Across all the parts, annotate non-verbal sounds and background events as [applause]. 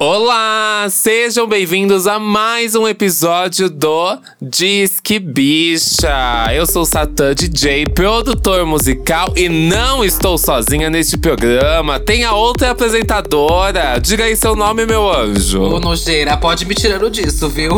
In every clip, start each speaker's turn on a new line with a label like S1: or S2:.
S1: Olá! Sejam bem-vindos a mais um episódio do Disque Bicha. Eu sou o Satã DJ, produtor musical, e não estou sozinha neste programa. Tem a outra apresentadora. Diga aí seu nome, meu
S2: Ô,
S1: anjo.
S2: nojeira, pode me tirando disso, viu?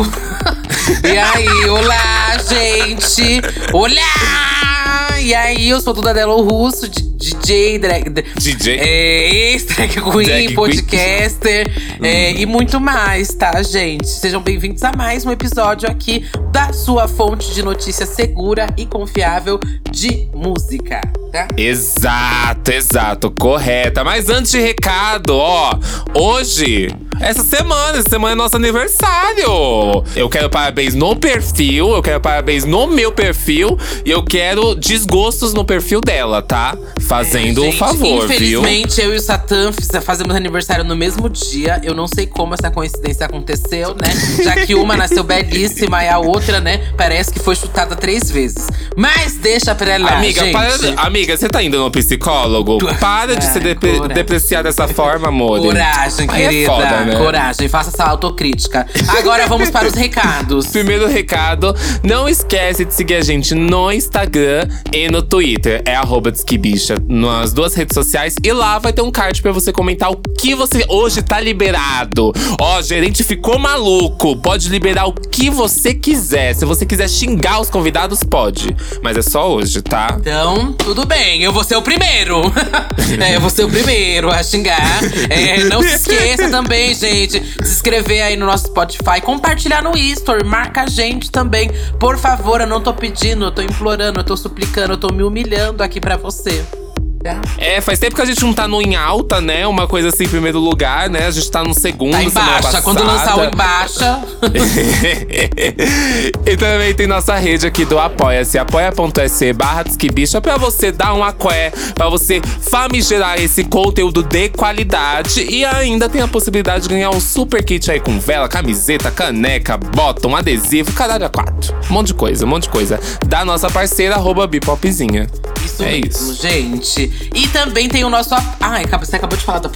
S2: [laughs] e aí, olá, gente! Olá! E aí, eu sou Duda Delo Russo, D- DJ, drag, d-
S1: DJ.
S2: é, ex-drag
S1: Drag
S2: queen,
S1: queen.
S2: podcaster é, e muito mais, tá, gente? Sejam bem-vindos a mais um episódio aqui da sua fonte de notícia segura e confiável de música, tá?
S1: Exato, exato, correta. Mas antes de recado, ó, hoje, essa semana, essa semana é nosso aniversário. Eu quero parabéns no perfil, eu quero parabéns no meu perfil e eu quero desgostos no perfil dela, tá? Fazendo o
S2: É, Gente,
S1: favor, viu?
S2: Infelizmente, eu e o Satã fiz- fazemos aniversário no mesmo dia. Eu não sei como essa coincidência aconteceu, né? Já que uma nasceu belíssima e a outra, né, parece que foi chutada três vezes. Mas deixa pra lá,
S1: Amiga,
S2: né, gente.
S1: para- amiga, você tá indo no psicólogo?
S2: Tu- Ah,
S1: Para de
S2: Ai,
S1: se depre-
S2: coragem.
S1: depreciar dessa forma, amor.
S2: Coragem,
S1: Aí é
S2: querida.
S1: foda, né?
S2: Coragem, faça essa autocrítica. Agora vamos para os
S1: [laughs]
S2: recados.
S1: Primeiro recado, não esquece de seguir a gente no Instagram e no Twitter. É arroba Disquibicha nas duas redes sociais. E lá vai ter um card pra você comentar o que você hoje tá liberado. Ó, gerente ficou maluco. Pode liberar o que você quiser. Se você quiser xingar os convidados, pode. Mas é só hoje, tá?
S2: Então, tudo bem, eu vou ser o primeiro. [laughs] é, eu vou ser o primeiro a xingar. É, não se esqueça também, gente, de se inscrever aí no nosso Spotify, compartilhar no Story, marca a gente também. Por favor, eu não tô pedindo, eu tô implorando, eu tô suplicando, eu tô me humilhando aqui pra você. Tá?
S1: É, faz tempo que a gente não tá no em alta, né? Uma coisa assim, em primeiro lugar, né? A gente tá no segundo,
S2: Tá em
S1: semana
S2: baixa, quando lançar o
S1: passada. É
S2: em baixa.
S1: [laughs] e também tem nossa rede aqui do Apoia-se, apoia.se barra Disquebicha, pra você dar um aqué, pra você famigerar esse conteúdo de qualidade e ainda tem a possibilidade de ganhar um super kit aí com vela, camiseta, caneca, bota, um adesivo, caralho, a quatro. Um monte de coisa, um monte de coisa. Da nossa parceira, arroba Bipopzinha.
S2: Isso
S1: é
S2: mesmo,
S1: isso.
S2: gente. E também tem o nosso. ap- Ai, acabou- você acabou de falar da.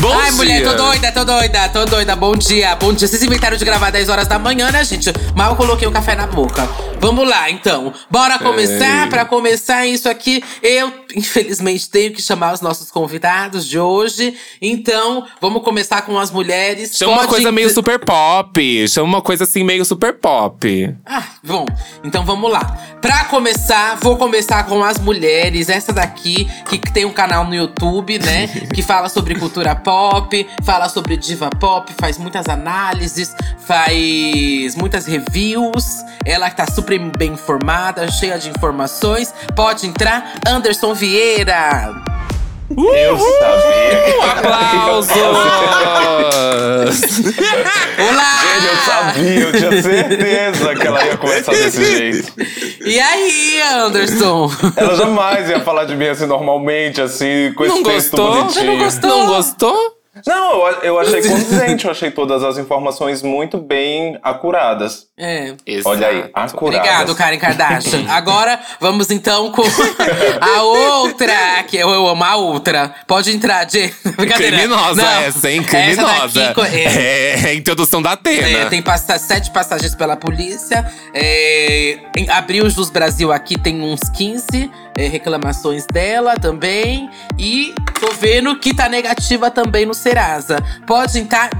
S1: Bom
S2: Ai, mulher,
S1: dia.
S2: tô doida, tô doida, tô doida. Bom dia, bom dia. Vocês inventaram de gravar 10 horas da manhã, né, gente? Mal coloquei o café na boca. Vamos lá, então.
S1: É.
S2: Bora começar?
S1: Ei.
S2: Pra começar isso aqui, eu, infelizmente, tenho que chamar os nossos convidados de hoje. Então, vamos começar com as mulheres.
S1: Chama uma
S2: Pode-
S1: coisa meio super pop. Chama uma coisa assim, meio super
S2: [laughs]
S1: pop.
S2: ah, bom, então vamos lá. Pra começar, vou começar com as mulheres. Essa daqui, que tem um canal no YouTube, né? que fala sobre cultura pop, fala sobre diva pop, faz muitas análises, faz muitas reviews. Ela tá super bem informada, cheia de informações. Pode entrar, Anderson Vieira.
S3: Eu
S1: Um
S3: sabia.
S1: [laughs] aplauso!
S2: Olá!
S1: [laughs]
S3: Eu sabia, eu tinha certeza que ela ia começar desse jeito.
S2: E aí, Anderson?
S3: Ela jamais ia falar de mim assim normalmente, assim, com esse
S1: não
S3: texto
S1: gostou?
S3: bonitinho.
S1: Não gostou? Não gostou?
S3: Não, eu, eu achei condizente, eu achei todas as informações muito bem acuradas.
S2: É.
S3: Olha aí,
S1: Exato.
S3: acuradas.
S2: Obrigado,
S1: [laughs]
S2: Karen Kardashian. Agora vamos então com a outra, que eu, eu amo a outra. Pode entrar, Jay. [laughs] Brincadeira.
S1: Criminosa
S2: Não,
S1: essa, hein?
S2: essa
S1: Criminosa.
S2: daqui co- é,
S1: é, a introdução da Atena.
S2: é, tem passa- sete passagens pela polícia. É, em Abril dos Brasil aqui tem uns 15 é, reclamações dela também. E tô vendo que tá negativa também no Serasa. Pode entrar,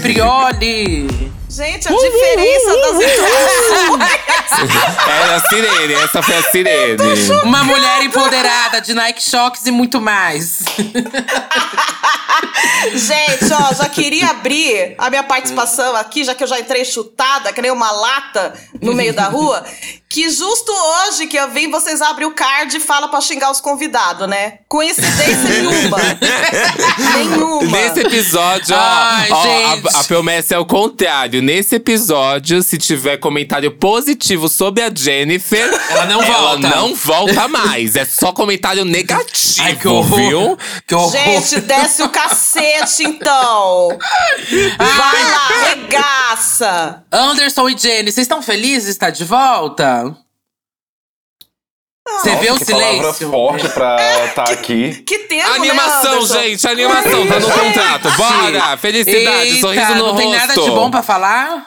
S1: [laughs]
S2: Prioli.
S4: Gente,
S1: Uhum,
S4: a diferença das impressões.
S1: Era é a sirene, essa foi a sirene.
S2: Uma mulher empoderada de Nike Shocks e muito mais.
S4: [laughs] Gente, ó, já queria abrir a minha participação aqui, já que eu já entrei chutada, que nem uma lata no meio da rua. Que justo hoje que eu vim, vocês abrem o card e falam pra xingar os convidados, né?
S1: [laughs]
S4: Coincidência nenhuma. nenhuma.
S1: Nesse episódio, ó,
S2: Ai,
S1: ó,
S2: gente.
S1: a, a promessa é o contrário. Nesse episódio, se tiver comentário positivo sobre a Jennifer,
S2: Ela não volta.
S1: Ela não volta mais. É só comentário negativo,
S2: Ai, que horror.
S1: viu?
S2: Que horror.
S4: Gente, desce o cacete, então. Vai
S2: Ai,
S4: lá, regaça.
S2: Anderson e Jenny, vocês estão felizes de estar de volta? Você vê o
S3: que palavra
S2: silêncio?
S3: forte pra estar aqui.
S4: Que termo, né,
S1: Animação,
S4: Anderson?
S1: gente, animação, tá no contrato. Bora! Felicidade,
S2: Eita,
S1: sorriso no
S2: não
S1: rosto.
S2: tem nada de bom pra falar?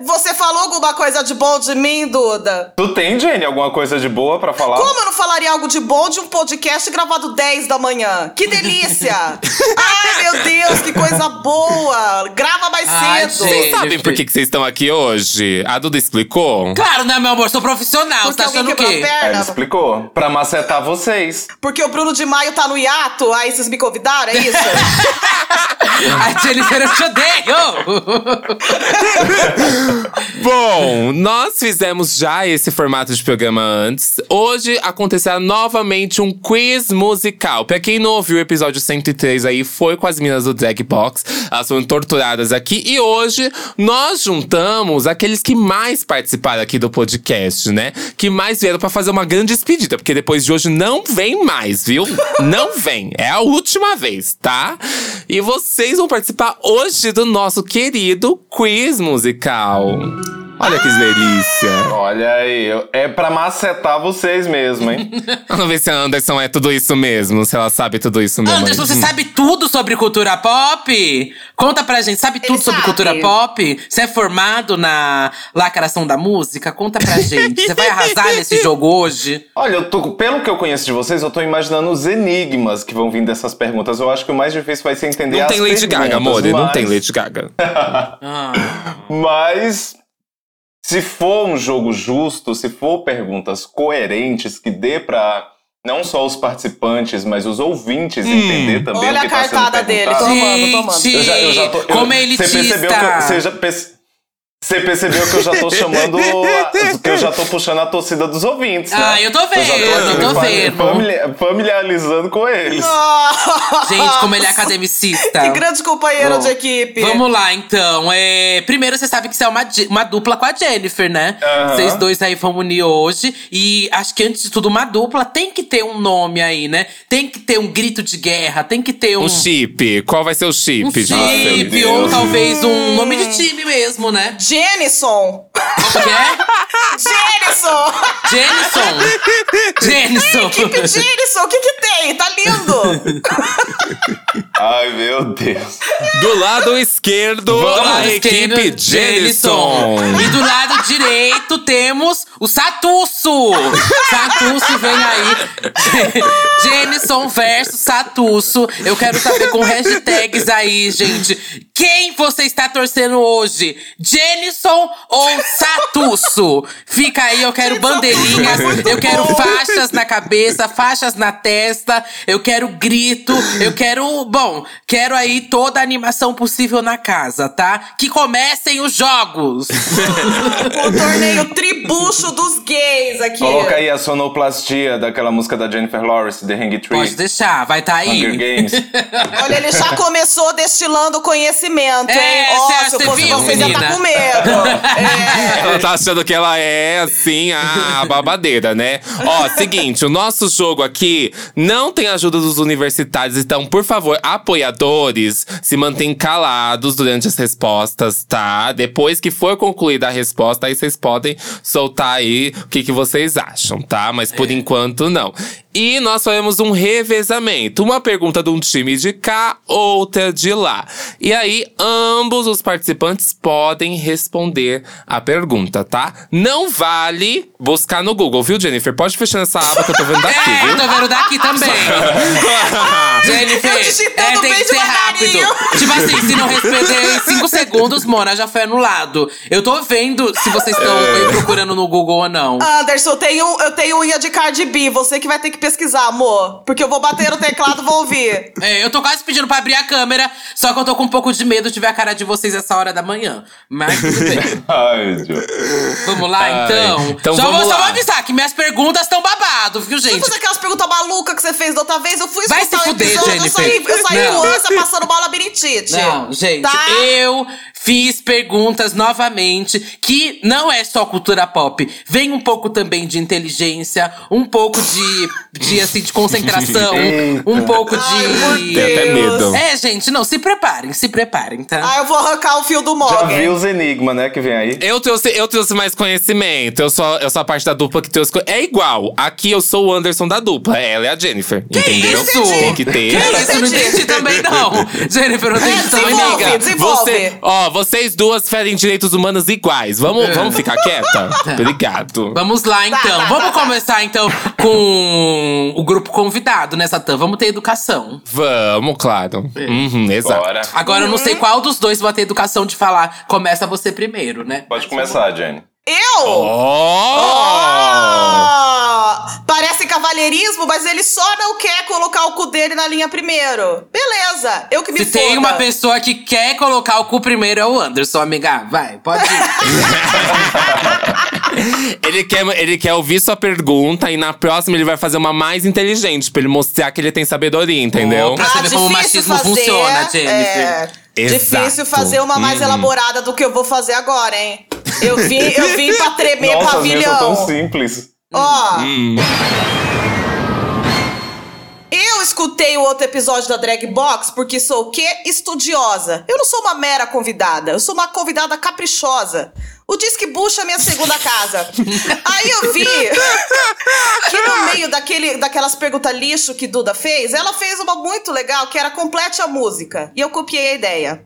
S4: Você falou alguma coisa de bom de mim, Duda?
S3: Tu tem, Jenny, alguma coisa de boa pra falar?
S4: Como eu não falaria algo de bom de um podcast gravado 10 da manhã?
S2: [laughs]
S4: Que delícia! Ai, meu Deus, que coisa boa! Grava mais
S2: Ai,
S4: cedo!
S2: gente.
S1: Vocês sabem por que que vocês estão aqui hoje? A Duda explicou?
S2: Claro, né, meu amor? Sou profissional. Você
S4: Porque
S2: tá
S4: alguém
S2: achando o
S4: quebrou a
S2: quê?
S4: perna?
S3: Ela explicou. Pra macetar vocês.
S4: Porque o Bruno de Maio tá no hiato, aí vocês me convidaram, é isso?
S2: [laughs] A Jennifer, eu te odeio!
S1: Bom, nós fizemos já esse formato de programa antes. Hoje acontecerá novamente um quiz musical. Pra quem não ouviu o episódio 103 aí, foi com as meninas do Drag Box. Elas foram torturadas aqui. E hoje nós juntamos aqueles que mais participaram aqui do podcast, né? Que mais vieram pra fazer uma grande despedida. Porque depois de hoje não vem mais,
S2: [laughs]
S1: viu? Não vem. É a última vez, tá? E vocês vão participar hoje do nosso querido quiz musical. Olha que delícia.
S3: Olha aí, eu- é pra macetar vocês mesmo, hein?
S2: Ah!
S1: Vamos ver se a Anderson é tudo isso mesmo, se ela sabe tudo isso mesmo.
S2: Anderson, você
S1: Hum.
S2: sabe tudo sobre cultura pop? Conta pra gente, sabe tudo sobre
S4: sabe.
S2: cultura pop? Você é formado na lacração da música? Conta [laughs] pra gente. Você vai arrasar nesse jogo hoje?
S3: Olha, eu tô, pelo que eu conheço de vocês, eu tô imaginando os enigmas que vão vir dessas perguntas. Eu acho que o mais difícil vai ser entender
S1: Não
S3: as
S1: tem Lady
S3: perguntas,
S1: Gaga, amor. Não
S3: mas-
S1: tem Lady Gaga.
S2: Ah.
S3: Mas se for um jogo justo, se for perguntas coerentes que dê pra não só os participantes, mas os
S1: Hum.
S3: ouvintes entender também
S4: Olha
S3: o que
S4: a
S3: tá sendo
S4: cartada dele.
S3: perguntado.
S4: Tomando, tomando.
S2: Gente,
S3: Eu já, eu já tô, eu-
S2: como é elitista.
S3: Você percebeu que eu, você já perce- você percebeu que eu já
S1: [laughs]
S3: tô chamando. a- que eu já tô puxando a torcida dos ouvintes. né?
S2: Ah, eu tô
S3: Eu já
S2: vendo, eu tô
S3: me fa-
S2: vendo.
S3: familia- familiarizando com eles.
S2: [laughs] Gente, como ele é
S3: [laughs]
S4: acadêmico.
S2: academicista.
S4: Que grande companheiro
S3: Bom,
S4: de equipe!
S2: Vamos lá, então. É, primeiro, você sabe que você é uma, di- uma dupla com a Jennifer, né?
S3: Aham.
S2: Vocês dois aí vão unir hoje. E acho que antes de tudo, uma dupla tem que ter um nome aí, né? Tem que ter um grito de guerra, tem que ter um.
S1: Um chip. Qual vai ser o chip?
S2: um
S1: de vocês?
S3: meu
S2: chip,
S3: Deus.
S2: ou talvez um nome de time mesmo, né?
S4: Jenison!
S2: Como que é? [laughs]
S4: Jenison!
S3: [laughs]
S2: Jenison!
S4: equipe
S2: Jenison!
S4: Jenison, o que que tem? Tá
S2: [laughs]
S4: lindo!
S3: Ai, meu Deus.
S1: Do lado esquerdo,
S2: Vamos
S1: a
S2: lá, esquerda,
S1: equipe Jenison.
S2: E do lado direito temos o Satusso. Satusso vem aí. [laughs] Jenison versus Satusso. Eu quero saber com hashtags aí, gente. Quem você está torcendo hoje? Jenison ou Satusso? Fica aí, eu quero bandeirinhas, eu quero faixas na cabeça, faixas na testa, eu quero grito, eu quero. Bom, quero aí toda a animação possível na casa, tá? Que comecem os jogos!
S4: o torneio tribucho dos gays aqui!
S3: Coloca aí a sonoplastia daquela música da Jennifer Lawrence, The Hang Tree.
S2: Pode deixar, vai tá
S3: Hunger
S2: aí.
S3: Games.
S4: Olha, ele já começou destilando conhecimento, hein?
S2: É,
S4: Ó,
S2: cê acha
S4: se eu
S2: que
S4: fosse
S2: viu,
S4: vocês, ia tá
S2: menina?
S4: com medo!
S2: [laughs]
S4: É.
S1: Ela tá achando que ela é, assim, a babadeira, né? Ó, seguinte, o nosso jogo aqui não tem ajuda dos universitários. Então, por favor, apoiadores, se mantêm calados durante as respostas, tá? Depois que for concluída a resposta, aí vocês podem soltar aí o que, que vocês acham, tá? Mas por
S2: É.
S1: enquanto, não. E nós faremos um revezamento. Uma pergunta de um time de cá, outra de lá. E aí, ambos os participantes podem responder a pergunta, tá? Não vale buscar no Google, viu, Jennifer? Pode fechar essa aba que eu tô vendo
S2: [laughs]
S1: daqui,
S2: É, eu
S1: viu?
S2: tô vendo daqui
S1: [laughs]
S2: também. Jennifer,
S4: Eu digitando
S2: é, tem
S4: bem
S2: que ser rápido.
S4: devagarinho.
S2: Tipo assim, se não responder em 5 segundos, Mona, já foi anulado. Eu tô vendo se vocês estão
S1: É.
S2: aí procurando no Google ou não.
S4: Anderson, eu tenho, eu tenho unha de Cardi B. Você que vai ter que pesquisar, amor. Porque eu vou bater no teclado e vou ouvir.
S2: É, eu tô quase pedindo pra abrir a câmera, só que eu tô com um pouco de medo de ver a cara de vocês essa hora da manhã. Mas tudo bem.
S3: [laughs]
S1: [laughs]
S3: Ai, meu Deus.
S2: Vamos lá,
S1: Ai,
S2: então.
S1: então
S2: só,
S1: vamos
S2: vou, só
S1: lá.
S2: vou avisar que minhas perguntas estão babado, viu,
S4: Você
S2: gente?
S4: fez aquelas perguntas malucas que você fez da outra vez? Eu fui
S2: Vai
S4: escutar
S2: se
S4: o
S2: fuder,
S4: episódio, eu saí,
S2: Jennifer.
S4: eu saí
S2: Não.
S4: com ânsia passando mal labirintite.
S2: Não, gente,
S4: Tá?
S2: eu Fiz perguntas novamente, que não é só cultura pop. Vem um pouco também de inteligência, um pouco de, de assim, de concentração, um pouco de.
S4: Ai, meu
S1: Tem até
S4: Deus.
S1: medo.
S2: É, gente, não, se preparem, se preparem, tá?
S4: Ah, eu vou arrancar o fio do
S3: Já
S4: Morgan.
S3: viu os enigmas, né, que vem aí?
S1: Eu trouxe, eu trouxe mais conhecimento. Eu sou, eu sou a parte da dupla que trouxe. co- É igual. Aqui eu sou o Anderson da dupla. Ela é a Jennifer. entendeu?
S2: isso?
S1: Tem que ter.
S2: Que isso, não
S4: entendi. É,
S2: entendi também não.
S1: [laughs]
S2: Jennifer, não entendi também não.
S4: desenvolve, desenvolve.
S1: Você, ó, vocês duas ferem direitos humanos iguais. Vamos, vamos ficar quieta? Obrigado.
S2: Vamos lá, então.
S4: tá,
S2: Vamos
S4: tá, tá.
S2: começar, então, com o grupo convidado, né, Satã? Vamos ter educação.
S1: Vamos, claro. Uhum, exato.
S3: Bora.
S2: Agora, eu não
S4: Uhum.
S2: sei qual dos dois vai ter educação de falar. Começa você primeiro, né?
S3: Pode começar, Jenny.
S4: Eu?
S1: Oh!
S4: Ah, Parece cavalheirismo, mas ele só não quer colocar o cu dele na linha primeiro. Beleza, eu que me
S2: Se tem
S4: foda.
S2: uma pessoa que quer colocar o cu primeiro, é o Anderson, amiga. Vai, pode ir.
S1: Ele, quer, ele quer ouvir sua pergunta e na próxima ele vai fazer uma mais inteligente pra ele mostrar que ele tem sabedoria, entendeu?
S2: Opa. pra você ver como o
S4: Tá difícil
S2: machismo funciona,
S4: É,
S2: Jennifer. Uhum.
S1: Exato.
S4: difícil fazer uma mais elaborada do que eu vou fazer agora, hein? Eu vim, eu vim pra tremer
S3: Nossa, as minhas são
S4: pavilhão.
S3: tão simples.
S4: Ó. Eu escutei o outro episódio da Drag Box porque sou o quê? Estudiosa. Eu não sou uma mera convidada, eu sou uma convidada caprichosa. O Disque Bucha é minha segunda casa. Aí eu vi que no meio daquele, daquelas perguntas lixo que Duda fez, ela fez uma muito legal que era complete a música. E eu copiei a ideia.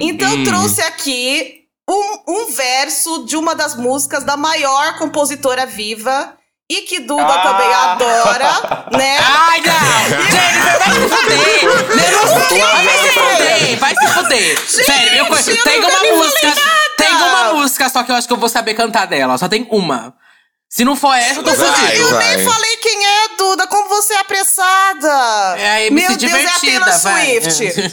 S4: Então eu trouxe aqui um, um verso de uma das músicas da maior compositora viva e que Duda
S3: Ah!
S4: também adora, né?
S2: Ai, não! Jennifer, vai se fuder! Denúncia! Vai se fuder! Vai se fuder! Sério, eu conheço.
S4: eu
S2: Tem
S4: nunca
S2: uma
S4: nem falei
S2: música. Tem uma
S4: nada.
S2: música, só que eu acho que eu vou saber cantar dela. Só tem uma. Se não for essa, eu tô
S1: Vai,
S2: fudido.
S4: Eu
S1: vai.
S4: nem falei quem é, Duda. Como você é apressada.
S2: É a MC
S4: Meu Deus, é a
S2: divertida,
S4: Taylor
S2: vai. [laughs]
S4: Swift.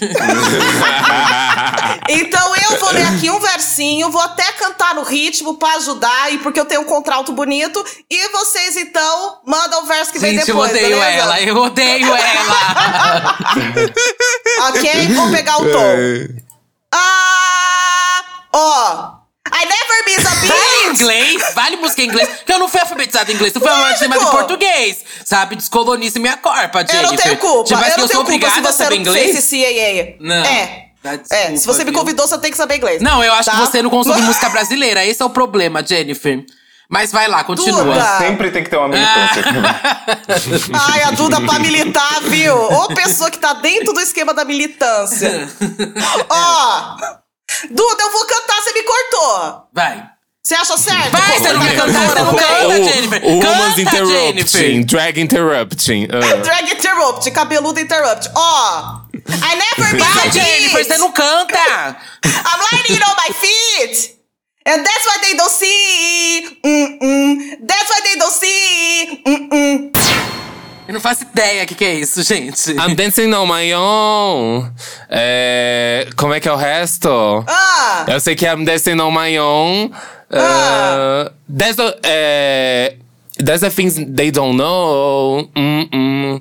S4: Então eu vou ler aqui um versinho, vou até cantar no ritmo pra ajudar, e porque eu tenho um contralto bonito. E vocês, então, mandam o verso que vem
S2: Gente, eu
S4: depois,
S2: odeio
S4: beleza?
S2: ela, eu odeio ela!
S4: Ok? Vou pegar
S1: [laughs] É.
S4: o tom. Ah, ó. I never miss a
S2: Vale
S4: beat.
S2: inglês, vale música em inglês, porque eu não fui alfabetizada em inglês, eu fui alfabetizada em
S4: Lógico.
S2: português, sabe? Descolonize minha corpa,
S4: Eu
S2: Jennifer.
S4: não tenho culpa.
S2: Tipo, mas
S4: eu
S2: que
S4: não
S2: eu sou
S4: tenho culpa se
S2: obrigada a
S4: você
S2: saber
S4: não fez
S2: inglês?
S4: esse CAA.
S2: Não.
S4: É.
S2: Dá
S4: é, se
S2: desculpa,
S4: você me
S2: viu?
S4: convidou, você tem que saber inglês.
S2: Não, é- eu acho
S4: Tá?
S2: que você não
S4: [laughs]
S2: consome música brasileira. Esse é o problema, Jennifer. Mas vai lá, continua.
S4: Duda. Ah.
S3: Sempre tem que ter uma militância.
S4: Ai, a Duda pra militar, viu? Ou pessoa que tá dentro do esquema
S2: [laughs]
S4: da militância. Ó, Duda, eu vou cantar, você me cortou.
S2: Vai.
S4: Você acha certo?
S2: Vai, você não quer cantar, você não canta, Jennifer.
S1: O, o Woman's
S2: canta,
S1: Interrupting,
S2: Jennifer.
S1: Drag Interrupting. ah.
S4: [laughs] Drag interrupt, cabeludo interrupt. Ó, I never miss
S2: Vai,
S4: a
S2: Tá, Jennifer, você
S4: beat.
S2: não canta.
S4: I'm lying on my feet. And that's why they don't see. Mm-mm. That's why they don't see. Mm-mm.
S2: Eu não faço ideia o que, que é isso, gente.
S1: I'm dancing on my own. É, como é que é o resto?
S4: Ah,
S2: É
S1: Eu sei que é I'm dancing on my own.
S4: Ah.
S1: Uh, there's a, é, there's a things they don't know. Hum, hum.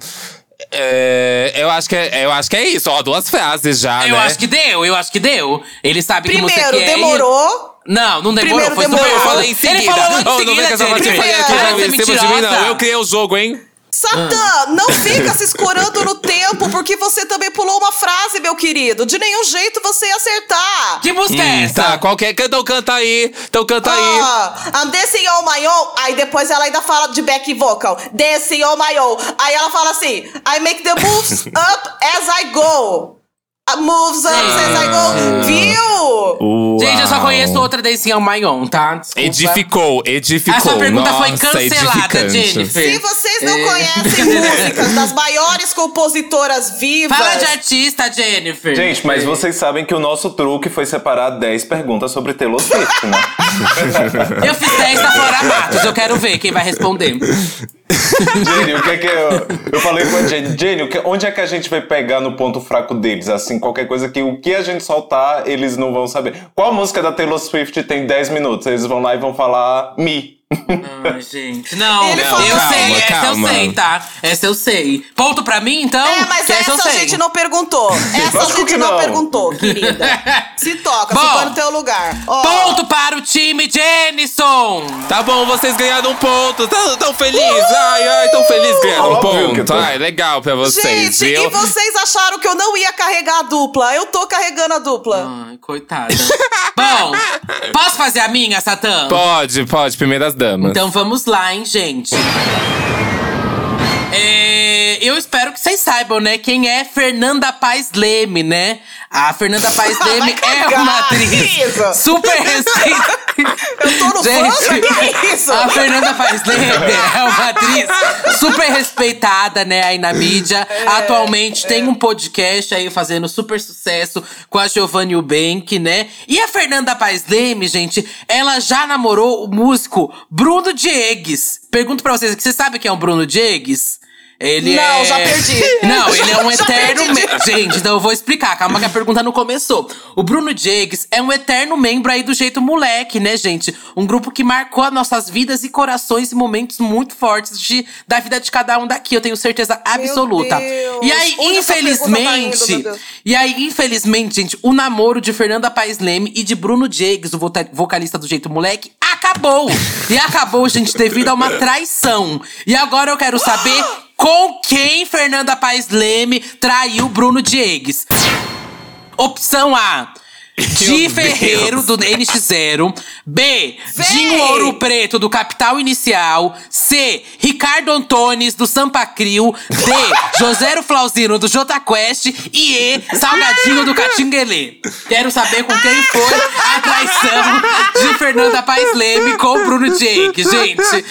S1: É, eu, acho que é, eu acho que é isso. Ó, duas frases já,
S2: eu
S1: né?
S2: acho que deu, eu acho que deu. Ele sabe que música
S4: primeiro,
S2: que é. e-
S4: demorou.
S2: Não, não demorou.
S4: Primeiro
S2: foi
S4: demorou.
S2: super.
S1: Eu
S4: Eu
S1: falei em seguida.
S2: Ele falou logo
S1: Ô, não vem
S2: em
S1: com
S2: seguida,
S1: essa assim.
S2: Jennifer.
S1: mentirinha aqui,
S4: Para
S1: já
S2: Para de ser
S1: em cima de mim, não.
S2: mentirosa.
S1: Eu criei o jogo, hein?
S2: Ah.
S4: Satã, não fica se escorando no tempo, porque você também pulou uma frase, meu querido. De nenhum jeito você ia acertar.
S2: Que música é essa?
S1: Tá, qualquer. Então canta aí. Então canta aí.
S4: Ah, I'm dancing on my own. Aí depois ela ainda fala de back vocal. Dancing on my own. Aí ela fala assim: I make the
S2: [laughs]
S4: moves up as I go. Uh, Moves up as I
S2: Ah.
S4: go. Viu?
S2: Gente, eu só
S1: Uau.
S2: conheço outra Dancing on My Own, tá? Desculpa.
S1: Edificou, edificou.
S2: A sua pergunta foi
S1: Nossa,
S2: cancelada,
S1: edificante.
S2: Jennifer.
S4: Se vocês
S2: É.
S4: não
S2: [laughs]
S4: conhecem músicas das maiores compositoras vivas.
S2: Fala de artista, Jennifer.
S3: Gente, mas vocês sabem que o nosso truque foi separar 10 perguntas sobre Taylor Swift, né?
S2: Eu fiz teste da Flora Matos, eu quero ver quem vai responder.
S3: Jenny, o que é que eu, eu falei com a Jenny? Jenny, o que- onde é que a gente vai pegar no ponto fraco deles? Assim, qualquer coisa que o que a gente soltar, eles não vão saber. Qual música da Taylor Swift tem 10 minutos? Eles vão lá e vão falar Me.
S2: Ai, gente. Não,
S4: Ele
S2: eu
S4: falou- assim.
S2: sei,
S1: Calma,
S2: essa
S1: calma.
S2: eu sei, tá? Essa eu sei. Ponto pra mim, então?
S4: É, mas
S2: Que
S4: essa,
S2: eu
S4: a
S2: sei.
S4: gente não perguntou. Essa a
S3: Lógico
S4: gente
S3: que
S4: não.
S3: não.
S4: perguntou, querida. Se toca,
S2: Bom.
S4: se põe no teu lugar. Ó,
S2: Ponto para o time Jennison!
S1: Tá bom, vocês ganharam um ponto. Tão, tão feliz. Ai, ai, tão feliz ganharam um
S3: Óbvio que
S1: ponto.
S3: tô.
S1: Ai, legal pra vocês,
S4: Gente,
S1: viu?
S4: e vocês acharam que eu não ia carregar a dupla? Eu tô carregando a dupla.
S2: Ai, coitada. [laughs] Bom, posso fazer a minha, Satã?
S1: Pode, pode, primeiras damas.
S2: Então vamos lá, hein, gente. É, eu espero que vocês saibam, né? Quem é Fernanda Paes Leme, né? A Fernanda
S4: [laughs]
S2: Paes
S4: Ah, Vai
S2: Leme é
S4: cagar,
S2: uma atriz
S4: Isa.
S2: super recente.
S4: Eu tô no fã,
S2: Gente,
S4: que isso?
S2: A Fernanda Paes Leme é uma atriz super respeitada, né, aí na mídia.
S4: É.
S2: Atualmente tem um podcast aí fazendo super sucesso com a Giovanni Ubank, né? E a Fernanda Paes Leme, gente, ela já namorou o músico Bruno Diegues. Pergunto pra vocês, aqui, você sabe quem é o Bruno Diegues? Ele
S4: Não,
S2: é...
S4: já perdi.
S2: Não, ele é um
S4: [laughs] Já
S2: eterno.
S4: perdi.
S2: me- Gente, então eu vou explicar. Calma que a pergunta não começou. O Bruno Diegues é um eterno membro aí do Jeito Moleque, né, gente? Um grupo que marcou as nossas vidas e corações e momentos muito fortes de, da vida de cada um daqui. Eu tenho certeza absoluta.
S4: Deus.
S2: E aí,
S4: Onde essa pergunta tá indo,
S2: infelizmente.
S4: meu Deus?
S2: E aí, infelizmente, gente, o namoro de Fernanda Paes Leme e de Bruno Diegues, o vota- vocalista do Jeito Moleque, acabou! E acabou, gente, devido a uma traição. E agora eu quero saber com quem Fernanda Paes Leme traiu Bruno Diegues. Opção A. Di
S1: Deus.
S2: Ferreiro, do NX0. B.
S4: Vem!
S2: Dinho Ouro Preto, do Capital Inicial. C. Ricardo Antones, do Sampa Crio. D. Josero Flauzino, do Jota Quest. E E. Salgadinho, do Catinguelê. Quero saber com quem foi a traição de Fernanda Paes Leme com o Bruno Jake, gente.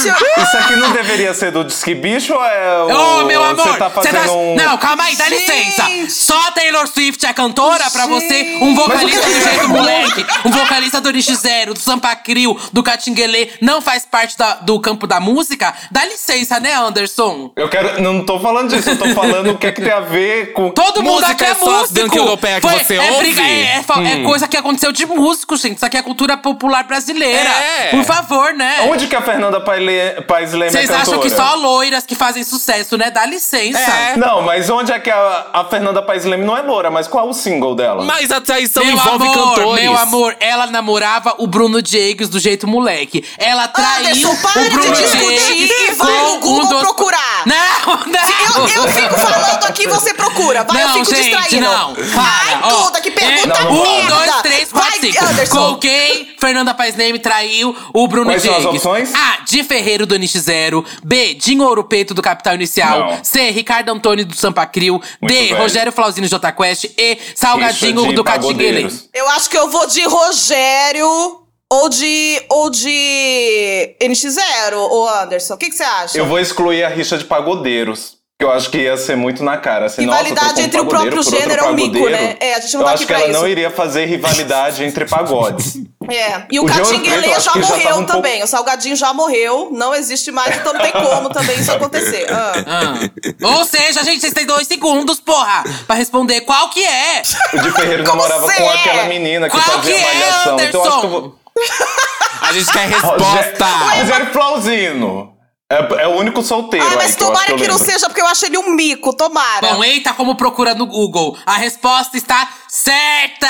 S4: Gente, eu...
S3: Isso aqui não deveria ser do Disque Bicho ou é o.
S2: Ô, Oh, meu amor!
S3: Você tá
S2: cê
S3: fazendo um.
S2: Não, calma aí, dá
S4: Gente!
S2: licença! Só Taylor Swift é cantora pra você, um vocalista do jeito moleque, um vocalista do NX Zero, do Sampa Crio, do Catinguelê, não faz parte da- do campo da música? Dá licença, né, Anderson?
S3: Eu quero. Não tô falando disso, eu tô falando o que, é que tem a ver com.
S2: Todo mundo
S1: Música
S2: aqui é
S1: é só as
S2: músico.
S1: danças europeias que você
S2: é
S1: ouve?
S2: é, é fa- é coisa que aconteceu de músico, gente. Isso aqui é cultura popular brasileira.
S1: É.
S2: Por favor, né?
S3: Onde que a Fernanda Paile- Paes Leme é
S2: Vocês acham que
S3: cantora?
S2: só loiras que fazem sucesso, né? Dá licença.
S1: É.
S3: Não, mas onde é que a, a Fernanda Paes Leme não é loura, mas qual é o single dela?
S1: Mas a traição
S3: Então
S1: envolve cantores.
S2: Meu amor, ela namorava o Bruno Diegues do jeito moleque. Ela traiu
S4: Anderson, para
S2: o
S4: de
S2: Bruno
S4: discutir
S2: Diegues
S4: e vai
S2: com
S4: no Google
S2: um dos-
S4: procurar.
S2: Não, não.
S4: Eu, eu fico falando aqui, você procura. Vai,
S2: Não,
S4: eu fico
S2: gente,
S4: distraída.
S2: não. Para,
S4: Ai,
S2: ó.
S4: Duda, que pergunta
S3: É, não, não, não.
S2: Um,
S4: merda.
S2: dois, três, quatro,
S4: Vai,
S2: cinco.
S4: Anderson.
S2: Com quem Fernanda Paes Leme traiu o Bruno
S3: Quais são as
S2: Diegues?
S3: opções?
S2: A. Di Ferreiro do NX Zero. B. Dinho Ouro Preto do Capital Inicial.
S3: Não.
S2: C. Ricardo Antônio do Sampa Crio. D.
S3: Muito velho.
S2: Rogério Flauzino J Quest. E.
S3: Isso é
S2: Salgadinho
S3: de
S2: do Catinguele.
S3: Pagodeiros.
S4: Eu acho que eu vou de Rogério ou de. ou de. NX0, ou Anderson. O que que você acha?
S3: Eu vou excluir a rixa de pagodeiros. Que eu acho que ia ser muito na cara. Assim, nossa,
S4: Rivalidade
S3: trocou um
S4: entre o
S3: pagodeiro
S4: próprio
S3: por outro
S4: gênero é um mico,
S3: pagodeiro.
S4: né? É, a gente não
S3: eu
S4: tá
S3: acho
S4: aqui
S3: que
S4: pra
S3: ela
S4: isso.
S3: não iria fazer rivalidade entre
S4: [laughs]
S3: pagodes.
S4: É. E o,
S3: O João Alfredo,
S4: Catinguelê
S3: eu acho
S4: já
S3: que já tava
S4: morreu
S3: um pouco-
S4: também. O Salgadinho já morreu, não existe mais, então não tem como também isso acontecer. Ah.
S2: Ah. Ou seja, gente, vocês têm dois segundos, porra, pra responder qual que é.
S3: O de Ferreiro
S4: Como
S3: namorava
S4: você
S3: com
S4: é?
S3: aquela menina que
S2: Qual
S3: fazia
S2: que é,
S3: malhação. Então eu acho que eu vou.
S2: Anderson?
S1: A gente quer
S2: [laughs]
S3: Rogério-
S1: resposta.
S3: Rogério Flauzino. É, é o único solteiro.
S4: Ai,
S3: aí
S4: Ah, mas
S3: que [laughs] eu acho
S4: tomara
S3: que,
S4: que,
S3: eu
S4: não
S3: lembro.
S4: seja, porque eu acho ele um mico, tomara.
S2: Bom, eita, como procura no Google. A resposta está certa!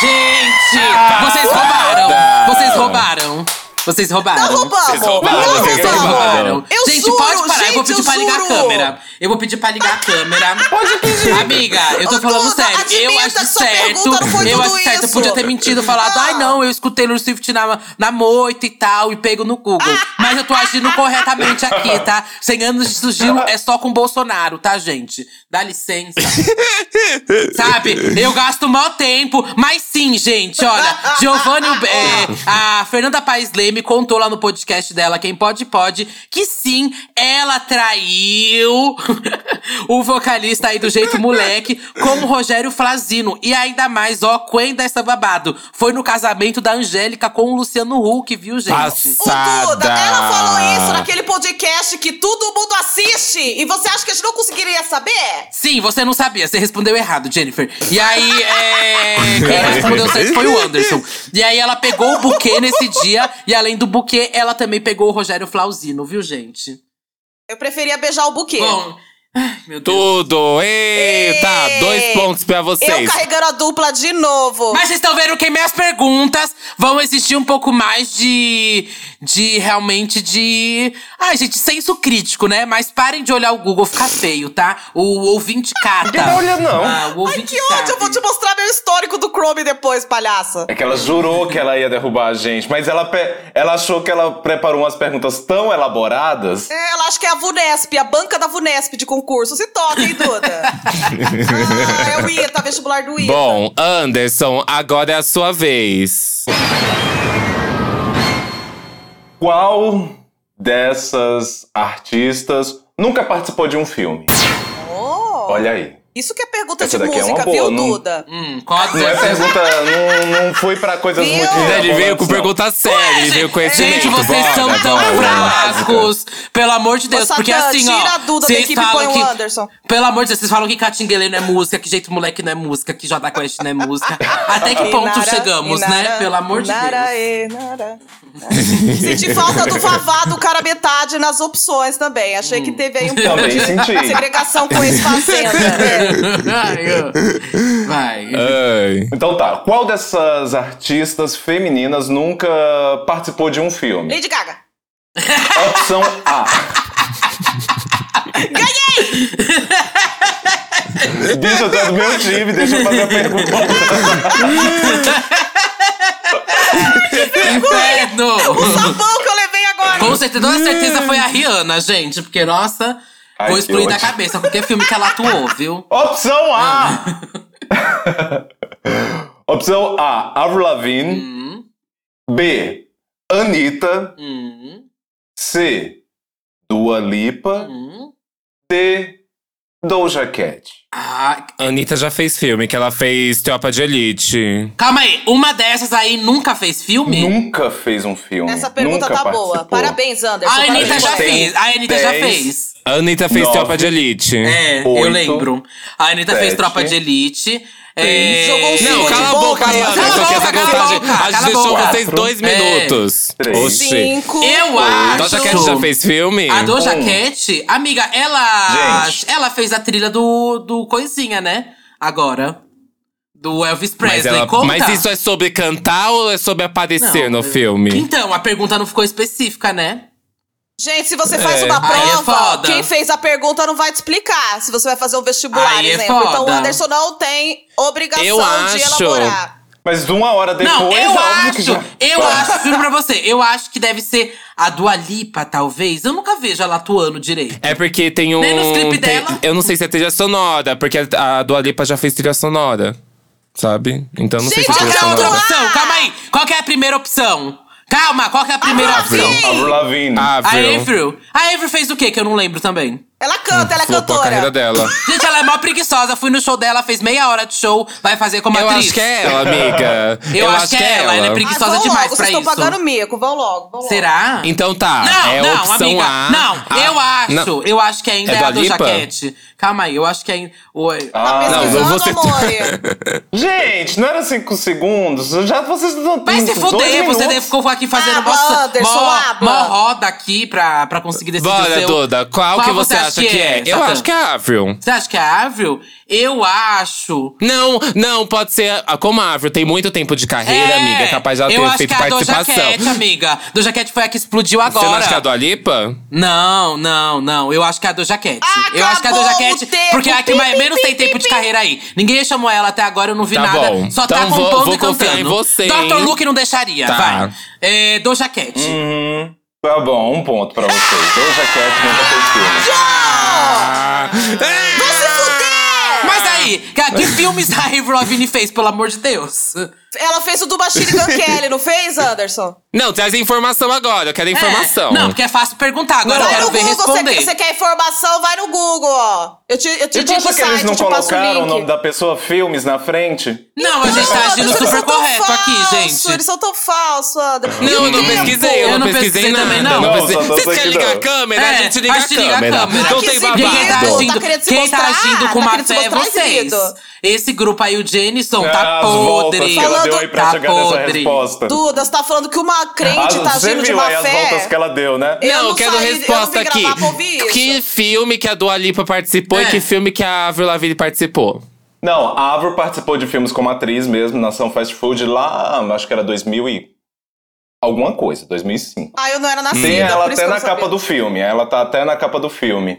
S2: Gente, vocês roubaram. Vocês roubaram. Vocês roubaram.
S4: não roubamos!
S1: Vocês
S4: Não
S1: roubaram,
S4: roubamos!
S3: vocês roubaram.
S4: Então, Eu
S2: Então, gente,
S4: juro,
S2: pode parar. eu vou
S4: gente,
S2: pedir pra ligar a
S4: juro.
S2: câmera. Eu vou pedir pra ligar a
S4: [laughs]
S2: câmera. Pode pedir. Amiga, eu tô
S4: Ô,
S2: falando
S4: Duda,
S2: sério. Eu
S4: admita
S2: acho
S4: que sua
S2: certo.
S4: pergunta não foi
S2: Eu
S4: tudo
S2: acho certo. Eu
S4: isso.
S2: podia ter mentido, falado,
S4: Ah.
S2: ai não, eu escutei Taylor Swift na, na moita e tal, e pego no
S4: [laughs]
S2: Google. Mas eu tô agindo corretamente aqui, tá? 100 anos de sigilo é só com Bolsonaro, tá, gente? Dá licença. Sabe? Eu gasto maior tempo. Mas sim, gente, olha. Giovanni, é, a Fernanda Paes Leme contou lá no podcast dela, Quem Pode Pode, que sim, ela traiu [laughs] o vocalista aí do Jeito Moleque com o Rogério Flasino. E ainda mais, ó, quem essa babado. Foi no casamento da Angélica com o Luciano Huck, viu, gente?
S1: Passa-
S4: O Duda,
S1: Sada.
S4: ela falou isso naquele podcast que todo mundo assiste. gente! E você acha que a gente não conseguiria saber?
S2: Sim, você não sabia, você respondeu errado, Jennifer. E aí, é,
S3: [laughs]
S2: quem respondeu certo foi o Anderson. E aí, ela pegou o buquê nesse dia, e além do buquê, ela também pegou o Rogério Flauzino, viu, gente?
S4: Eu preferia beijar o buquê.
S2: Bom, ai, meu Deus.
S1: Tudo! Eita!
S4: Ei!
S1: Dois pontos pra
S4: eu
S1: vocês.
S4: carregando a dupla de novo.
S2: Mas vocês estão vendo que minhas perguntas vão exigir um pouco mais de. de realmente de. Ai, gente, senso crítico, né? Mas parem de olhar o Google, fica feio, tá? O ouvinte cata.
S3: Não olha,
S2: Ah, o
S3: não.
S4: tá Ai,
S2: ouvinte
S4: que ódio! Eu
S2: sabe.
S4: vou te mostrar meu histórico do Chrome depois, palhaça.
S3: É que ela jurou que ela ia derrubar a gente, mas ela, pe- ela achou que ela preparou umas perguntas tão elaboradas.
S4: É, Ela acha que é a Vunesp, a banca da Vunesp de concurso. Se toca,
S2: [laughs]
S4: hein, Duda? ah, é o ITA, vestibular do ITA.
S1: Bom, Anderson, agora é a sua vez.
S3: Qual dessas artistas nunca participou de um filme?
S4: Oh,
S3: Olha aí.
S4: Isso que é pergunta
S3: Essa
S4: de
S3: daqui é uma
S4: música,
S3: boa,
S4: viu,
S3: não-
S4: Duda?
S2: Hum, qual a
S3: Não é
S2: dessa?
S3: pergunta, não, não foi pra coisas
S4: Viu?
S3: muito.
S1: Né, Ele veio com
S3: não.
S1: pergunta séria, ele veio com conhecimento.
S2: Gente, vocês
S1: Bora,
S2: são tão
S1: bora, bora.
S2: fracos! Pelo amor de Deus,
S4: Ô, Satã,
S2: porque assim, ó.
S4: tira a Duda da
S2: vocês
S4: equipe e
S2: falam
S4: põe o
S2: que-
S4: Anderson.
S2: Pelo amor de Deus, vocês falam que Catinguele não é música, que jeito moleque não é música, que Jada Quest não é música. Até que ponto
S4: Inara,
S2: chegamos, né?
S4: Inara,
S2: Pelo amor de
S4: Inara,
S2: Deus.
S4: Inara, Inara. Senti falta do Vavá do cara metade nas opções também. Achei
S2: Hum.
S4: que teve aí um pouco
S1: [laughs]
S3: Também
S4: de
S3: senti.
S4: segregação com
S2: [laughs]
S4: ex-fazenda.
S2: Ai, ó. Vai.
S1: Ai.
S3: Então tá, qual dessas artistas femininas nunca participou de um filme?
S4: Lady Gaga.
S3: Opção A. Ganhei! Bicho, eu tô do meu time, deixa eu fazer a pergunta.
S1: Uhum.
S2: Inferno!
S4: Sabão que eu levei agora.
S2: Com certeza, toda certeza foi a Rihanna, gente, porque nossa.
S3: Ai,
S2: vou
S3: que
S2: explodir da
S3: ódio.
S2: cabeça qualquer filme que ela atuou, viu?
S3: Opção A! Opção A, Avril Lavigne.
S2: Hum,
S3: B, Anitta.
S2: hum,
S3: C, Dua Lipa.
S2: hum.
S3: D, Doja Cat.
S2: Ah,
S1: Anitta já fez filme, que ela fez Tropa de Elite.
S2: calma aí, uma dessas aí nunca fez filme?
S3: Nunca fez um filme.
S4: Essa pergunta
S3: Nunca
S4: tá
S3: participou.
S4: boa. Parabéns, Anderson.
S2: A Anitta
S4: Parabéns.
S2: já
S3: Tem
S2: fez. A Anitta já
S3: dez.
S2: fez.
S1: Anitta fez
S3: Nove.
S1: Tropa de Elite.
S2: É, eu
S3: Oito,
S2: lembro. A Anitta fez
S3: sete,
S2: Tropa de Elite. É...
S3: seis,
S4: Jogou um
S1: Não,
S4: Cinco
S1: cala
S4: de
S1: a boca,
S4: boca,
S1: Ana.
S2: cala a
S1: Só que essa
S2: boca, cala a
S1: contagem.
S2: boca,
S1: A gente
S2: cala a
S1: deixou
S2: boca.
S1: vocês dois
S2: É.
S1: minutos.
S3: Três.
S1: Oxi. Então
S4: Cinco.
S2: Eu acho.
S1: Doja Cat já fez filme?
S2: A Doja
S3: Um.
S2: Cat, amiga, ela,
S3: Gente.
S2: ela fez a trilha do, do Coisinha, né? Agora. Do Elvis
S1: Mas,
S2: Presley.
S1: ela-
S2: Conta.
S1: mas isso é sobre cantar ou é sobre aparecer
S2: Não,
S1: no
S2: eu-
S1: filme?
S2: Então, a pergunta não ficou específica, né?
S4: Gente, se você faz
S1: É.
S4: uma
S2: Aí é
S4: prova,
S2: foda.
S4: quem fez a pergunta não vai te explicar. Se você vai fazer um vestibular,
S2: Aí é
S4: exemplo. Então o
S2: foda.
S4: Anderson não tem obrigação
S1: Eu
S4: de
S1: acho.
S4: elaborar.
S3: Mas uma hora depois,
S2: não, eu
S3: óbvio
S2: acho.
S3: que já...
S2: Eu acho, juro pra você, eu acho que deve ser a Dua Lipa, talvez. Eu nunca vejo ela atuando direito.
S1: É porque tem um.
S2: Nem no clipe
S1: tem-
S2: dela.
S1: Eu não sei se é trilha sonora, porque a a Dua Lipa já fez trilha sonora. Sabe? Então não sei se é
S4: Gente,
S2: Qual
S1: trilha
S2: que é a
S4: Vamos
S2: outra
S1: sonora.
S4: lá.
S2: opção? Calma aí. Qual que é a primeira opção? Calma, qual que é a primeira
S4: Avril.
S2: opção?
S3: Avril Lavigne.
S1: Ah,
S2: A
S1: viu?
S2: Avril. A Avril fez o quê? Que eu não lembro também.
S4: Ela canta, ela é
S1: Flopou a carreira
S4: cantora.
S1: dela.
S2: Gente, ela é mó preguiçosa. Fui no show dela, fez meia hora de show. Vai fazer como
S1: Eu
S2: atriz.
S1: acho que é ela, amiga.
S2: Eu acho que é ela, ela é
S4: Ah,
S2: preguiçosa
S4: vão
S2: demais
S4: logo,
S2: pra
S4: vocês estão
S2: isso.
S4: pagando mico. Vão logo, vão logo.
S2: Será?
S1: Então tá,
S2: Não,
S1: é
S2: não,
S1: opção
S2: amiga.
S1: A.
S2: Não,
S1: Ah,
S2: eu acho.
S1: não.
S2: Eu acho que ainda
S1: É
S2: é, a
S1: Dua
S2: do
S1: Lipa?
S2: jaquete. Calma aí, eu acho que ainda. Oi.
S4: Tá
S3: Ah,
S1: não,
S4: pesquisando,
S1: não vou ser- [laughs]
S4: amor?
S3: Gente, não era cinco segundos? Já vocês estão...
S2: Vai se
S3: dois
S2: fuder, você
S3: minutos.
S2: deve ficou aqui fazendo
S4: Habla,
S2: mó-
S4: Anderson,
S2: mó,
S4: habla.
S2: mó roda aqui pra, pra conseguir decidir o
S1: Bora,
S2: seu.
S1: Duda, qual, que você acha que é? Eu
S2: Satã?
S1: acho que é a Avril.
S2: Você acha que é a Avril? Eu acho
S1: Não, não, pode ser. a- Como a Avril tem muito tempo de carreira,
S2: É,
S1: amiga, é capaz de ela
S2: eu
S1: ter
S2: acho
S1: feito
S2: que é a
S1: participação.
S2: Doja Cat, amiga. Doja Cat foi a que explodiu agora.
S1: Você não acha que é a Dua Lipa?
S2: Não, não, não. Eu acho que é a Doja Cat. eu acho que é a Doja
S4: Acabou o
S2: Cat,
S4: tempo.
S2: porque é a que
S4: Pi,
S2: mais,
S4: pi,
S2: menos
S4: pi,
S2: tem
S4: pi,
S2: tempo de
S4: pi.
S2: carreira aí. Ninguém chamou ela até agora, eu não vi
S1: Tá
S2: nada.
S1: bom.
S2: Só tá
S1: Então vou-
S2: compondo
S1: vou
S2: e
S1: confiar
S2: cantando.
S1: em você,
S2: Dr.
S1: hein?
S2: Luke não deixaria,
S1: Tá.
S2: vai. É, Doja Cat.
S3: Hum, tá bom, um ponto pra vocês. Doja Cat nunca fez filme.
S1: Ah.
S2: Mas aí, que,
S1: [laughs]
S2: que filmes a Avril Lavigne fez, pelo amor de Deus?
S4: Ela fez o do Machine Gun Kelly, não fez, Anderson?
S1: Não, traz a informação agora, eu quero a informação.
S2: É, não, porque é fácil perguntar, agora eu
S4: vai
S2: quero
S4: no
S2: ver
S4: Google, você
S2: responder.
S4: quer, você quer informação, vai no Google, ó. Eu te, eu te
S3: E tu
S4: digo o
S3: acha que eles
S4: Tipo um site, eu
S3: não
S4: te passo o
S3: colocaram o nome
S4: link.
S3: da pessoa filmes na frente?
S2: Não, a gente tá
S4: Ai,
S2: agindo
S4: Deus, eles
S2: super
S4: são tão
S2: correto aqui,
S4: falsos,
S2: gente.
S4: Eles são tão falsos, André. é
S1: Não,
S4: E o
S1: eu não
S4: tempo?
S1: pesquisei, eu,
S2: Eu
S1: não
S2: não
S1: pesquisei
S2: pesquisei
S1: nada.
S2: também,
S1: não
S2: não.
S1: pesquisei.
S3: Não, só tô
S1: Vocês querem
S3: aqui,
S1: ligar a
S3: não.
S1: câmera?
S2: É,
S1: a gente liga,
S2: a gente liga a câmera.
S4: Ai,
S1: Não
S4: que
S1: tem
S4: exibido,
S1: babado.
S2: Quem tá
S4: Tá
S2: agindo,
S4: querendo se
S2: quem tá
S4: mostrar,
S2: agindo com
S4: tá
S2: má
S4: querendo se
S2: fé é
S4: mostrar,
S2: vocês.
S4: exibido.
S2: Esse grupo aí, o Jenison,
S3: Ah,
S2: tá
S3: as voltas
S2: podre.
S3: que ela deu aí pra
S2: Tá
S3: chegar nessa
S2: podre.
S3: resposta.
S4: Duda, você tá falando que uma crente
S3: Ah,
S4: tá
S3: você
S4: agindo de
S3: viu
S4: má
S3: aí as voltas
S4: fé?
S3: que ela deu, né?
S4: Eu
S1: não, eu
S4: não
S1: quero
S4: saí- eu não vim
S1: resposta
S4: gravar
S1: aqui.
S4: pra ouvir isso.
S1: Que filme que a Dua Lipa participou e
S2: É.
S1: que filme que a Avril Lavigne participou?
S3: Não, a Avril participou de filmes como atriz mesmo, na ação Fast Food lá, acho que era 2000 e alguma coisa, 2005.
S4: Ah, eu não era nascida,
S3: Tem ela
S4: por isso
S3: até
S4: que eu
S3: na
S4: não sabia.
S3: capa do filme, ela tá até na capa do filme.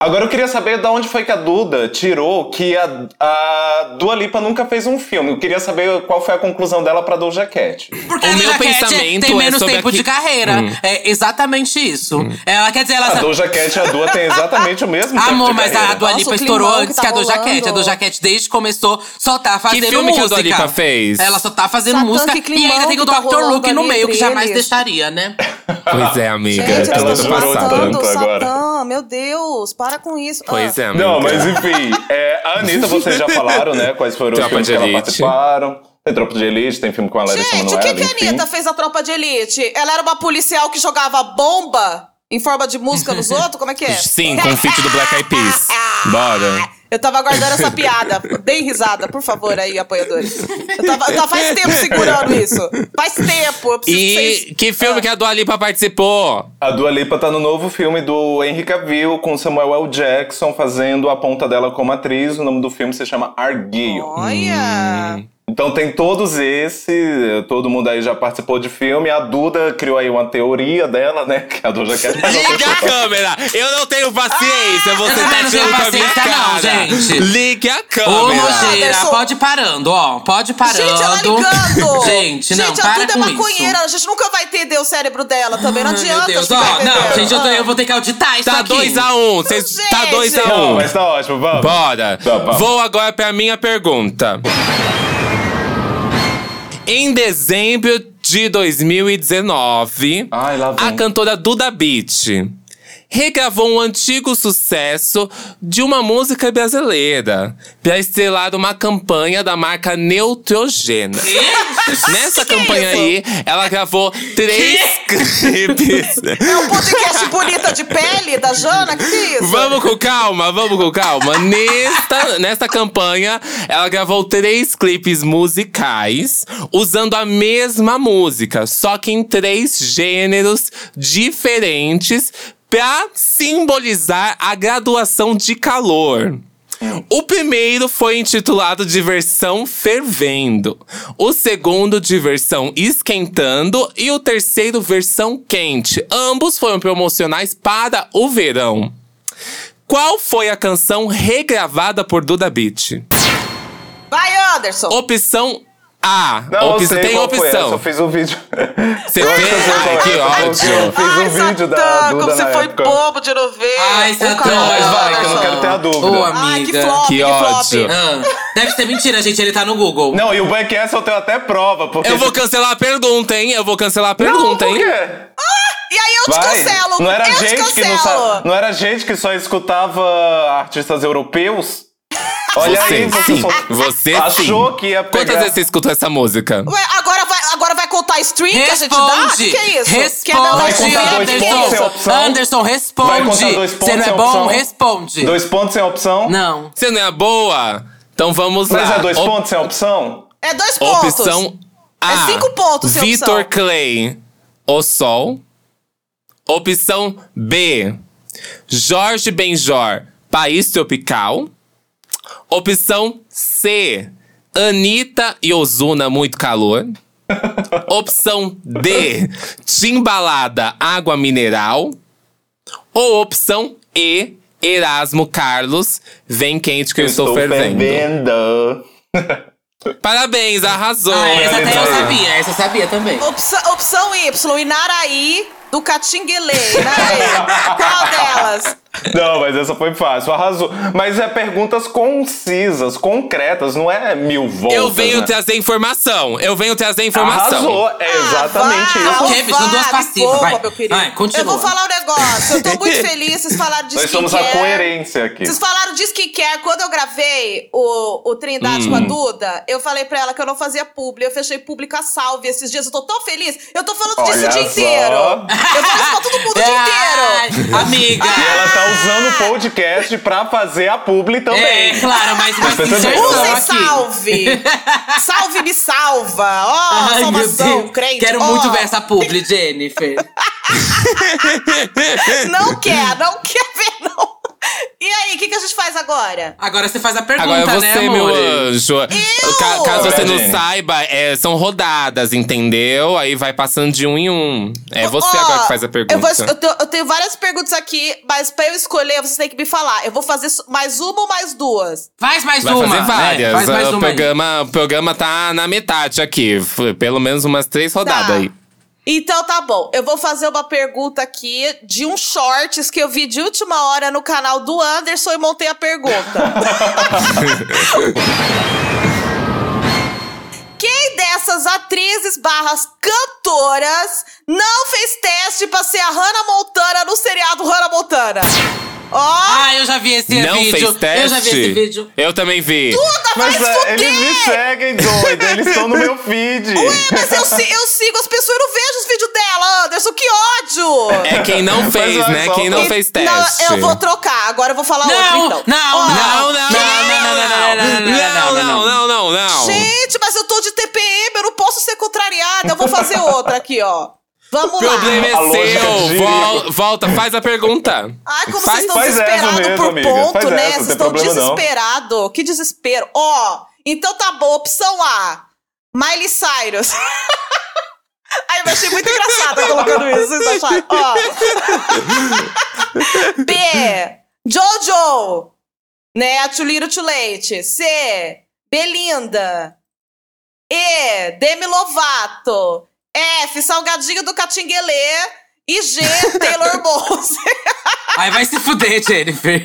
S3: Agora eu queria saber de onde foi que a Duda tirou que a, a Dua Lipa nunca fez um filme. Eu queria saber qual foi a conclusão dela pra Doja Cat.
S2: Porque
S1: O
S2: a
S1: meu
S2: Doja Cat
S1: pensamento é
S2: tem menos
S1: sobre
S2: tempo
S1: aqui- Hum.
S2: de carreira. É exatamente isso. Ela quer dizer, ela.
S3: A Doja Cat e a Dua têm exatamente o mesmo tempo
S2: Amor,
S3: de
S2: mas a
S3: carreira.
S2: Dua
S4: Nossa,
S2: Lipa
S4: o
S2: estourou
S4: climão que
S2: antes
S4: tá
S2: que a Doja
S4: rolando.
S2: Cat. A Doja Cat, desde que começou, só tá fazendo
S1: filme que a
S2: música.
S1: Dua Lipa fez?
S2: Ela só tá fazendo
S4: Satã,
S2: música.
S4: que
S2: E ainda
S4: climão
S2: tem o
S4: que tá
S2: Dr.
S4: rolando
S2: Luke no
S4: ali
S2: meio, que
S4: entre
S2: jamais
S4: eles.
S2: deixaria, né?
S1: Pois é, amiga.
S4: Gente,
S1: ela
S3: ela
S4: eles
S1: tá
S4: estão
S3: chorou
S1: passada.
S4: matando
S3: tanto
S4: o
S3: agora.
S4: Satã. Meu Deus, para com isso. Ah.
S1: Pois é, amiga.
S3: Não, mas enfim, é, a Anitta, vocês já falaram, né? Quais foram os
S1: Tropa
S3: filmes
S1: de
S3: que ela
S1: Elite.
S3: participaram. Tem Tropa de Elite, tem filme com a Larissa
S4: Gente, o
S3: Manoela,
S4: que, que a
S3: enfim.
S4: Anitta fez a tropa de elite? Ela era uma policial que jogava bomba em forma de
S1: [laughs]
S4: música nos outros? Como é que é?
S1: Sim, com o feat do Black Eyed
S4: [laughs]
S1: Peas. Bora.
S4: Eu tava aguardando essa piada. Deem risada, por favor, aí, apoiadores. Eu tava, eu tava faz tempo segurando isso. Faz tempo. Eu preciso que
S1: E
S4: vocês...
S1: que filme
S4: Ah.
S1: que a Dua Lipa
S2: [laughs]
S1: participou?
S3: A Dua Lipa tá no novo filme do Henry Cavill com Samuel L. Jackson fazendo a ponta dela como atriz. O nome do filme se chama Arguio.
S4: Olha!
S1: Hum.
S3: Então tem todos esses, todo mundo aí já participou de filme. A Duda criou aí uma teoria dela, né? Que a Duda quer
S1: Liga a câmera! Eu não tenho paciência, você
S2: Ah! Eu
S1: tá
S2: não tenho
S1: tirando pra minha
S2: paciência não,
S1: cara.
S2: gente.
S1: Liga a
S2: Ô,
S1: câmera!
S4: Rogério.
S2: nojeira,
S4: Anderson.
S2: pode ir parando, ó. Pode ir parando.
S4: Gente, ela
S2: [laughs]
S4: ligando!
S2: Gente, não,
S4: Gente, a
S2: para
S4: Duda é
S2: com
S4: maconheira.
S2: isso.
S4: A gente nunca vai entender o cérebro dela também. Não
S2: Ai, Meu
S4: adianta.
S2: Deus,
S4: você vai
S2: ó. Não,
S4: entender.
S2: gente, eu, tô-
S4: Ah.
S2: eu vou ter que auditar isso
S1: Tá
S2: aqui.
S1: 2x1, um. Cês- tá
S4: Gente.
S1: 2x1.
S3: Não,
S1: Um.
S3: mas tá ótimo, vamos.
S1: Bora!
S3: Tá bom.
S1: Vou agora pra minha pergunta. Em dezembro de 2019,
S3: Ai, lá vem.
S1: a cantora Duda Beat regravou um antigo sucesso de uma música brasileira para estrelar uma campanha da marca Neutrogena. Nessa campanha aí, ela gravou três clipes.
S4: É um podcast bonita de pele da Jana? Que que é isso?
S1: Vamos com calma, vamos com calma. Nesta, nesta campanha, ela gravou três clipes musicais usando a mesma música, só que em três gêneros diferentes pra simbolizar a graduação de calor. O primeiro foi intitulado Diversão Fervendo, o segundo Diversão Esquentando e o terceiro Versão Quente. Ambos foram promocionais para o verão. Qual foi a canção regravada por Duda Beat?
S4: Vai, Anderson.
S1: Opção A.
S3: Não,
S1: Opção-
S3: eu sei
S1: tem
S3: qual foi essa, eu
S1: opção.
S3: fiz
S1: [laughs]
S3: um vídeo.
S1: Você
S3: Eu
S1: fez?
S3: sei qual
S1: Ai, que
S3: é essa, porque Eu
S1: ódio.
S3: fiz um vídeo da
S4: Satã,
S3: Duda
S4: como você
S3: na
S4: foi
S3: época.
S4: bobo de não ver.
S2: Ai, tá
S4: O
S2: Satã.
S4: canal
S3: Não, mas vai, que eu não
S4: Anderson.
S3: quero ter a dúvida.
S2: Ô, amiga.
S4: Ai, que flop,
S1: Que
S4: que,
S1: ódio.
S4: flop.
S2: Ah, deve ser mentira, gente. Ele tá no Google.
S3: Não, e o Black Ass eu tenho até prova, porque. tipo,
S1: Eu vou cancelar a pergunta, hein? Eu vou cancelar a
S3: Não,
S1: pergunta,
S3: por
S1: hein?
S3: quê?
S4: E aí eu te
S3: Vai.
S4: cancelo.
S3: Não era
S4: eu te
S3: gente que não, sa-
S4: cancelo.
S3: não era gente que só escutava artistas europeus? Olha
S1: você
S3: aí, você
S1: sim.
S3: só-
S1: Você
S3: achou
S1: sim.
S3: que ia pegar.
S1: Quantas vezes você escutou essa música?
S4: Ué, agora vai, agora vai contar stream que a gente dá? Que que é isso? Quer dar
S2: Responde,
S4: like
S3: Vai contar
S4: stream?
S3: dois
S4: Que que é
S3: pontos,
S4: isso?
S3: é opção?
S2: Anderson,
S3: Vai contar
S2: responde.
S3: dois pontos
S2: Você não é
S3: sem
S2: bom?
S3: opção?
S2: Responde.
S3: Dois pontos sem opção?
S2: Não.
S1: Você não é boa? Então vamos lá.
S3: Mas é dois
S1: Op-
S3: pontos sem opção?
S4: É dois pontos.
S1: Opção A.
S4: É cinco pontos, sem
S1: Vitor
S4: opção.
S1: Clay, O Sol. Opção B. Jorge Benjor, País Tropical. Opção C. Anitta e Ozuna, Muito Calor. [laughs] Opção D. Timbalada, Água Mineral. Ou opção E. Erasmo Carlos, Vem Quente Que Eu, Estou, fervendo.
S3: fervendo.
S1: Parabéns, arrasou.
S2: Ah,
S4: é,
S2: essa até eu
S3: Realizar.
S2: sabia. Essa eu sabia também.
S4: Opção, opção Y, Inaraí do Catinguelê. Inaraí. Qual delas?
S3: Não, mas essa foi fácil, arrasou. Mas é perguntas concisas, concretas, não é mil voltas.
S1: eu venho
S3: né?
S1: trazer informação. Eu venho trazer informação.
S3: Arrasou, é exatamente
S4: Ah,
S3: isso.
S4: vá,
S2: Ok, bicho,
S4: vá,
S2: duas
S4: me
S2: passivas,
S4: poupa,
S2: vai.
S4: meu querido.
S2: Vai, continua.
S4: Eu vou falar um negócio.
S2: [laughs]
S4: Eu tô muito feliz. Vocês falaram de
S3: Nós somos a
S4: skincare.
S3: coerência aqui.
S4: é? Vocês falaram de skincare. Quando eu gravei o, o Trindade com a
S2: Hum.
S4: Duda, eu falei pra ela que eu não fazia publi. Eu fechei público a salve esses dias. Eu tô tão feliz. Eu tô falando disso
S3: Olha
S4: o dia
S3: só.
S4: inteiro. Eu falo isso pra tá todo mundo
S2: [laughs]
S4: o dia inteiro.
S2: inteiro. Amiga.
S3: E ela tá usando o podcast pra fazer a publi também.
S2: É, claro, mas uma
S3: Você também.
S2: inserção
S4: Usem
S2: aqui.
S4: salve!
S2: [laughs]
S4: salve me salva! Ó,
S2: Ai, meu
S4: salvação,
S2: Deus.
S4: crente!
S2: Quero
S4: ó.
S2: muito ver essa publi, Jennifer.
S4: Não quer, não quer ver, não! E aí, o que, que a gente faz agora?
S2: Agora você faz a pergunta,
S1: Agora é você,
S2: né,
S1: meu
S2: amor?
S1: anjo. Ca- caso
S3: Olha,
S1: você não
S3: Jenny.
S1: saiba, é, são rodadas, entendeu? Aí vai passando de um em um. É você
S4: Ó,
S1: agora que faz a pergunta.
S4: Eu, vou es- eu tenho- eu tenho várias perguntas aqui, mas pra eu escolher, você tem que me falar. Eu vou fazer so- mais uma ou mais duas?
S2: Faz mais
S1: Vai
S2: uma.
S1: fazer
S2: né?
S1: várias. Ah,
S2: Faz mais
S1: o,
S2: uma. aí.
S1: programa, o programa tá na metade aqui. F- Pelo menos umas três rodadas aí.
S4: Então tá bom, eu vou fazer uma pergunta aqui de um shorts que eu vi de última hora no canal do Anderson e montei
S1: [laughs]
S4: a pergunta. Quem dessas atrizes barras cantoras não fez teste pra ser a Hannah Montana no seriado Hannah Montana? Ó,
S2: Ah, eu já vi esse
S1: não
S2: vídeo.
S1: fez teste?
S2: Eu já vi esse vídeo.
S1: Eu também vi.
S3: Mas
S4: Vai
S3: é,
S4: fuder!
S3: eles me seguem, doido. Eles estão no meu feed.
S4: É, mas eu, si- eu sigo as pessoas e não vejo os vídeos dela, Anderson, que ódio!
S1: É quem não
S3: Mas
S1: fez,
S3: olha
S1: né?
S3: só,
S1: Quem não
S3: e-
S1: fez
S4: Não,
S1: teste.
S4: eu vou trocar, agora eu vou falar
S2: Não,
S4: outra então.
S2: não,
S4: Ó,
S1: Não, não, não, não, não, não, não, não, não, não, não, não.
S4: Gente, mas eu tô de TPM, eu não posso ser contrariada. Eu vou fazer outra aqui, ó. Vamos
S1: O problema é
S3: A
S4: lá.
S3: lógica
S1: seu.
S3: gira.
S1: Vol- volta, faz a pergunta.
S4: Ai, como
S1: faz,
S4: vocês estão
S3: faz essa
S4: desesperados
S3: mesmo,
S4: por
S3: amiga,
S4: ponto,
S3: faz essa,
S4: né?
S3: não
S4: vocês
S3: tem
S4: estão
S3: problema não.
S4: desesperados. Que desespero. Ó, então tá bom. Opção A: Miley Cyrus. [laughs] Ai, eu achei muito
S3: [laughs]
S4: engraçado colocando isso. Vocês acharam? Ó. B. Jojo. Né? A Too Little Too Late. C. Belinda. E. Demi Lovato. F. Salgadinho do Catinguelê.
S3: [laughs]
S4: E G. Taylor Mose.
S2: Ai, vai se fuder, Jennifer.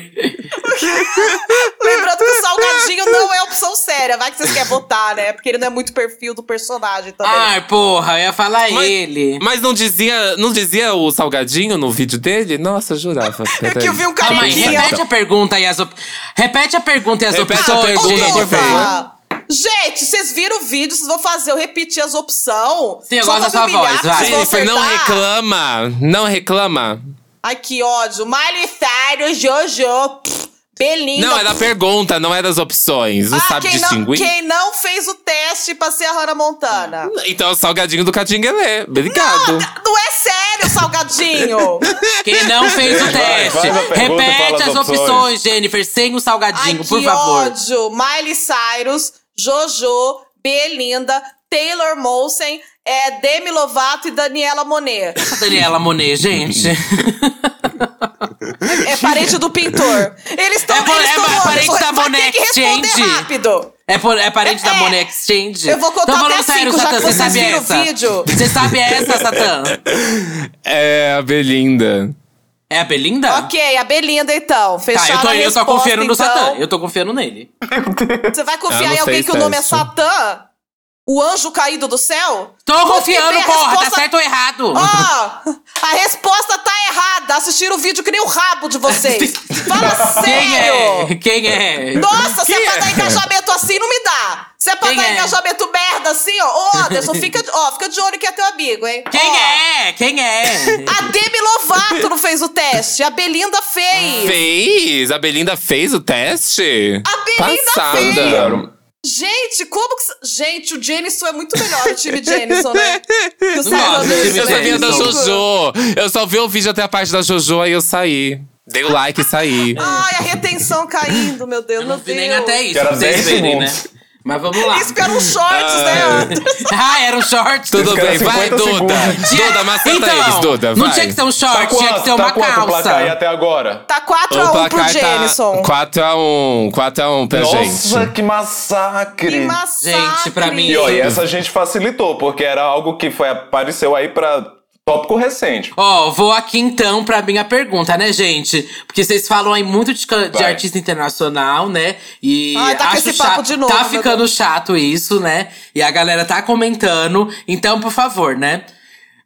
S4: Lembrando que o salgadinho não é opção séria. Vai que vocês querem votar, né? Porque ele não é muito perfil do personagem também.
S2: Ai, porra, eu ia falar
S1: Mas-
S2: ele.
S1: Mas não dizia, não dizia o salgadinho no vídeo dele? Nossa, jurava.
S4: [laughs] é que eu vi um
S2: Calma aí,
S4: carequinha.
S2: repete a pergunta e as op... Repete a pergunta e as
S1: Repete a
S2: opções.
S1: pergunta, por
S2: Jennifer.
S1: favor.
S4: Gente, vocês viram o vídeo, vocês vão fazer eu repetir as opções.
S2: Sim, eu gosto da sua voz, vai.
S1: Jennifer, não reclama. Não reclama.
S4: Ai, que ódio. Miley Cyrus, Jojo, pff, Belinda.
S1: Não, é da pergunta, não é das opções. Não
S4: Ah,
S1: sabe
S4: quem
S1: distinguir?
S4: Não, quem não fez o teste pra ser a Hannah Montana?
S1: Então é o salgadinho do Catinguelê. Obrigado.
S4: Não é sério,
S1: [laughs]
S4: salgadinho.
S2: Quem não fez o teste.
S3: faz a pergunta e fala
S2: Repete
S3: as
S2: as opções,
S3: opções,
S2: Jennifer, sem o
S4: Ai,
S2: salgadinho,
S4: que
S2: por favor.
S4: ódio! Miley Cyrus, Jojo, Belinda, Taylor Molson, é, Demi Lovato e Daniela Monet.
S2: Daniela Monet,
S3: [laughs]
S2: gente.
S4: É parente do pintor. Eles estão
S2: É bo- é ba- parente da
S4: Tem
S2: Monet
S4: que responder
S2: Exchange.
S4: rápido.
S2: É, por- é parente da
S4: É.
S2: Monet Exchange?
S4: Eu vou contar
S2: Tô falando
S4: até
S2: sério,
S4: cinco, já
S2: Satã,
S4: que
S2: você
S4: vocês
S2: sabe
S4: viram o
S2: essa?
S4: vídeo.
S2: Você sabe essa, Satã?
S1: É a Belinda.
S2: É a Belinda?
S4: Ok, a Belinda então.
S2: Tá,
S4: Fechada
S2: eu tô,
S4: a
S2: eu
S4: resposta,
S2: tô confiando no
S4: então.
S2: Satã. Eu tô confiando nele.
S4: Você vai
S1: Ah,
S4: confiar
S1: não
S4: em alguém
S1: sei
S4: que o nome é
S1: teste.
S4: Satã? O anjo caído do céu?
S2: Tô
S4: Porque
S2: confiando,
S4: tem a
S2: porra. Tá
S4: resposta-
S2: certo ou errado?
S4: Ó, a resposta tá errada. Assistiram o vídeo que nem o rabo de
S2: [laughs]
S4: vocês. Fala
S2: Quem
S4: sério!
S2: é? Quem é?
S4: Nossa, se é pra
S1: é?
S4: dar engajamento assim, não me dá. Se é pra
S2: Quem
S4: dar
S2: é?
S4: engajamento merda assim, ó. Ô,
S2: [laughs]
S4: Anderson, fica, ó, fica de olho que é teu amigo, hein?
S2: Quem
S4: Ó,
S2: é? Quem é?
S4: A Demi Lovato não fez o teste. A Belinda fez.
S1: Fez? A Belinda fez o teste?
S4: A Belinda
S1: Passada.
S3: Zero.
S4: Gente, como que. s- Gente, o Jenison é muito melhor, o time
S2: [laughs]
S4: Jenison, né?
S1: [laughs]
S4: Que o Sérgio
S2: Nossa,
S4: Anderson
S1: Eu
S4: é
S1: sabia da
S4: ridículo.
S1: Jojo. Eu só vi o vídeo até a parte da Jojo, aí eu saí. Dei o like e saí.
S4: Ai, a retenção caindo, meu Deus,
S2: Eu não
S4: meu
S2: vi
S4: Deus.
S2: nem até isso,
S3: Que era
S2: pra vocês
S3: 10
S2: verem, né?
S3: segundos.
S2: Mas vamos lá.
S4: Isso que
S2: [laughs]
S4: era um shorts, né? Anderson?
S2: ah, era um short.
S1: Tudo
S3: Esse cara
S1: bem,
S3: é
S1: vai,
S3: 50
S1: Duda.
S3: segundos.
S1: Duda, maceta
S2: então,
S1: eles, Duda.
S2: Não
S1: vai.
S2: tinha que ser um
S3: Tá
S2: short,
S3: quanto?
S2: tinha que ser
S3: tá
S2: uma
S3: quanto o
S2: calça.
S3: placar aí até agora?
S4: Tá 4x1
S1: O
S2: um
S4: pro
S1: placar tá
S4: Jenison.
S1: 4x1, 4x1 pra
S3: Nossa,
S1: gente.
S3: que massacre!
S4: Que massacre.
S2: Gente, pra mim-
S3: E ó, e essa gente facilitou, porque era algo que foi, apareceu aí pra Tópico recente.
S2: Ó, vou aqui então pra minha pergunta, né, gente? Porque vocês falam aí muito de, ca- de
S3: Vai.
S2: artista internacional, né? E
S4: Ai, tá com
S2: acho
S4: esse papo
S2: chato-
S4: de novo,
S2: Tá
S4: meu
S2: ficando chato isso, né? E a galera tá comentando. Então, por favor, né?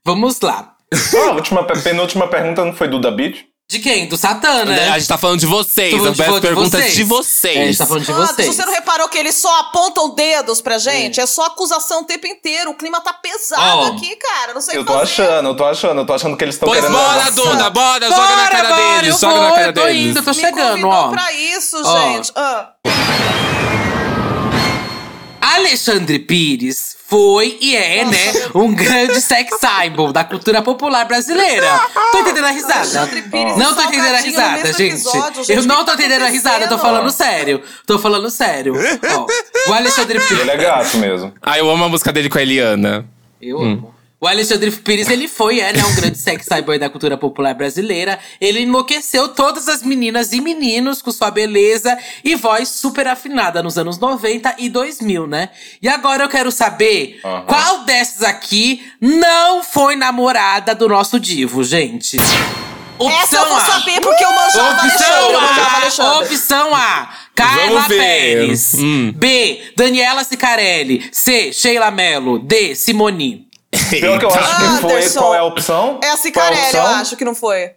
S2: Vamos lá.
S3: Só a última, pe- penúltima pergunta não foi do Da Beat?
S2: De quem? Do Satã, né?
S1: A gente tá falando de vocês,
S2: Tô falando de
S1: as
S2: vo- de
S1: perguntas de
S2: É, a gente
S1: vocês.
S2: tá falando de
S4: Ah,
S2: vocês.
S4: você não reparou que eles só apontam dedos pra gente? É, só acusação o tempo inteiro. O clima tá pesado
S2: Ó,
S4: aqui, cara. Não sei o
S3: Eu
S4: que
S3: tô
S4: fazer.
S3: achando, eu tô achando, eu tô achando que eles estão
S1: Pois
S3: querendo.
S1: bora,
S3: avançar.
S1: Duda, bora,
S2: Bora,
S1: joga na cara
S2: bora,
S1: deles,
S2: eu
S1: joga
S2: vou,
S1: na cara
S2: eu tô
S1: deles.
S2: indo, eu tô
S4: Me
S2: Tá chegando,
S4: convidou
S2: ó.
S4: pra isso,
S2: Ó.
S4: gente. Ah.
S2: Alexandre Pires foi e é, né, um grande sex symbol da cultura popular brasileira. Tô entendendo a risada.
S4: Alexandre Pires
S2: Não
S4: e
S2: tô entendendo a
S4: Salgadinho no
S2: risada,
S4: mesmo
S2: gente.
S4: episódio, gente,
S2: Eu
S4: o
S2: não
S4: que
S2: tô
S4: tá
S2: entendendo a risada, tô
S4: acontecendo?
S2: falando sério. Tô falando sério. Ó, o Alexandre Pires.
S3: Ele é gato mesmo.
S1: Ai, Ah, eu amo a música dele com a Eliana.
S2: Eu
S1: Hum.
S2: amo. O Alexandre Pires, ele foi, é, né, um grande sex cyborg da cultura popular brasileira. Ele enlouqueceu todas as meninas e meninos com sua beleza e voz super afinada nos anos 90 e 2000, né? E agora eu quero saber
S3: Aham.
S2: qual dessas aqui não foi namorada do nosso divo, gente.
S4: Essa eu vou
S2: A.
S4: saber porque eu manjava Alexandre. Eu manjava
S2: Opção A,
S4: Alexandre.
S2: opção A, Carla
S1: Vamos ver.
S2: Pérez.
S1: Hum.
S2: B, Daniela Cicarelli. C, Sheila Mello. D, Simone.
S3: Pior que eu acho que foi.
S4: Anderson.
S3: Qual é a opção?
S4: É a
S3: Qual
S4: Cicarelli,
S3: opção?
S4: eu acho É. que não foi.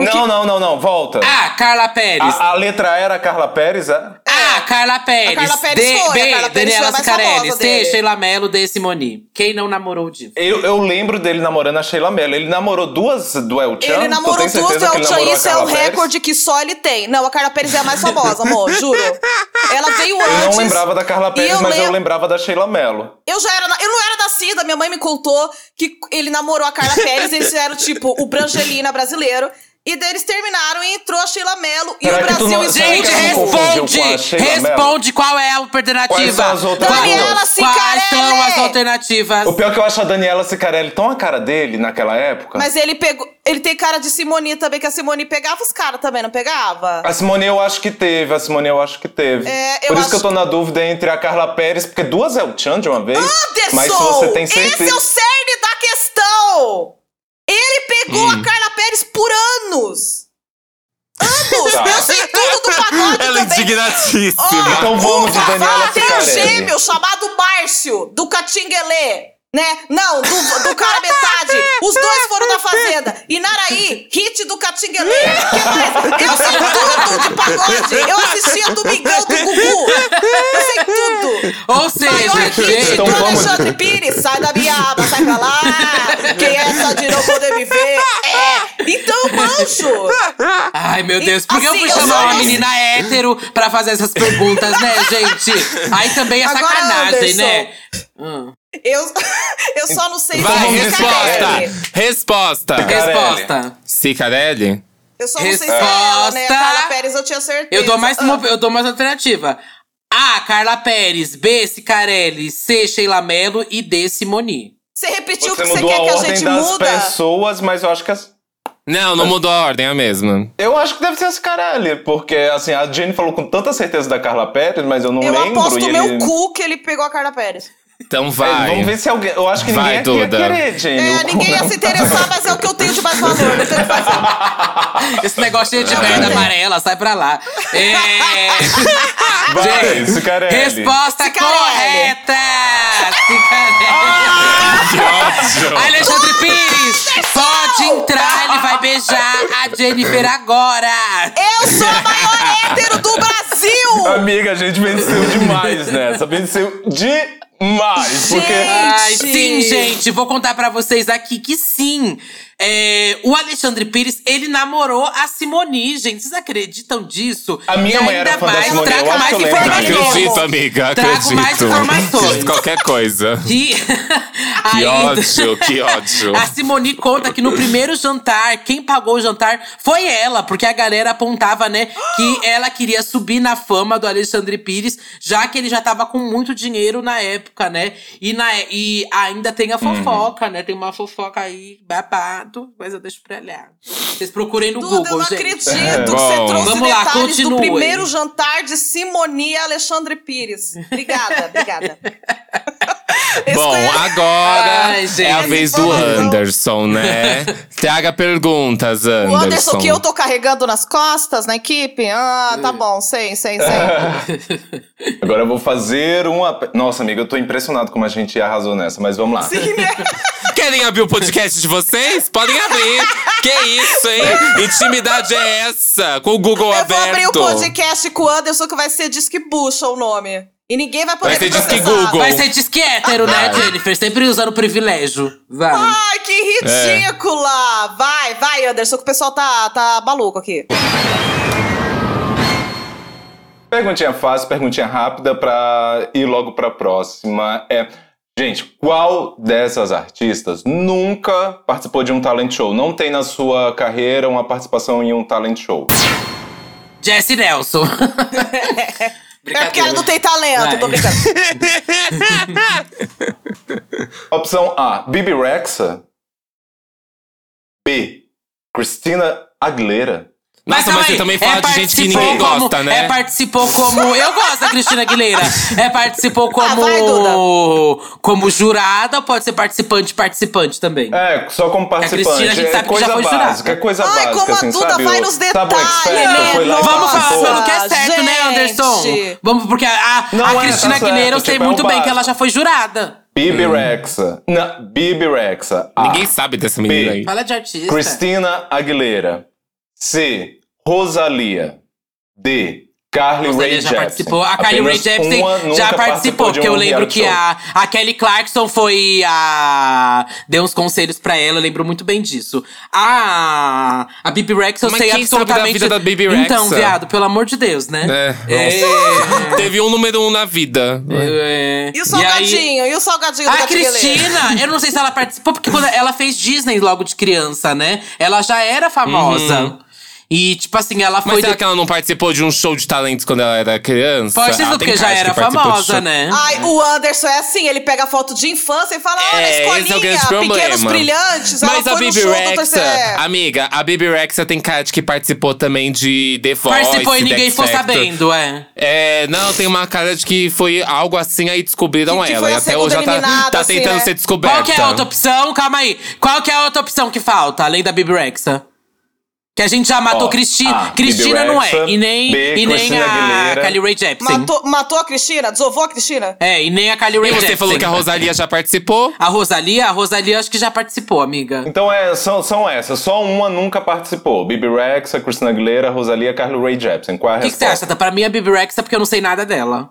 S3: Não, não, não, não, volta.
S2: A, Carla Pérez.
S3: A, a letra era Carla Pérez? é?
S2: A, Carla Pérez.
S4: A Carla Perez
S2: D,
S4: foi,
S2: B,
S4: a Carla Perez
S2: Daniela
S4: foi a mais famosa
S2: Cicarelli. C,
S4: dele.
S2: Sheila Mello. D, Simone. Quem não namorou o Divo?
S3: Eu, eu lembro dele namorando a Sheila Mello. Ele namorou duas do El Chan?
S4: Ele
S3: Tu
S4: namorou
S3: tem
S4: duas do
S3: certeza que ele
S4: Elton,
S3: namorou a
S4: isso é um
S3: Carla Perez?
S4: recorde que só ele tem. Não, a Carla Pérez é a mais famosa, amor,
S3: [laughs]
S4: juro. Ela veio antes.
S3: Eu não lembrava da Carla
S4: E
S3: Pérez,
S4: eu
S3: mas eu
S4: lem-
S3: lembrava da Sheila Mello.
S4: Eu já era, na- eu não era nascida, minha mãe me contou que ele namorou a Carla Pérez, eles eram tipo o Brangelina brasileiro. E daí eles terminaram e entrou a Sheila Mello e
S3: Será
S4: o
S3: que tu
S4: Brasil
S3: não- será
S4: inteiro-
S2: Gente,
S3: que ela não
S2: responde!
S3: confundiu com a Sheila Mello?
S2: Responde qual é a alternativa.
S3: Quais são as outras
S4: Daniela
S3: duas?
S2: Quais são as
S4: Cicarelli!
S2: alternativas?
S3: O pior é que eu acho a Daniela Cicarelli tão a cara dele naquela época.
S4: Mas ele pegou. Ele tem cara de Simone também, que a Simone pegava os caras também, não pegava?
S3: A Simone eu acho que teve, a Simone eu acho que teve.
S4: É, eu
S3: Por isso
S4: acho
S3: que eu tô na dúvida entre a Carla Pérez, porque duas é o Chan de uma vez.
S4: Anderson!
S3: mas se você tem certeza.
S4: Esse é o cerne da questão! Ele pegou
S3: Hum.
S4: a Carla Pérez por anos! Anos!
S3: Tá.
S4: Eu sei tudo do pagode
S1: [laughs] Ela é
S4: também!
S1: indignadíssima.
S3: Então vamos de Daniela
S4: Ah, tem um
S3: Cicarelli.
S4: gêmeo chamado Márcio, do Catinguelê, né? Não, do, do cara metade. Os dois foram da Fazenda. E Naraí, hit do Catinguelê.
S3: [laughs]
S4: que mais? Eu sei tudo de pagode. Eu assistia Domingão do Gugu. Eu sei tudo.
S2: Ou seja,
S4: Maior hit
S2: gente,
S3: Então
S4: do
S3: vamos-
S4: Alexandre Pires. Sai da minha aba, sai pra lá. Quem é essa de não poder me ver? É, então manjo.
S2: Ai, meu Deus, por que eu
S4: assim,
S2: fui
S4: eu
S2: chamar
S4: só
S2: uma
S4: não-
S2: menina hétero pra fazer essas perguntas, né, gente? Aí também é
S4: Agora,
S2: sacanagem,
S4: Anderson.
S2: né? Hum.
S4: Eu, eu só não sei
S1: Vai,
S4: se é
S1: resposta!
S4: Cicarelli.
S1: Resposta!
S3: Cicarelli.
S2: Resposta.
S1: Cicarelli?
S4: Eu só não sei se é ela, né? A
S2: Resposta.
S4: Carla Pérez eu tinha certeza.
S2: Eu dou mais uma,
S4: Ah,
S2: eu dou mais alternativa. A, Carla Pérez. B, Cicarelli. C, Sheila Mello. E D, Simone.
S4: Você repetiu o
S3: Você
S4: que Tipo, você
S3: mudou
S4: quer
S3: a
S4: que a
S3: ordem
S4: gente
S3: das
S4: muda?
S3: pessoas, mas eu acho que. as-
S1: Não, não mudou a ordem, é a mesma.
S3: Eu acho que deve ser a Cicarelli, porque assim, a Jenny falou com tanta certeza da Carla Pérez, mas eu não
S4: Eu
S3: lembro.
S4: aposto
S3: e
S4: o meu
S3: ele...
S4: cu que ele pegou a Carla Pérez.
S1: Então
S3: É,
S1: vai.
S3: vamos ver se alguém. Eu acho que
S1: Vai,
S3: ninguém aqui
S1: Duda.
S3: ia querer, Jenny.
S4: É,
S3: o cu
S4: ninguém ia
S3: não.
S4: se interessar, mas é o que eu tenho de mais valor. Não tenho o que fazer.
S2: Esse negocinho de merda amarela, sai pra lá. É...
S3: Vai,
S2: Gente,
S3: Cicarelli.
S2: Resposta
S4: Cicarelli.
S2: correta! Cicarelli.
S1: [laughs]
S3: é
S2: Alexandre Pires, pode entrar, ele vai beijar a Jennifer agora.
S4: Eu sou a maior hétero do Brasil!
S3: Amiga, a gente venceu demais
S1: [laughs]
S3: nessa. Venceu demais. Porque.
S4: Gente.
S2: Ai, sim, gente, vou contar pra vocês aqui que sim. É, o Alexandre Pires, ele namorou a Simone, gente. Vocês acreditam disso?
S3: A minha
S2: E
S3: mãe era
S2: ainda
S3: fã da
S2: mais,
S3: Simone, eu
S2: Traga
S3: acho
S2: mais
S3: que eu lembro.
S2: informações.
S1: Acredito, amiga,
S2: Trago
S1: acredito.
S2: mais informações.
S1: Diz Qualquer coisa. [laughs]
S2: E
S1: Que
S2: ainda-
S1: ódio,
S2: [laughs]
S1: que ódio.
S2: A Simone conta que no primeiro jantar, quem pagou o jantar foi ela, porque a galera apontava, né,
S4: [gasps]
S2: que ela queria subir na fama do Alexandre Pires, já que ele já tava com muito dinheiro na época, né? E, na, é- e ainda tem a
S1: Uhum.
S2: fofoca, né? Tem uma fofoca aí, babado, mas eu deixo pra olhar. Vocês procurem no
S4: Duda, eu
S2: Google,
S4: não
S2: gente.
S4: acredito
S3: É.
S4: que
S1: Bom.
S4: você trouxe
S2: Vamos lá,
S4: detalhes do
S2: continue.
S3: [laughs]
S4: primeiro jantar de Simonia Alexandre Pires. Obrigada, obrigada.
S1: Bom, agora
S2: Ai, gente.
S1: é a
S4: Esse
S1: vez do
S4: foi legal.
S1: Anderson, né? Traga perguntas,
S4: O Anderson
S1: Anderson.
S4: que eu tô carregando nas costas na equipe? Ah,
S2: É.
S4: tá bom, sei, sei, sei.
S3: Agora eu vou fazer uma. pe- Nossa, amiga, eu tô impressionado como a gente arrasou nessa, mas vamos lá.
S4: Sim, né?
S1: Querem abrir o podcast de vocês? Podem abrir. que isso, hein? Intimidade é essa? Com o Google
S4: Eu vou
S1: aberto.
S4: abrir o podcast com o Anderson que vai ser Disque Bucha o nome. E ninguém vai poder
S1: Vai ser
S4: me
S1: Disque
S4: processar.
S1: Google.
S2: Mas você diz que é hétero, né, Jennifer? Sempre usando privilégio. Vai.
S4: Ai, que ridícula! Vai, vai, Anderson, que o pessoal tá, tá maluco aqui.
S3: Perguntinha fácil, perguntinha rápida pra ir logo pra próxima. É. Gente, qual dessas artistas nunca participou de um talent show? Não tem na sua carreira uma participação em um talent show?
S2: Jesse Nelson. [laughs]
S4: É porque ela não tem talento,
S2: Vai.
S4: tô brincando.
S3: Opção A, Bibi Rexa. B, Christina Aguilera.
S1: Nossa,
S2: calma
S1: mas você
S2: aí,
S1: também
S2: é
S1: fala de gente que
S2: participou
S1: ninguém
S2: como-
S1: gosta, né?
S2: É participou como. Eu gosto da
S1: [laughs]
S2: Cristina Aguilera. É participou como.
S4: Ah, vai,
S2: como jurada, pode ser participante, participante também.
S3: É, só como
S2: Cristina,
S3: participante.
S2: a gente
S3: é
S2: sabe que
S3: coisa
S2: já foi jurada.
S3: básica, é coisa
S4: Ai,
S3: básica,
S4: como a
S3: assim,
S4: Duda
S3: sabe?
S4: vai
S3: o-
S4: nos
S3: sabe o X
S1: então
S4: detalhes,
S3: Factor, foi lá e
S2: Vamos falar
S4: Nossa,
S3: participou.
S2: pelo que é certo, né,
S4: gente.
S2: Anderson? Vamos, porque a, a-
S3: Não
S2: a
S3: é, tá
S2: Cristina
S3: certo,
S2: Aguilera, eu sei
S3: tipo, é um
S1: tá
S2: muito bem que
S3: básico.
S2: ela já foi jurada.
S3: Bibi Rexa. Não, Bibi Rexa. A.
S1: Ninguém sabe dessa menina aí.
S2: Fala de artista.
S3: Christina Aguilera. C. Rosalia. D. Carly
S2: Rosalía
S3: Rae
S2: já
S3: Jepsen.
S2: participou. A Kylie Rae
S3: Apenas assim. uma
S2: Jepsen
S3: nunca
S2: já participou,
S3: de
S2: porque
S3: um
S2: eu lembro
S3: reality
S2: que
S3: show.
S2: a, a Kelly Clarkson foi a. deu uns conselhos pra ela, eu lembro muito bem disso. A. A Bibi Rex, eu
S1: Mas
S2: sei
S1: quem sabe da
S2: absolutamente.
S1: vida da Bibi Rexa?
S2: Então, viado, pelo amor de Deus, né?
S1: É.
S2: É.
S1: [laughs] Teve um número um na vida.
S2: [laughs] É.
S4: E o
S2: aí-
S4: salgadinho? E, o salgadinho do
S2: A
S4: Gatilho
S2: Cristina, eu não sei se ela participou, porque quando ela fez Disney logo de criança, né? Ela já era famosa. E, tipo assim, ela
S1: Uhum. Mas é
S2: foi.
S1: será
S2: de-
S1: que ela não participou de um show de talentos quando ela era criança?
S2: Pode ser
S1: Ah, tem
S2: porque já
S1: cara que
S2: era
S1: participou de
S2: famosa,
S1: show.
S2: né?
S4: Ai, o Anderson é assim, ele pega foto de infância e fala, olha,
S1: É, esse é o
S4: escolinha,
S1: grande
S4: pequenos
S1: problema.
S4: brilhantes, ela
S1: Mas
S4: foi
S1: a
S4: no
S1: Bibi
S4: show do
S1: Rexa,
S4: terceiro... É.
S1: amiga, a Bibi Rexa tem cara de que participou também de The Voice,
S2: Participou e
S1: The
S2: ninguém
S1: X
S2: ficou
S1: Factor.
S2: sabendo, é.
S1: É, não, tem uma cara de que foi algo assim, aí descobriram
S4: Que- que
S1: ela.
S4: foi
S1: e
S4: a
S1: até hoje ela
S4: segunda
S1: tá,
S4: eliminada,
S1: tá
S4: assim,
S1: tentando
S4: né?
S1: ser descoberta.
S2: Qual que é a outra opção? Calma aí. Qual que é a outra opção que falta, além da Bibi Rexa? Que a gente já matou
S3: Ó,
S1: ah,
S2: Cristina.
S3: A,
S2: Cristina
S3: Bibi
S2: não
S3: Rexa,
S2: é. E nem,
S3: B,
S2: e nem
S3: Christina
S2: a
S3: Aguilera.
S2: Kylie Ray Jepsen.
S4: Matou, matou a Cristina? Desovou a Cristina?
S2: É, e nem a Kylie Ray
S1: E
S2: Jepsen.
S1: você falou que a Rosalia já participou?
S2: A Rosalia? A Rosalia acho que já participou, amiga.
S3: Então é, são, são essas. Só uma nunca participou. Bibi Rexa, Christina Aguilera, Rosalia, Carly Rae Jepsen. Qual é a
S2: O que, que você
S3: resposta?
S2: acha? Tá? Pra mim é a Bibi Rexa porque eu não sei nada dela.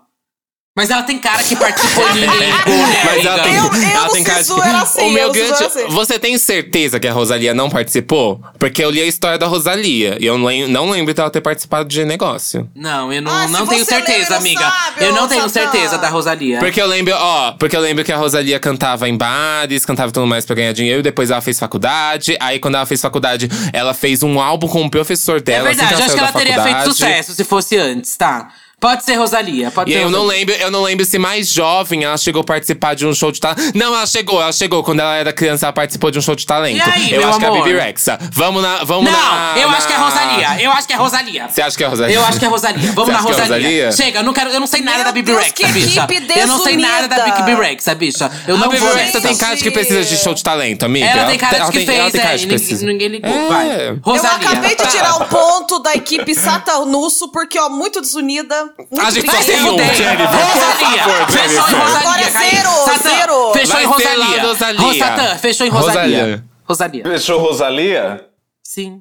S2: Mas ela tem cara que participou
S1: [laughs]
S2: e ninguém ligou, né,
S1: Mas ela
S2: amiga?
S1: tem,
S4: Eu- eu
S1: ela
S4: não
S1: tem
S4: sei
S1: cara de que-
S4: zoar assim,
S1: O meu
S4: eu não sei
S1: grande.
S4: zoar assim.
S1: Você tem certeza que a Rosalia não participou? Porque eu li a história da Rosalia e eu não lem- não lembro dela ter participado de negócio.
S2: Não, eu não,
S4: Ah, se
S2: não tenho
S4: você
S2: certeza,
S4: lembra,
S2: amiga.
S4: sabe,
S2: eu
S4: ô,
S2: não tenho
S4: Satã.
S2: certeza da Rosalia.
S1: Porque eu lembro, ó, porque eu lembro que a Rosalia cantava em bares, cantava tudo mais pra ganhar dinheiro, depois ela fez faculdade. Aí quando ela fez faculdade, ela fez um álbum com o professor
S2: É
S1: dela. assim
S2: verdade, eu acho
S1: saiu
S2: que
S1: da
S2: ela teria feito
S1: faculdade.
S2: sucesso se fosse antes, tá? Pode ser Rosalia, pode
S1: E
S2: ser.
S1: eu não
S2: Rosalia.
S1: lembro, eu não lembro se mais jovem ela chegou a participar de um show de talento. Não, ela chegou, ela chegou. Quando ela era criança, ela participou de um show de talento.
S2: E aí,
S1: eu
S2: meu
S1: acho que é a
S2: amor?
S1: Bibi Rexa. Vamos na. Vamos
S2: Não,
S1: na-
S2: eu
S1: na-
S2: acho que é Rosalia. Eu acho que é Rosalia.
S1: Você acha que é a Rosalia?
S2: Eu acho que é Rosalia. Vamos
S1: Você
S2: na
S1: acha que é a
S2: Rosalia.
S1: Rosalia?
S2: Chega, eu não quero, eu não sei nada
S4: Meu
S2: da Bibi
S4: Deus,
S2: Rexa,
S4: que
S2: bicha.
S4: equipe
S2: Eu não sei nada da
S4: desunida.
S2: Bibi Rexa, bicha. Eu
S1: A
S2: não
S1: Bibi
S2: vou
S1: Rexa tem
S4: Gente.
S1: cara de que precisa de show de talento, amiga.
S2: é Ela tem cara de
S1: ela
S2: que
S1: tem- ela
S2: fez,
S1: tem
S2: é,
S1: cara de
S2: e
S1: precisa.
S2: ninguém, ninguém ligou.
S1: É.
S2: Vai. Rosalia.
S4: Eu acabei de
S2: Tá.
S4: tirar o ponto da equipe Saturnusso, porque, ó, muito desunida, muito
S1: A gente só
S4: preguiça.
S1: tem um,
S2: Fudeu.
S1: Jennifer, por
S2: Rosalia.
S1: favor,
S2: Fechou em
S1: Jennifer.
S2: Rosalia.
S4: Agora é
S2: Caí.
S4: zero,
S2: Satã,
S4: zero.
S2: Fechou em
S1: Vai ser lá
S2: Rosalia.
S1: Rosalia.
S2: Ro- Satã, fechou em Rosalia.
S1: Rosalia.
S2: Rosalia.
S3: Fechou Rosalia?
S2: Sim.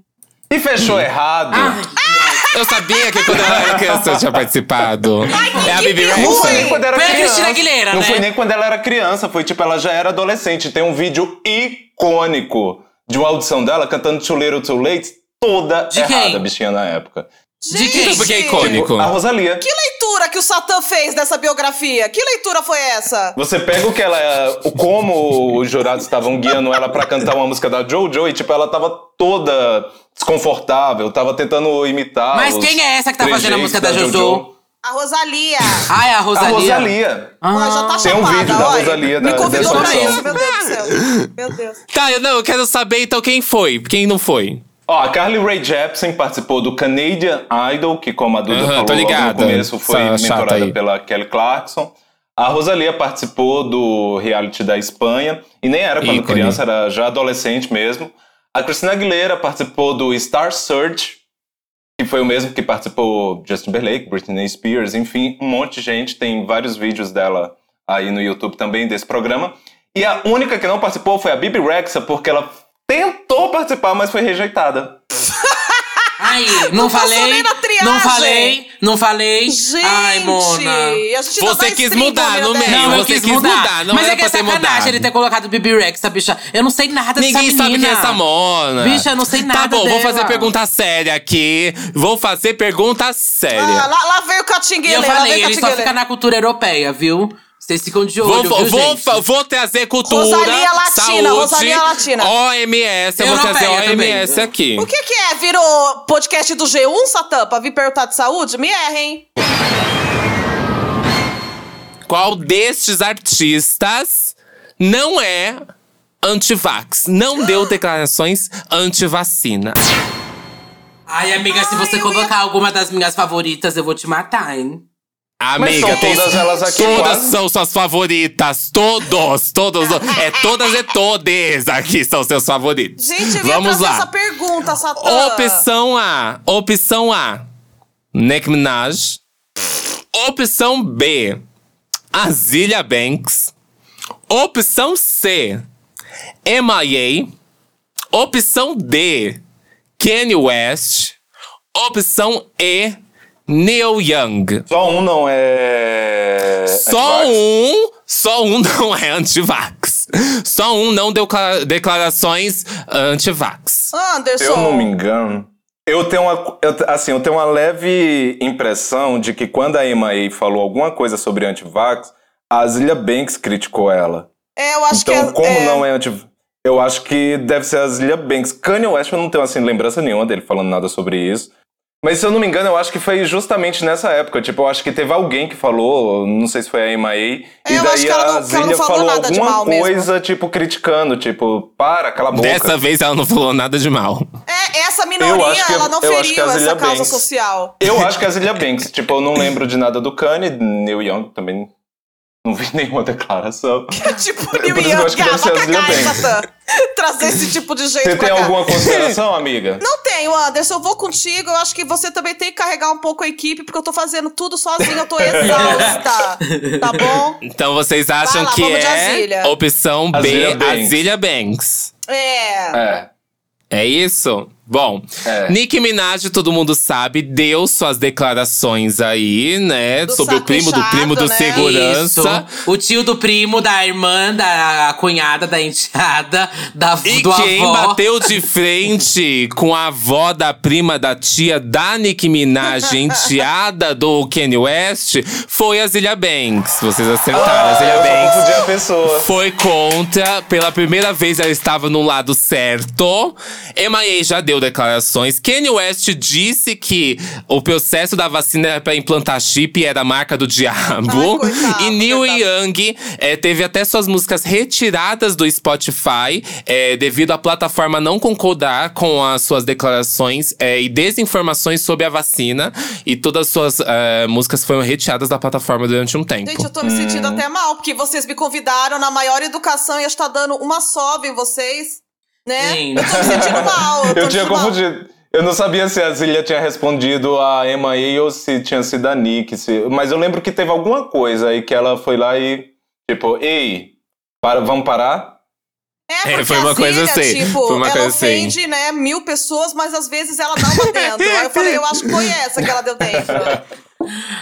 S3: E fechou errado.
S2: Ai,
S1: Eu sabia que quando ela era criança eu tinha participado. é a Bibi
S3: Não
S1: Rexa.
S3: foi nem quando era
S2: Foi a
S3: criança.
S2: Cristina Aguilera,
S3: não
S2: né?
S3: foi nem quando ela era criança, foi tipo, ela já era adolescente. Tem um vídeo icônico de uma audição dela cantando Too Little Too Late, toda
S2: De quem?
S3: errada, a bichinha na época. Tipo,
S2: De quem?
S1: Porque é
S4: Gente,
S1: icônico.
S3: A Rosalia.
S4: Que leitura que o Satã fez dessa biografia? Que leitura foi essa?
S3: Você pega o que ela. o Como os jurados estavam guiando ela pra cantar uma música da JoJo e, tipo, ela tava toda desconfortável, tava tentando imitar.
S2: Mas
S3: os
S2: quem é essa que tá fazendo a
S3: trejeitos
S2: música da JoJo?
S4: A Rosalia.
S2: Ai, a
S3: A
S2: Rosalia.
S3: Rosalia.
S4: Ó, já tá
S3: Tem um
S4: chapada,
S3: vídeo da
S4: olha.
S3: Rosalia
S4: Me
S3: da-
S4: convidou
S2: dessa
S4: pra
S2: versão.
S4: isso, meu Deus do céu. Meu Deus.
S1: Tá, eu, não, eu quero saber então quem foi, quem não foi.
S3: Ó, a Carly Rae Jepsen participou do Canadian Idol, que como a Duda
S1: Aham, tô
S3: falou logo
S1: ligada.
S3: no começo, foi
S1: Essa chata
S3: mentorada
S1: aí.
S3: pela Kelly Clarkson. A Rosalia participou do reality da Espanha, e nem era quando
S1: Ícone.
S3: criança, era já adolescente mesmo. A Cristina Aguilera participou do Star Search, que foi o mesmo que participou Justin Timberlake, Britney Spears, enfim, um monte de gente. Tem vários vídeos dela aí no YouTube também desse programa. E a única que não participou foi a Bibi Rexa, porque ela tentou participar, mas foi rejeitada.
S2: Aí, não,
S4: Ah, Não passou
S2: falei.
S4: nem na triagem.
S2: Não falei, não falei.
S4: Gente!
S2: Ai, Mona.
S4: e a gente ainda tá
S1: Você
S4: dá
S1: quis
S4: stream,
S1: mudar
S4: Camila
S1: no
S4: Della.
S1: meio.
S2: Não, eu
S1: você
S2: quis
S1: quis
S2: mudar.
S1: mudar, não
S2: Mas
S1: era
S2: é que é
S1: pra ter mudado.
S2: sacanagem ele ter colocado Bibi Rex, essa bicha. Eu não sei nada dessa
S1: Ninguém
S2: menina.
S1: sabe quem é essa Mona.
S2: Bicha, eu não sei nada
S1: Tá bom, vou
S2: dela.
S1: fazer pergunta séria aqui. Vou fazer pergunta é séria.
S4: Ah, lá, lá veio
S2: E
S4: o
S2: eu
S4: Catinguele, lá
S2: falei,
S4: veio o
S2: ele só fica
S4: Catinguele.
S2: na cultura europeia, viu? Vocês ficam de
S1: Vou,
S2: olho,
S1: vou,
S2: viu,
S1: vou,
S2: gente?
S1: vou trazer cultura,
S4: Rosalia é Latina,
S1: saúde,
S4: Rosalia é Latina.
S1: OMS, eu vou
S2: Europeia
S1: trazer
S2: também.
S1: OMS aqui.
S4: O que que é? Virou podcast do G1, Satã, pra vir perguntar de saúde? Me erra, hein?
S1: Qual destes artistas não é antivax? Não deu declarações antivacina.
S2: Ai, amiga, se você
S4: eu
S2: colocar alguma das minhas favoritas, eu vou te matar, hein?
S3: Mas
S1: Amiga,
S3: são
S1: tem
S3: todas elas aqui
S1: Todas
S3: quase.
S1: são suas favoritas. Todos, todos. É todas e todes aqui são seus favoritos.
S4: Gente, eu ia
S1: Vamos
S4: trazer
S1: lá.
S4: essa pergunta, Satã.
S1: Opção A. Opção A. Nicki Minaj. Opção B. Azilia Banks. Opção C. MIA. Opção D. Kanye West. Opção E. Neil Young.
S3: Só um não é.
S1: Só
S3: antivax.
S1: um, só um [laughs] não é antivax. Só um não deu cla- declarações antivax.
S4: Anderson.
S3: Se eu não me engano. Eu tenho uma, eu te- assim, eu tenho uma leve impressão de que quando a Emma A falou alguma coisa sobre antivax, a Azilia Banks criticou ela.
S4: É, eu acho
S3: então,
S4: que é,
S3: como
S4: é,
S3: não é antivax? Eu acho que deve ser a Azilia Banks. Kanye West, eu não tenho assim, lembrança nenhuma dele falando nada sobre isso. Mas se eu não me engano, eu acho que foi justamente nessa época. Tipo, eu acho que teve alguém que falou, não sei se foi a Emma A, e
S4: eu acho
S3: daí
S4: que ela não- que
S3: a
S4: ela
S3: Azilia
S4: não falou
S3: falou
S4: nada de
S3: alguma
S4: mal mesmo.
S3: coisa, tipo, criticando, tipo, para, cala a boca.
S1: Dessa vez ela não falou nada de mal.
S4: é, essa
S3: Eu
S4: minoria,
S3: acho que-
S4: ela não
S3: eu acho que a
S4: feriu essa
S3: Azealia
S4: causa
S3: Banks.
S4: social. [laughs]
S3: Eu acho que é a Zilia Banks. tipo, eu não lembro de nada do Kanye, Neil Young também. Não vi [laughs] nenhuma declaração.
S4: tipo,
S3: Por
S4: New
S3: isso que eu acho que deve ser
S4: York, ah, vai
S3: a Azealia
S4: cagar, hein,
S3: Banks.
S4: Satã. [laughs] Trazer esse tipo de gente
S3: Você
S4: pra
S3: tem
S4: cá.
S3: alguma consideração, amiga?
S4: Não tenho, Anderson. Eu vou contigo. Eu acho que você também tem que carregar um pouco a equipe, porque eu tô fazendo tudo sozinha.
S3: [laughs]
S4: Eu tô exausta. tá bom?
S1: Então vocês acham
S4: lá,
S1: que
S4: vamos de
S1: é
S4: Azilia.
S1: opção B,
S3: Azilia Banks.
S1: Azilia Banks.
S4: É.
S3: É.
S1: É isso? Bom,
S3: É.
S1: Nicki Minaj, todo mundo sabe, deu suas declarações aí, né?
S4: Do
S1: sobre o
S4: saco
S1: primo do
S4: inchado,
S1: primo do
S4: né?
S1: segurança.
S2: Isso. O tio do primo, da irmã, da cunhada, da enteada, da
S1: E
S2: do
S1: quem
S2: avó.
S1: bateu
S2: [laughs]
S1: de frente com a avó da prima da tia da Nicki Minaj, enteada do Kanye West, foi a Zilia Banks. Vocês acertaram. Tá, a
S2: Ah,
S1: Zilia
S3: Ah, Eu
S1: Banks
S3: confundi a pessoa.
S1: foi contra. Pela primeira vez ela estava no lado certo. MIA já deu declarações. Kanye West disse que o processo da vacina era pra implantar chip e era a marca do diabo.
S4: Ai, coitado,
S1: e Neil
S4: coitado.
S1: Young eh, teve até suas músicas retiradas do Spotify eh, devido à plataforma não concordar com as suas declarações eh, e desinformações sobre a vacina. E todas as suas eh, músicas foram retiradas da plataforma durante um tempo.
S4: Gente, eu tô me sentindo até mal, porque vocês me convidaram na maior educação e eu estou dando uma sova em vocês. Né?
S2: Gente.
S4: Eu tô me sentindo mal. Eu, tô
S3: [laughs] Eu tinha
S4: me sentindo mal.
S3: confundido. Eu não sabia se a Zilia tinha respondido a Emma A ou se tinha sido a Nick. se- Mas eu lembro que teve alguma coisa aí que ela foi lá e, tipo, ei, para, vamos parar?
S4: É, porque
S1: foi uma
S4: a
S1: coisa
S4: Zília,
S1: assim,
S4: Tipo,
S1: foi uma
S4: ela
S1: coisa assim.
S4: ofende, né, mil pessoas, mas às vezes ela dá uma dentro. Aí eu falei, eu acho que foi essa que ela deu dentro.
S1: Tá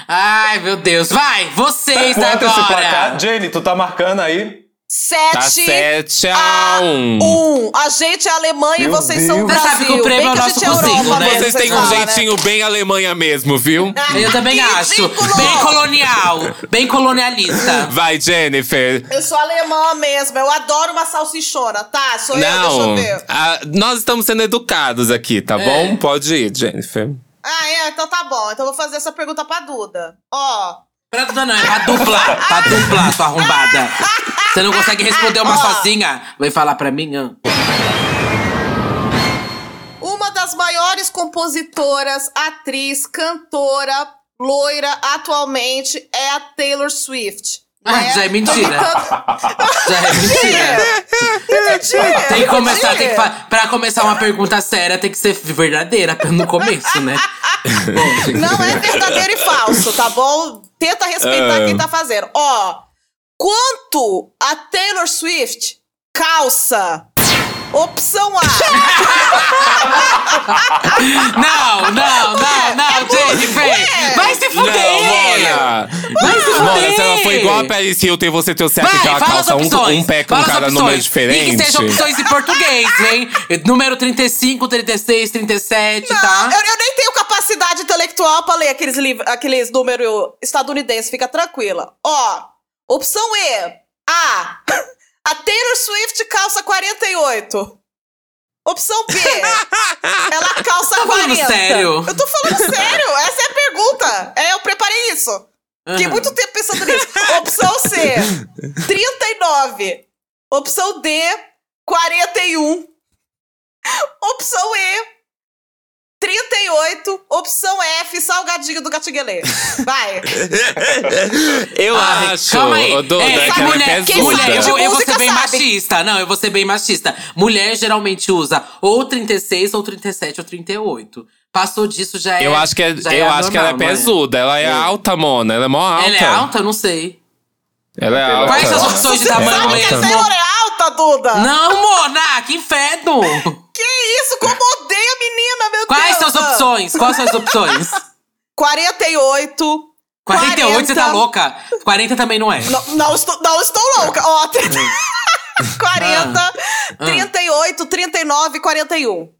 S2: Ai, meu Deus. Vai, vocês
S3: Quanto esse
S2: é agora.
S3: placar? Jenny, tu tá marcando aí?
S4: Sete.
S1: Tá 7
S4: a
S1: a 1.
S4: Um. A gente é a Alemanha e
S3: Meu
S4: vocês
S3: Deus.
S4: são o
S3: Você
S4: Brasil.
S2: sabe que o prêmio
S4: Bem
S2: é o
S4: que a
S2: nosso
S4: gente é Europa,
S2: cozinho, né?
S4: agora,
S1: Vocês têm um
S4: falam, né?
S1: jeitinho bem Alemanha mesmo, viu?
S2: Eu também acho.
S4: Ridículo!
S2: Bem colonial. Bem colonialista.
S1: Vai, Jennifer.
S4: Eu sou alemã mesmo, eu adoro uma salsichona, tá? Sou eu,
S1: Não,
S4: deixa eu ver.
S1: a- nós estamos sendo educados aqui, tá
S2: É.
S1: bom? Pode ir, Jennifer.
S4: Ah, é? Então tá bom. Então eu vou fazer essa pergunta pra Duda. Ó,
S2: Pra Duda não, é pra dublar. Pra dublar, sua arrombada. Você não consegue responder uma
S4: Ó.
S2: sozinha? Vai falar pra mim? hã?
S4: uma das maiores compositoras, atriz, cantora, loira atualmente é a Taylor Swift.
S2: Ah,
S4: É.
S2: já é mentira. já é
S4: [laughs]
S2: mentira.
S4: é Mentira!
S2: Tem que começar, tem que fa... Pra começar uma pergunta séria, tem que ser verdadeira no começo, né? Bom, gente.
S4: Não é verdadeiro e falso, tá bom? Tenta respeitar
S1: É.
S4: quem tá fazendo. Ó, quanto a Taylor Swift calça? Opção A.
S2: Não, não, não, não, Jennifer! Vai se fuder!
S1: Mona!
S2: Vai se fuder!
S1: Mona, se ela for igual a Paris Hilton e você ter o certo
S2: Vai,
S1: que ela
S2: fala as
S1: calça um,
S2: opções.
S1: um pé com
S2: fala as
S1: cada
S2: opções.
S1: número
S2: E
S1: diferente.
S2: que sejam [laughs] opções em português,
S1: [laughs]
S2: hein? Número 35, 36, 37, tá?
S4: Eu, eu nem tenho capacidade intelectual pra ler aqueles, livros, aqueles números estadunidenses, fica tranquila. Ó, opção E. A. A Taylor Swift calça 48. Opção B. Ela É calça
S2: Tá falando
S4: 40.
S2: sério?
S4: Eu tô falando sério. Essa é a pergunta. É, eu preparei isso. Fiquei
S2: Aham.
S4: muito tempo pensando nisso. Opção C. 39. Opção D. 41. Opção E. 38. Opção F. Salgadinho do Catiguelê. Vai.
S1: Eu
S2: Ai,
S1: acho,
S2: Ah, calma aí.
S1: ô, Duda,
S2: É,
S1: que ela é
S2: mulher,
S4: quem
S1: pesuda.
S2: mulher, eu, eu vou
S4: música
S2: ser bem
S4: sabe.
S2: machista. Não, eu vou ser bem machista. Mulher geralmente usa ou 36, ou 37, ou 38. Passou disso, já é
S1: Eu acho que, é-
S2: já é
S1: eu acho que ela é
S2: abnormal, né?
S1: pesuda. Ela é alta, Mona. Ela é mó alta.
S2: Ela é alta? Eu não sei.
S1: Ela é alta.
S2: Quais as
S3: Nossa,
S2: opções de
S4: Você
S1: mãe
S2: tamanho
S4: sabe que a
S1: mesmo.
S4: Taylor é alta, Duda?
S2: Não, Mona, que
S4: [laughs]
S2: inferno!
S4: Que isso? Como odeia a menina, meu
S2: Quais são
S4: Deus.
S2: as opções? Quais são as opções?
S4: 48.
S2: 48, você tá
S4: 40.
S2: louca? 40 também não é.
S4: Não, não estou, não estou louca. Ó, 30, [laughs] 40, 38, 39, 41.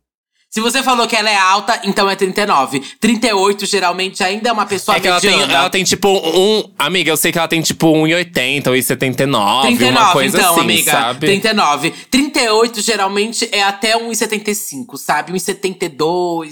S2: Se você falou que ela é alta, então é 39. 38 geralmente ainda é uma pessoa
S1: É que ela tem,
S2: mediana.
S1: ela tem tipo um. Amiga, eu sei que ela tem tipo 1,80 ou 1,79.
S2: 39,
S1: uma coisa
S2: então,
S1: assim,
S2: amiga.
S1: sabe?
S2: 39. 38 geralmente é até 1,75, sabe? 1,72.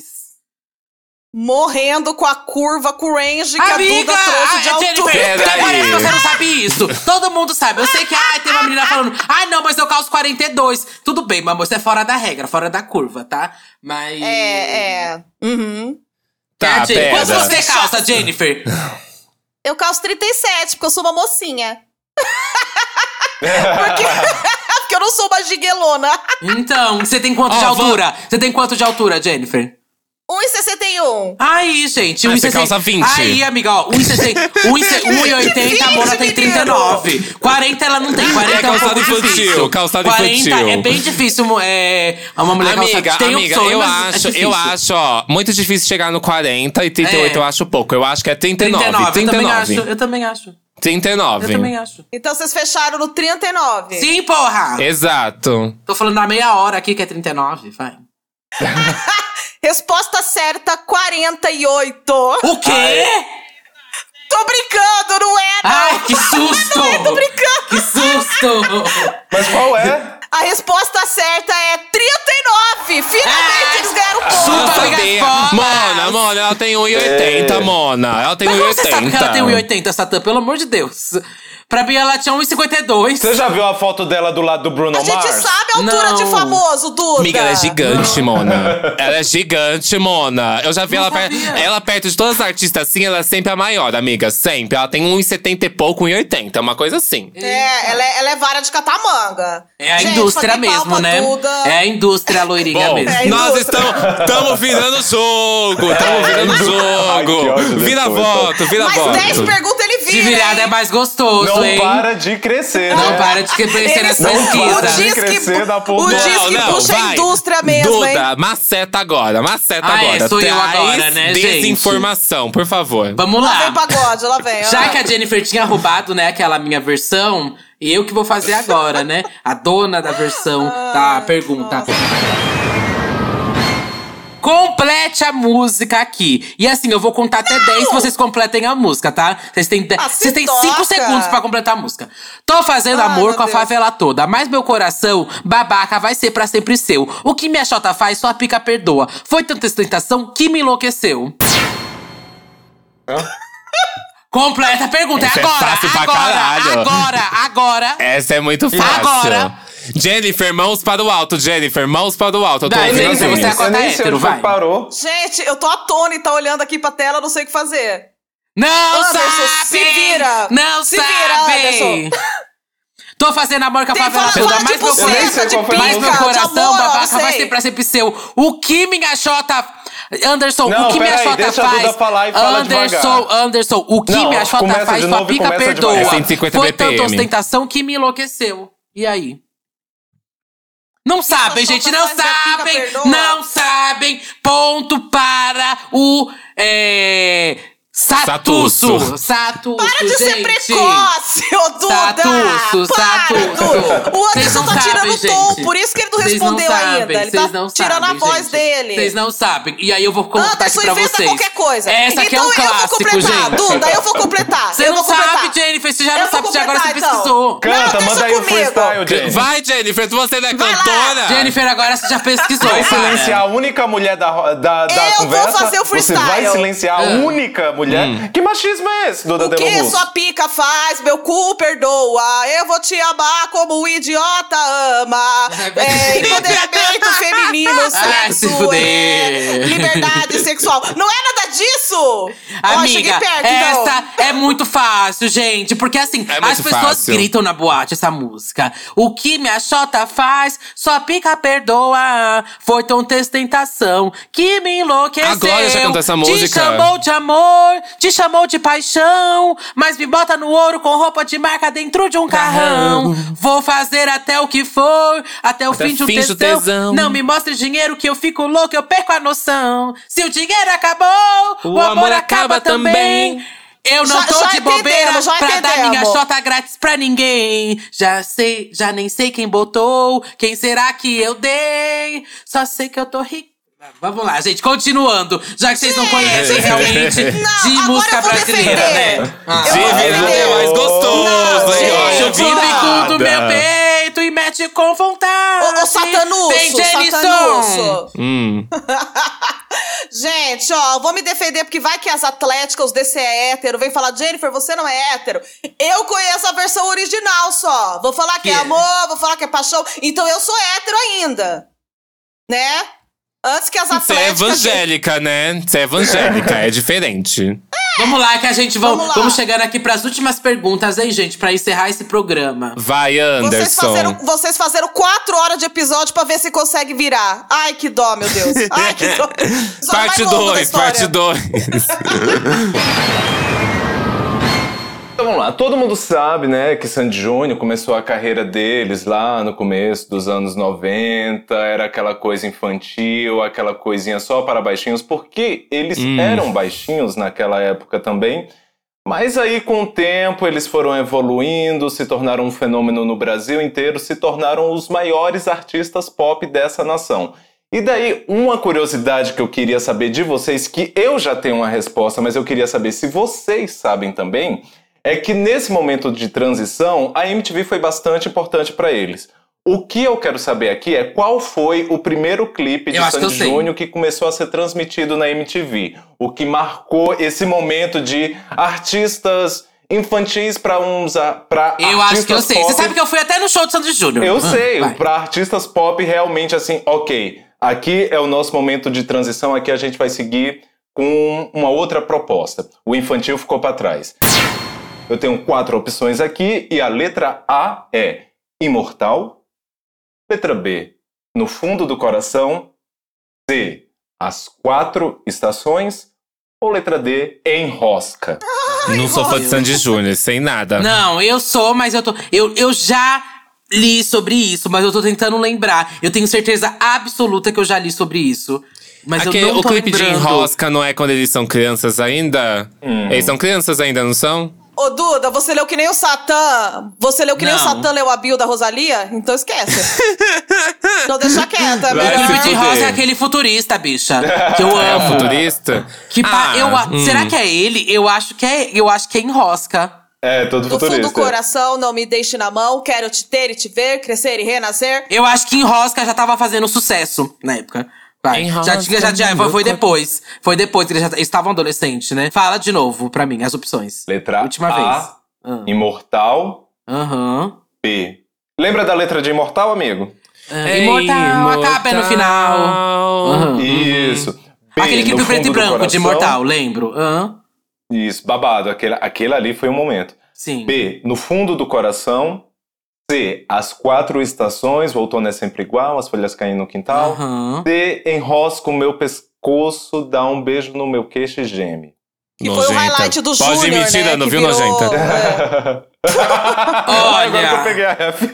S4: Morrendo com a curva, com o range É que a Duda trouxe de
S2: ah,
S4: altura.
S2: Jennifer,
S1: Peraí.
S2: parece que você não sabe isso. Todo mundo sabe. Eu sei que ah, tem uma menina falando, ai não, mas eu calço 42. Tudo bem, meu amor, você é fora da regra, fora da curva, tá? Mas.
S4: É, é. Uhum.
S1: Tá,
S2: Jennifer,
S1: pera.
S2: Quanto você calça, Jennifer?
S4: Eu calço 37, porque eu sou uma mocinha. Porque, [laughs] porque eu não sou uma giguelona.
S2: Então, você tem quanto
S1: Ó,
S2: de
S1: vamos-
S2: altura? Você tem quanto de altura, Jennifer?
S4: 1,61.
S2: Aí, gente,
S1: Ah, você
S2: 1,60.
S1: calça 20.
S2: Aí, amiga, ó, 1,60,
S1: [laughs]
S2: 1,80, a Mona tem 39. 40 ela não tem, 40 é, um
S1: calçado
S2: pouco
S1: infantil,
S2: difícil.
S1: calçado
S2: 40
S1: infantil.
S2: é bem difícil mo- é, uma mulher
S1: Amiga,
S2: calçar. Tem
S1: amiga,
S2: opções,
S1: eu
S2: mas é
S1: acho,
S2: difícil.
S1: eu acho, ó, muito difícil chegar no 40 e 38
S2: É.
S1: eu acho pouco. Eu acho que é 39.
S2: 39,
S1: 39.
S2: eu também acho, eu também acho.
S1: 39.
S2: Eu também acho.
S4: Então vocês fecharam no 39.
S2: Sim, porra!
S1: É. Exato.
S2: Tô falando na meia hora aqui que é 39, vai.
S4: [laughs] Resposta certa, 48.
S2: O quê?
S4: Tô brincando, não era?
S2: Ai, que susto!
S1: é,
S4: Tô brincando.
S2: que susto!
S3: Mas qual
S4: [laughs]
S3: é?
S4: A resposta certa é 39! Finalmente
S2: É.
S4: eles ganharam o
S1: Eu
S2: Chupa,
S4: ponto!
S2: amiga,
S1: sabia.
S2: foda.
S1: Mona, Mona, ela tem 1,80,
S3: É.
S1: Mona. Ela tem
S2: Mas
S1: 1,80.
S2: como você sabe que ela tem
S3: Então.
S2: 1,80, Satã? Pelo amor de Deus. Pra mim, ela tinha 1,52.
S3: Você já viu a foto dela do lado do Bruno
S4: A gente
S3: Mars?
S4: sabe a altura
S2: Não.
S4: de famoso, Duda!
S1: Amiga, ela é gigante, Mona. Ela é gigante, Mona. Eu já vi
S2: Não
S1: ela, per-
S2: sabia.
S1: ela perto de todas as artistas assim, ela é sempre a maior, amiga. Sempre. Ela tem 1,70 e pouco, 1,80. Uma coisa assim.
S4: É, ela é, ela é vara de catamanga.
S2: É a
S4: Gente,
S2: indústria
S4: bater
S2: mesmo,
S4: palma,
S2: né?
S4: Duda.
S2: É a indústria a loirinha
S1: Bom,
S2: mesmo.
S4: É
S1: nós
S4: indústria.
S1: estamos tamo virando jogo, estamos
S3: É,
S2: [laughs]
S1: virando
S3: indú- Ai, que
S1: jogo.
S3: ódio
S1: Vira
S3: depois,
S1: voto, vira
S4: Mas
S1: voto.
S4: 10 perguntas ele vira.
S2: De virada é
S4: hein?
S2: mais gostoso,
S3: Não
S2: hein?
S3: para de crescer,
S2: Não
S3: né?
S2: para de crescer
S4: Ele-
S2: nessa
S4: Não
S2: pesquisa.
S4: para de-
S3: de
S4: Diz que
S3: crescer
S4: bu-
S3: da
S4: o
S3: porra.
S4: diz que puxa a
S1: vai.
S4: indústria mesmo,
S1: Duda,
S4: hein?
S1: maceta agora, maceta
S2: Ah, é,
S1: agora.
S2: sou eu
S1: Traz
S2: agora, né, gente?
S1: Desinformação, por favor.
S2: Vamos
S4: Lá
S2: lá.
S4: vem pagode, lá vem.
S2: Já
S4: ó.
S2: que a Jennifer tinha roubado, né, aquela minha versão, e eu que vou fazer agora, né? A dona da
S4: [laughs]
S2: versão da pergunta. Complete a música aqui. E assim, eu vou contar até 10 vocês completem a música, tá? Vocês têm, de-
S4: Ah, se
S2: vocês têm 5
S4: toca.
S2: segundos pra completar a música. Tô fazendo
S4: Ah,
S2: amor
S4: meu
S2: com a
S4: Deus.
S2: favela toda, mas meu coração, babaca, vai ser pra sempre seu. O que minha chota faz, só pica perdoa. Foi tanta ostentação que me enlouqueceu. Completa a pergunta,
S1: Essa
S2: é
S1: é
S2: agora,
S1: fácil pra
S2: agora,
S1: caralho.
S2: agora, agora.
S1: Essa é muito fácil.
S2: Agora.
S1: Jennifer, mãos para o alto, Jennifer, mãos para o alto. Eu tô
S2: Dá,
S3: Eu
S1: ouvindo assim.
S3: nem
S1: as
S2: Jennifer,
S3: sei,
S2: você
S1: minhas.
S2: é
S3: eu nem
S2: hétero,
S3: sei onde
S2: vai.
S3: foi que assim, parou.
S4: Gente, eu tô atônita olhando aqui pra tela, não sei o que fazer.
S2: Não
S4: Anderson,
S2: sabem!
S4: se vira!
S2: Não
S4: Se vira,
S2: sabem! Tô fazendo amor com a
S4: Tem
S2: favela
S4: fala, fala
S2: toda,
S4: de
S2: mas meu,
S3: buceta,
S2: coração-
S4: buceta, de
S3: qual foi a
S2: mas
S4: pica,
S2: meu
S3: música.
S4: de
S2: coração,
S4: amor, eu
S2: babaca,
S4: sei.
S2: vai ser pra ser seu. O que minha Xota... Anderson,
S3: Não,
S2: o que minha
S3: peraí,
S2: Xota
S3: deixa a
S2: faz?
S3: Duda falar e fala
S2: Anderson,
S3: devagar.
S2: Anderson, o que
S3: Não,
S2: minha Xota
S3: começa
S2: faz,
S3: de
S2: sua
S3: novo e
S2: pica
S3: começa devagar.
S2: perdoa.
S3: É
S1: 150
S2: Foi tanta
S1: BPM.
S2: ostentação que me enlouqueceu. E aí? Não sabem,
S4: solta
S2: gente, não
S4: mais a pica,
S2: sabem!
S4: é perdoa.
S2: Não sabem! Ponto para o. É, Satusso!
S1: Satusso.
S2: Satusso!
S4: Para de ser
S2: gente. Tá
S4: precoce, ô Duda!
S2: Satusso,
S4: Para,
S2: satusso.
S4: Du! O
S2: Vocês
S4: Anderson
S2: não
S4: tá tirando
S2: sabem,
S4: o tom,
S2: gente.
S4: por isso que ele não
S2: Vocês
S4: respondeu
S2: sabem,
S4: ainda. Ele
S2: vocês
S4: tá
S2: não
S4: tirando
S2: sabem,
S4: a voz
S2: gente.
S4: dele.
S2: Vocês não sabem. E aí eu vou contar aqui
S4: Anderson
S2: pra
S4: inventa
S2: vocês.
S4: qualquer coisa.
S2: Essa aqui
S4: então
S2: é um
S4: eu vou
S2: clássico,
S4: completar,
S2: gente.
S4: Duda, eu vou completar.
S2: Você
S4: eu
S2: não
S4: vou completar.
S2: sabe, Jennifer. Você já
S4: Eu
S2: não
S4: vou
S2: sabe, você agora você
S4: completar,
S2: pesquisou.
S4: então. Não,
S3: Canta,
S4: deixa
S3: manda aí o
S4: comigo.
S3: freestyle, Jennifer.
S1: Vai, Jennifer, você não é
S4: Vai lá.
S1: cantora?
S2: Jennifer, agora você já pesquisou.
S3: Vai
S2: para.
S3: silenciar a única mulher da, ro- da, da
S4: Eu vou
S3: conversa.
S4: fazer o freestyle.
S3: Você vai silenciar a
S2: Hum.
S3: única mulher. Que machismo é esse, Duda
S4: O
S3: Delo
S4: que
S3: Russo?
S4: sua pica faz, meu cu perdoa. Eu vou te amar como um idiota ama. É, empoderamento feminino,
S2: [laughs] Ai, se
S4: sexo,
S2: fuder.
S4: é, liberdade sexual. Não é nada disso! Ó, cheguei
S2: Amiga,
S4: perto, então.
S2: essa é muito fácil, gente. Porque assim,
S1: É muito
S2: as pessoas
S1: fácil.
S2: gritam na boate essa música. O que minha xota faz, só pica perdoa. Foi tão tentação que me enlouqueceu.
S1: A Glória já cantou essa
S2: Te
S1: música.
S2: chamou de amor, te chamou de paixão. Mas me bota no ouro com roupa de marca dentro de um carrão. Vou fazer até o que for, até o
S1: Até
S2: fim de um
S1: fins do
S2: tesão.
S1: tesão.
S2: Não me mostre dinheiro que eu fico louco, eu perco a noção. Se o dinheiro acabou, o, amor acaba também. Eu não
S4: Já-
S2: tô
S4: já
S2: de bobeira
S4: entendemos, já
S2: pra dar minha
S4: entendemos.
S2: xota grátis pra ninguém. Já sei, já nem sei quem botou, quem será que eu dei. Só sei que eu tô rica. Vamos lá, gente, continuando. Já que vocês não conhecem
S1: gente,
S2: realmente
S4: não,
S2: de
S4: agora
S2: música
S4: eu vou
S2: brasileira,
S4: defender.
S2: né? Ah.
S4: Eu vou
S1: Divino
S4: defender.
S1: é mais gostoso,
S4: Não,
S1: hein?
S4: gente,
S1: Olha,
S2: Beijo
S1: vi-
S2: público do meu
S3: nada.
S2: peito e mete com vontade.
S4: Ô, ô
S2: Vem,
S4: Satanusso,
S2: Jenison.
S4: Satanusso.
S1: Hum.
S4: [laughs] Gente, ó, vou me defender porque vai que as atléticas, os DC é hétero, vem falar, Jennifer, você não é hétero. Eu conheço a versão original só. Vou falar que é
S2: Que é?
S4: amor, vou falar que é paixão. Então eu sou hétero ainda. Né? Antes que as
S1: Você é
S4: atléticas.
S1: evangélica, né? Você é evangélica, é diferente.
S2: Vamos lá, que a gente vão,
S4: Vamos lá.
S2: vamos, chegando aqui pras últimas perguntas, hein, gente, pra encerrar esse programa.
S1: Vai,
S4: Vocês um
S1: Anderson.
S4: fizeram, vocês fizeram quatro horas de episódio pra ver se consegue virar. Ai, que dó, meu Deus. Ai, que
S1: [laughs]
S4: dó. Episódio
S1: Parte
S4: mais longo da
S1: 2,
S4: história.
S1: parte 2.
S3: Então vamos lá, todo mundo sabe, né, que Sandy Júnior começou a carreira deles lá no começo dos anos 90, era aquela coisa infantil, aquela coisinha só para baixinhos, porque eles
S1: Hum.
S3: eram baixinhos naquela época também. Mas aí com o tempo eles foram evoluindo, se tornaram um fenômeno no Brasil inteiro, se tornaram os maiores artistas pop dessa nação. E daí, uma curiosidade que eu queria saber de vocês, que eu já tenho uma resposta, mas eu queria saber se vocês sabem também, é que nesse momento de transição, a MTV foi bastante importante para eles. O que eu quero saber aqui é qual foi o primeiro clipe de
S2: Eu acho que eu
S3: Sandy
S2: sei.
S3: Júnior que começou a ser transmitido na MTV. O que marcou esse momento de artistas infantis para uns para
S2: Eu acho que eu sei. Você sabe que eu fui até no show do Sandy Júnior.
S3: eu
S2: Ah,
S3: sei,
S2: vai.
S3: pra artistas pop realmente assim, ok, aqui é o nosso momento de transição, aqui a gente vai seguir com uma outra proposta. O infantil ficou pra trás. Eu tenho quatro opções aqui e a letra A é Imortal, letra B, No fundo do coração, C, As quatro estações ou letra D, Enrosca.
S1: Não sou fã de Sandy Júnior, sem nada.
S2: Não, eu sou, mas eu tô. Eu, eu já li sobre isso, mas eu tô tentando lembrar. Eu tenho certeza absoluta que eu já li sobre isso. Mas
S1: Aquele-
S2: eu não
S1: o
S2: tô
S1: clipe de
S2: lembrando.
S1: enrosca não é quando eles são crianças ainda? Eles são crianças ainda, não são?
S4: Ô, Duda, você leu que nem o Satã. Você leu que nem o
S2: Não.
S4: Satã leu a bio da Rosalia?
S1: [laughs]
S4: Então esquece. Então deixa quieta,
S1: Vai
S4: é
S2: O
S4: melhor.
S2: clipe
S1: se
S2: de
S1: fuder.
S2: rosa é aquele futurista,
S3: [laughs]
S2: bicha. Que eu
S1: É o
S2: amo.
S1: futurista?
S2: Que pa-
S1: Ah,
S2: eu a-
S1: hum.
S2: Será que é ele? Eu acho que é. Eu acho que é enrosca.
S3: É, todo
S4: Do fundo
S3: futurista.
S4: do coração, não me deixe na mão. Quero te ter e te ver, crescer e renascer.
S2: Eu acho que Enrosca já tava fazendo sucesso na época. Vai.
S1: Enrosca,
S2: já tinha, já tinha. Foi, foi
S1: meu
S2: depois. Foi depois que eles já eles estavam adolescentes, né? Fala de novo pra mim as opções.
S3: Letra
S2: Última
S3: A,
S2: vez. Ah.
S3: Imortal,
S2: Aham.
S3: B. Lembra da letra de Imortal, amigo?
S2: Ah,
S4: É
S2: Imortal, acaba no final. Aham.
S3: Isso. B,
S1: Uhum.
S2: Aquele
S3: no
S2: clipe
S3: fundo
S2: preto e
S3: do
S2: branco de
S3: coração.
S2: Imortal, lembro. Aham.
S3: Isso, babado. Aquele, aquele ali foi o momento.
S2: Sim.
S3: B, no fundo do coração. C, as quatro estações, o outono é sempre igual, as folhas caem no quintal.
S2: Aham.
S3: D, enrosca o meu pescoço, dá um beijo no meu queixo e geme.
S4: Que foi o highlight do
S1: Pode
S4: Júnior,
S1: me
S4: né?
S1: tirando,
S4: que
S1: viu,
S4: virou-
S1: nojenta?
S4: é.
S1: [laughs]
S3: Agora que eu
S2: Olha,
S3: peguei a F.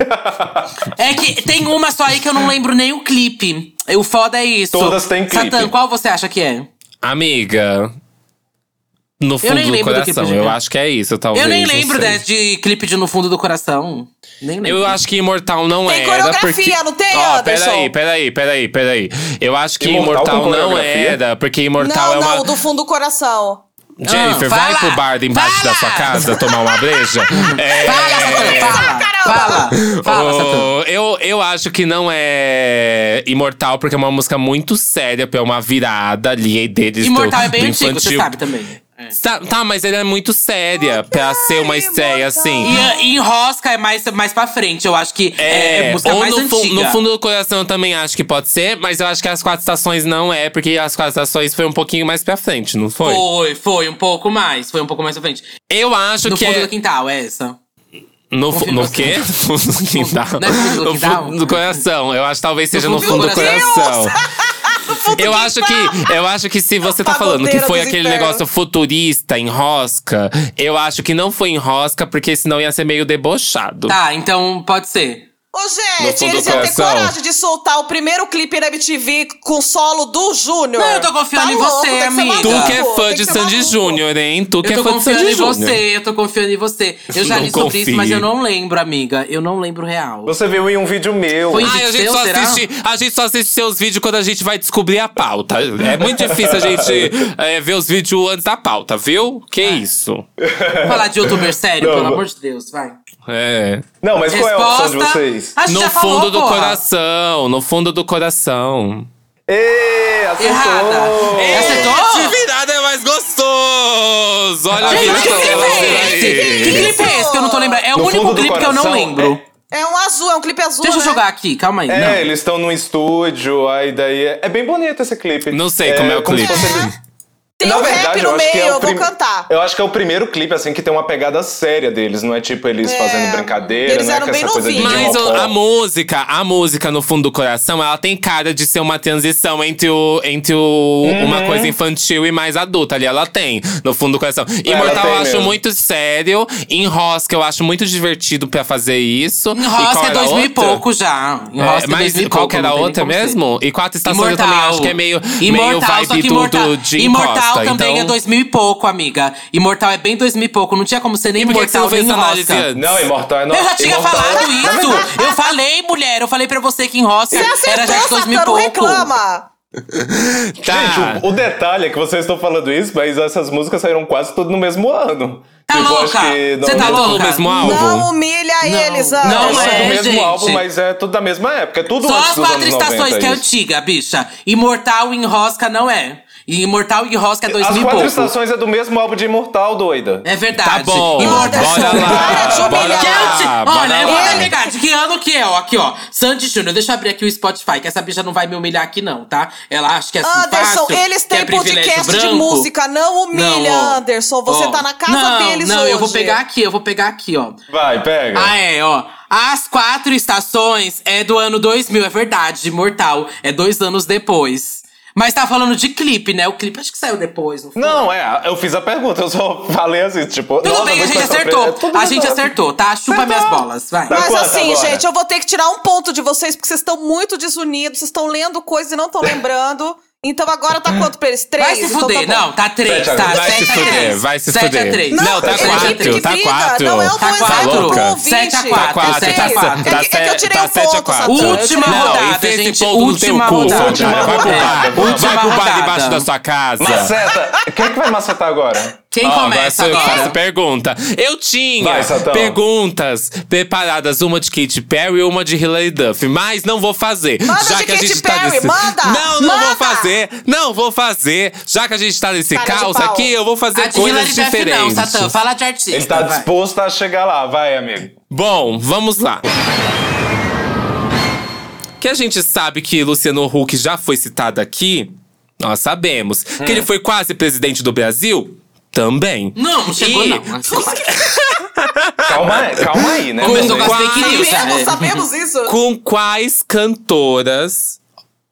S2: é que tem uma só aí que eu não lembro nem o clipe. O foda é isso.
S3: Todas têm clipe.
S2: Satã, qual você acha que é?
S1: Amiga. No fundo
S2: nem
S1: do
S2: lembro do que
S1: coração.
S2: podia.
S1: eu
S4: né?
S1: acho que é isso, talvez.
S2: Eu nem
S1: não
S2: lembro
S1: sei.
S2: dessa de clipe de No Fundo do Coração. Nem lembro.
S1: Eu acho que Imortal não
S4: Tem
S1: era.
S4: coreografia,
S1: porque...
S4: não tem,
S1: Ó,
S4: Anderson?
S1: peraí, peraí, peraí, peraí. Eu acho que
S3: Imortal
S1: Imortal,
S3: com
S1: não
S3: coreografia?
S1: era, porque Imortal
S4: Não,
S1: é uma.
S4: não, do fundo do coração.
S1: Jennifer,
S2: Ah,
S1: vai
S2: fala!
S1: pro bar de embaixo
S2: Fala!
S1: da sua casa tomar uma
S4: [laughs]
S1: breja. É,
S2: Fala, Satã, fala! Fala, fala, Satã.
S1: o- eu, eu acho que não é Imortal, porque é uma música muito séria, é uma virada ali deles.
S2: Imortal
S1: do,
S2: é bem
S1: do
S2: antigo, você
S1: infantil.
S2: sabe também. É.
S1: Tá, tá, mas ela é muito séria pra ser uma estreia assim.
S2: E, e Enrosca é mais, mais pra frente, eu acho que é, é música
S1: ou
S2: mais
S1: no, fu-
S2: antiga.
S1: no fundo do coração eu também acho que pode ser, mas eu acho que as quatro estações não é, porque as quatro estações foi um pouquinho mais pra frente, não foi?
S2: Foi, foi, um pouco mais. Foi um pouco mais pra frente.
S1: Eu acho
S2: no
S1: que.
S2: fundo
S1: é-
S2: do quintal, é essa.
S1: No, fu-
S2: fundo
S1: no
S2: do
S1: quê? No fundo do quintal.
S2: Não é no fundo do
S1: No
S2: quintal?
S1: fundo do coração. Eu acho que talvez seja no
S2: fundo
S1: fundo
S2: do
S1: do
S2: coração.
S4: [laughs]
S1: coração. Eu acho que eu acho que se você tá falando que
S4: Pagodeira
S1: foi
S4: dos
S1: aquele
S4: infernos.
S1: negócio futurista em rosca, eu acho que não foi em rosca porque senão ia ser meio debochado.
S2: Tá, então pode ser.
S4: Ô,
S1: No
S4: gente,
S1: fundo
S4: eles
S1: do
S4: iam ter
S1: coração.
S4: coragem de soltar o primeiro clipe na MTV com solo do Júnior.
S2: Não, eu tô confiando
S4: Tá
S2: em
S4: louco,
S2: você,
S4: tem que ser
S2: amiga.
S1: Tu
S4: maluco,
S1: que é fã
S4: tem
S1: de
S4: ser
S1: Sandy
S4: maluco.
S1: Júnior, hein? Tu que é
S2: eu
S1: fã
S2: tô
S1: de Sandy
S2: confiando em
S1: Júnior.
S2: você, eu tô confiando em você. Eu já
S1: Não
S2: li sobre isso,
S1: confie.
S2: mas eu não lembro, amiga. Eu não lembro real.
S3: [laughs] Você viu em um vídeo meu.
S2: Foi-
S1: Ai, a gente,
S2: Seu,
S1: só
S2: será?
S1: assiste, a gente só assiste seus vídeos quando a gente vai descobrir a pauta. É muito difícil a gente é, ver os vídeos antes da pauta, viu? Que
S2: É.
S1: isso.
S2: Vamos falar
S1: [laughs]
S2: de youtuber sério,
S3: Não,
S2: pelo
S3: não.
S2: amor de Deus, vai.
S1: É.
S3: Não, mas qual é a opção de vocês?
S2: A gente
S1: No
S2: já
S1: fundo
S2: falou,
S1: do
S2: porra.
S1: coração, no fundo do coração.
S3: Ê, acertou!
S2: Errada. É, Acertou?
S1: De virada é mais gostoso! Olha a
S2: Gente,
S1: vida
S2: mas que
S1: que
S2: clipe
S1: ela
S2: é
S1: tem.
S2: esse? Que clipe é esse que eu não tô lembrando? É o
S3: No fundo
S2: único
S3: do
S2: clipe que eu não
S3: coração,
S2: lembro.
S3: é-
S4: É um azul, é um clipe azul,
S2: Deixa eu
S4: né?
S2: jogar aqui, calma aí.
S3: É,
S2: não.
S3: eles estão num estúdio, aí daí. É, é bem bonito esse clipe.
S1: Não sei como é o clipe.
S3: se fosse-
S4: Tem um rap no meio, eu vou
S3: é prim-
S4: cantar.
S3: Eu acho que é o primeiro clipe, assim, que tem uma pegada séria deles. Não é tipo eles
S4: É.
S3: fazendo brincadeira,
S4: Eles
S3: não é
S4: eram
S3: com
S4: bem
S3: essa coisa de
S4: novinhos.
S1: Mas
S3: mocó.
S1: o- a música, a música no fundo do coração, ela tem cara de ser uma transição entre, o, entre o,
S3: Uhum.
S1: uma coisa infantil e mais adulta. Ali ela tem, no fundo do coração. Imortal
S3: tem
S1: eu acho
S3: mesmo.
S1: muito sério. Enrosca eu acho muito divertido pra fazer isso. E qual
S2: Enrosca é
S1: era
S2: dois mil e
S1: outra?
S2: pouco já.
S1: É,
S2: Enrosca é
S1: mas
S2: dois mil e
S1: qual
S2: pouco,
S1: que era a
S2: não tem nem
S1: outra
S2: como ser.
S1: mesmo? E quatro estações
S2: Imortal.
S1: eu também acho que é meio, meio
S2: Imortal, só
S1: vibe
S2: que
S1: do,
S2: Imortal,
S1: do Jim
S2: Imortal
S1: Costa.
S2: também
S1: então,
S2: é dois mil e pouco, amiga. Imortal é bem dois mil e pouco. Não tinha como ser nem
S1: E por que que você
S2: Imortal
S1: não fez
S2: nem
S1: essa análise
S2: Enrosca.
S1: antes?
S3: Não, Imortal é no...
S2: Eu já tinha
S3: Imortal é-
S2: falado isso! Eu falei, mulher, eu falei pra você que Enrosca
S4: Você
S2: era já
S4: acertou,
S2: de dois mil e
S4: Satã, não
S2: pouco.
S4: reclama.
S1: Tá.
S3: Gente, o, o detalhe é que vocês estão falando isso, mas essas músicas saíram quase tudo no mesmo ano.
S2: Tá
S3: Tipo,
S2: louca?
S3: acho que
S2: Você tá
S1: Não
S2: louca?
S1: é o mesmo álbum?
S4: Não humilha eles, Anderson.
S2: Não,
S3: Não é do
S2: é,
S3: mesmo
S2: gente.
S3: álbum, mas é tudo da mesma época. É tudo
S2: Só
S3: antes
S2: as
S3: dos
S2: quatro
S3: anos 90.
S2: estações que é
S3: isso.
S2: antiga, bicha. Imortal e Enrosca não é. E Imortal e Enrosca é dois
S3: As
S2: mil e
S3: quatro
S2: pouco.
S3: estações é do mesmo álbum de Imortal, doida.
S2: É verdade.
S1: Tá bom,
S2: Imortal.
S1: bora lá.
S4: Deixa eu
S1: Bora
S4: olhar.
S2: Que
S1: lá.
S2: anti-
S1: Bora
S2: Olha, eu vou
S1: lá.
S2: até pegar de que ano que é, ó. Aqui, ó. Sandy Júnior, deixa eu abrir aqui o Spotify, que essa bicha não vai me humilhar aqui, não, tá? Ela acha que é assim
S4: Anderson,
S2: fácil,
S4: eles
S2: que é
S4: têm podcast
S2: privilégio
S4: de
S2: branco.
S4: música. Não humilha,
S2: ó,
S4: Anderson. Você
S2: ó.
S4: tá na casa
S2: não,
S4: deles
S2: não,
S4: hoje.
S2: eu vou pegar aqui, eu vou pegar aqui, ó.
S3: Vai, pega.
S2: Ah, é, ó. As Quatro Estações é do ano 2000, é verdade, de Mortal. É dois anos depois. Mas tá falando de clipe, né? O clipe acho que saiu depois, não foi?
S3: Não, é, eu fiz a pergunta, eu só falei assim, tipo...
S2: Tudo
S3: nossa,
S2: bem, a
S3: música
S2: gente
S3: só- é
S2: acertou.
S3: tudo
S2: A gente
S3: mesmo.
S2: acertou, tá? Chupa minhas bolas, vai.
S3: Tá
S4: Mas
S3: quanto
S4: assim,
S3: agora?
S4: gente, eu vou ter que tirar um ponto de vocês, porque vocês estão muito desunidos, vocês estão lendo coisas e não estão lembrando. Então agora tá quanto pra eles? Três?
S2: Vai se
S4: Então tá
S2: fuder.
S4: bom.
S2: não, tá três,
S3: Sete a-
S2: tá?
S1: Vai
S2: Sete
S1: se
S2: a
S1: fuder,
S2: três.
S1: vai se
S2: Sete a
S1: fuder.
S2: três.
S1: Não, tá
S4: ele
S1: quatro,
S4: diz que
S1: tá
S4: briga,
S1: quatro.
S4: Não é o
S1: Tá
S4: dois,
S2: quatro.
S4: é pro
S1: Louca.
S4: ouvinte.
S2: Sete a
S1: Tá
S2: quatro,
S1: quatro,
S2: sete
S1: tá
S2: a quatro.
S1: se- tá
S4: É que- é que eu
S1: se-
S4: tirei
S1: tá
S4: um
S1: sete a
S4: ponto,
S1: quatro.
S4: Satã.
S2: Última
S1: não,
S2: rodada,
S1: e fez esse
S2: gente,
S1: ponto no teu
S2: última
S1: cu,
S2: rodada.
S1: Fontinara. Vai pro
S3: Última
S1: bar, vai pro
S3: rodada.
S1: bar
S2: Última
S1: debaixo da
S2: rodada.
S1: sua casa.
S3: Maceta! Quem é que vai macetar agora?
S2: Quem
S1: Ó, agora
S2: começa
S1: sou eu que faço
S2: agora?
S1: pergunta. Eu tinha
S3: Vai, Satão.
S1: perguntas preparadas, uma de Katy Perry e uma de Hilary Duff, mas não vou fazer.
S4: Manda
S1: já
S4: de
S1: que a
S4: Katy
S1: gente tá
S4: Perry,
S1: nesse...
S4: manda!
S1: Não, não vou
S4: Manda!
S1: fazer. Não vou fazer. Já que a gente tá nesse
S4: Cara de
S1: caos
S4: pau.
S1: aqui, eu vou fazer
S2: A de
S1: coisas
S2: Hilary Duff
S1: diferentes.
S2: não, Satã. Fala de artista.
S3: Ele tá
S2: vai.
S3: disposto a chegar lá, vai, amigo.
S1: Bom, vamos lá. Que a gente sabe que Luciano Huck
S3: Hum.
S1: já foi citado aqui, nós sabemos. Que ele foi quase presidente do Brasil. também.
S2: Não, chegou
S1: E-
S2: não. Mas vai.
S3: Calma, aí, calma aí, né?
S2: Começou com
S3: também.
S2: as fake news.
S4: Sabemos,
S2: né?
S4: sabemos isso.
S1: Com quais cantoras?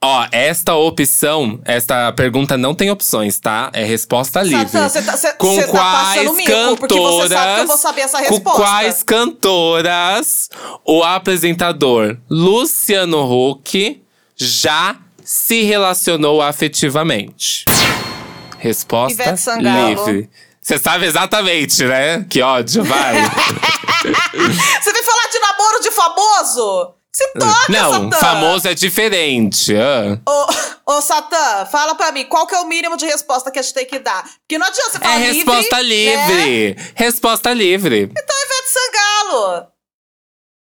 S1: Ó, esta opção, esta pergunta não tem opções, tá? É resposta livre.
S4: Satã, você tá, você-
S1: com
S4: você tá
S1: quais
S4: passando mico, porque você sabe que eu vou
S1: cantoras?
S4: saber essa
S1: Com
S4: resposta.
S1: quais cantoras o apresentador Luciano Huck já se relacionou afetivamente? Resposta
S4: Ivete Sangalo.
S1: livre. Você sabe exatamente, né? Que ódio,
S4: [laughs]
S1: vai.
S4: Você vem falar de namoro de famoso? Se toca,
S1: Não,
S4: Satã.
S1: famoso é diferente. ah.
S4: Ô, ô, Satã, fala pra mim, qual que é o mínimo de resposta que a gente tem que dar? Porque não adianta você falar
S3: Tá
S1: É
S4: livre,
S1: resposta
S3: É?
S4: Né?
S1: livre. Resposta livre.
S4: Ivete Sangalo.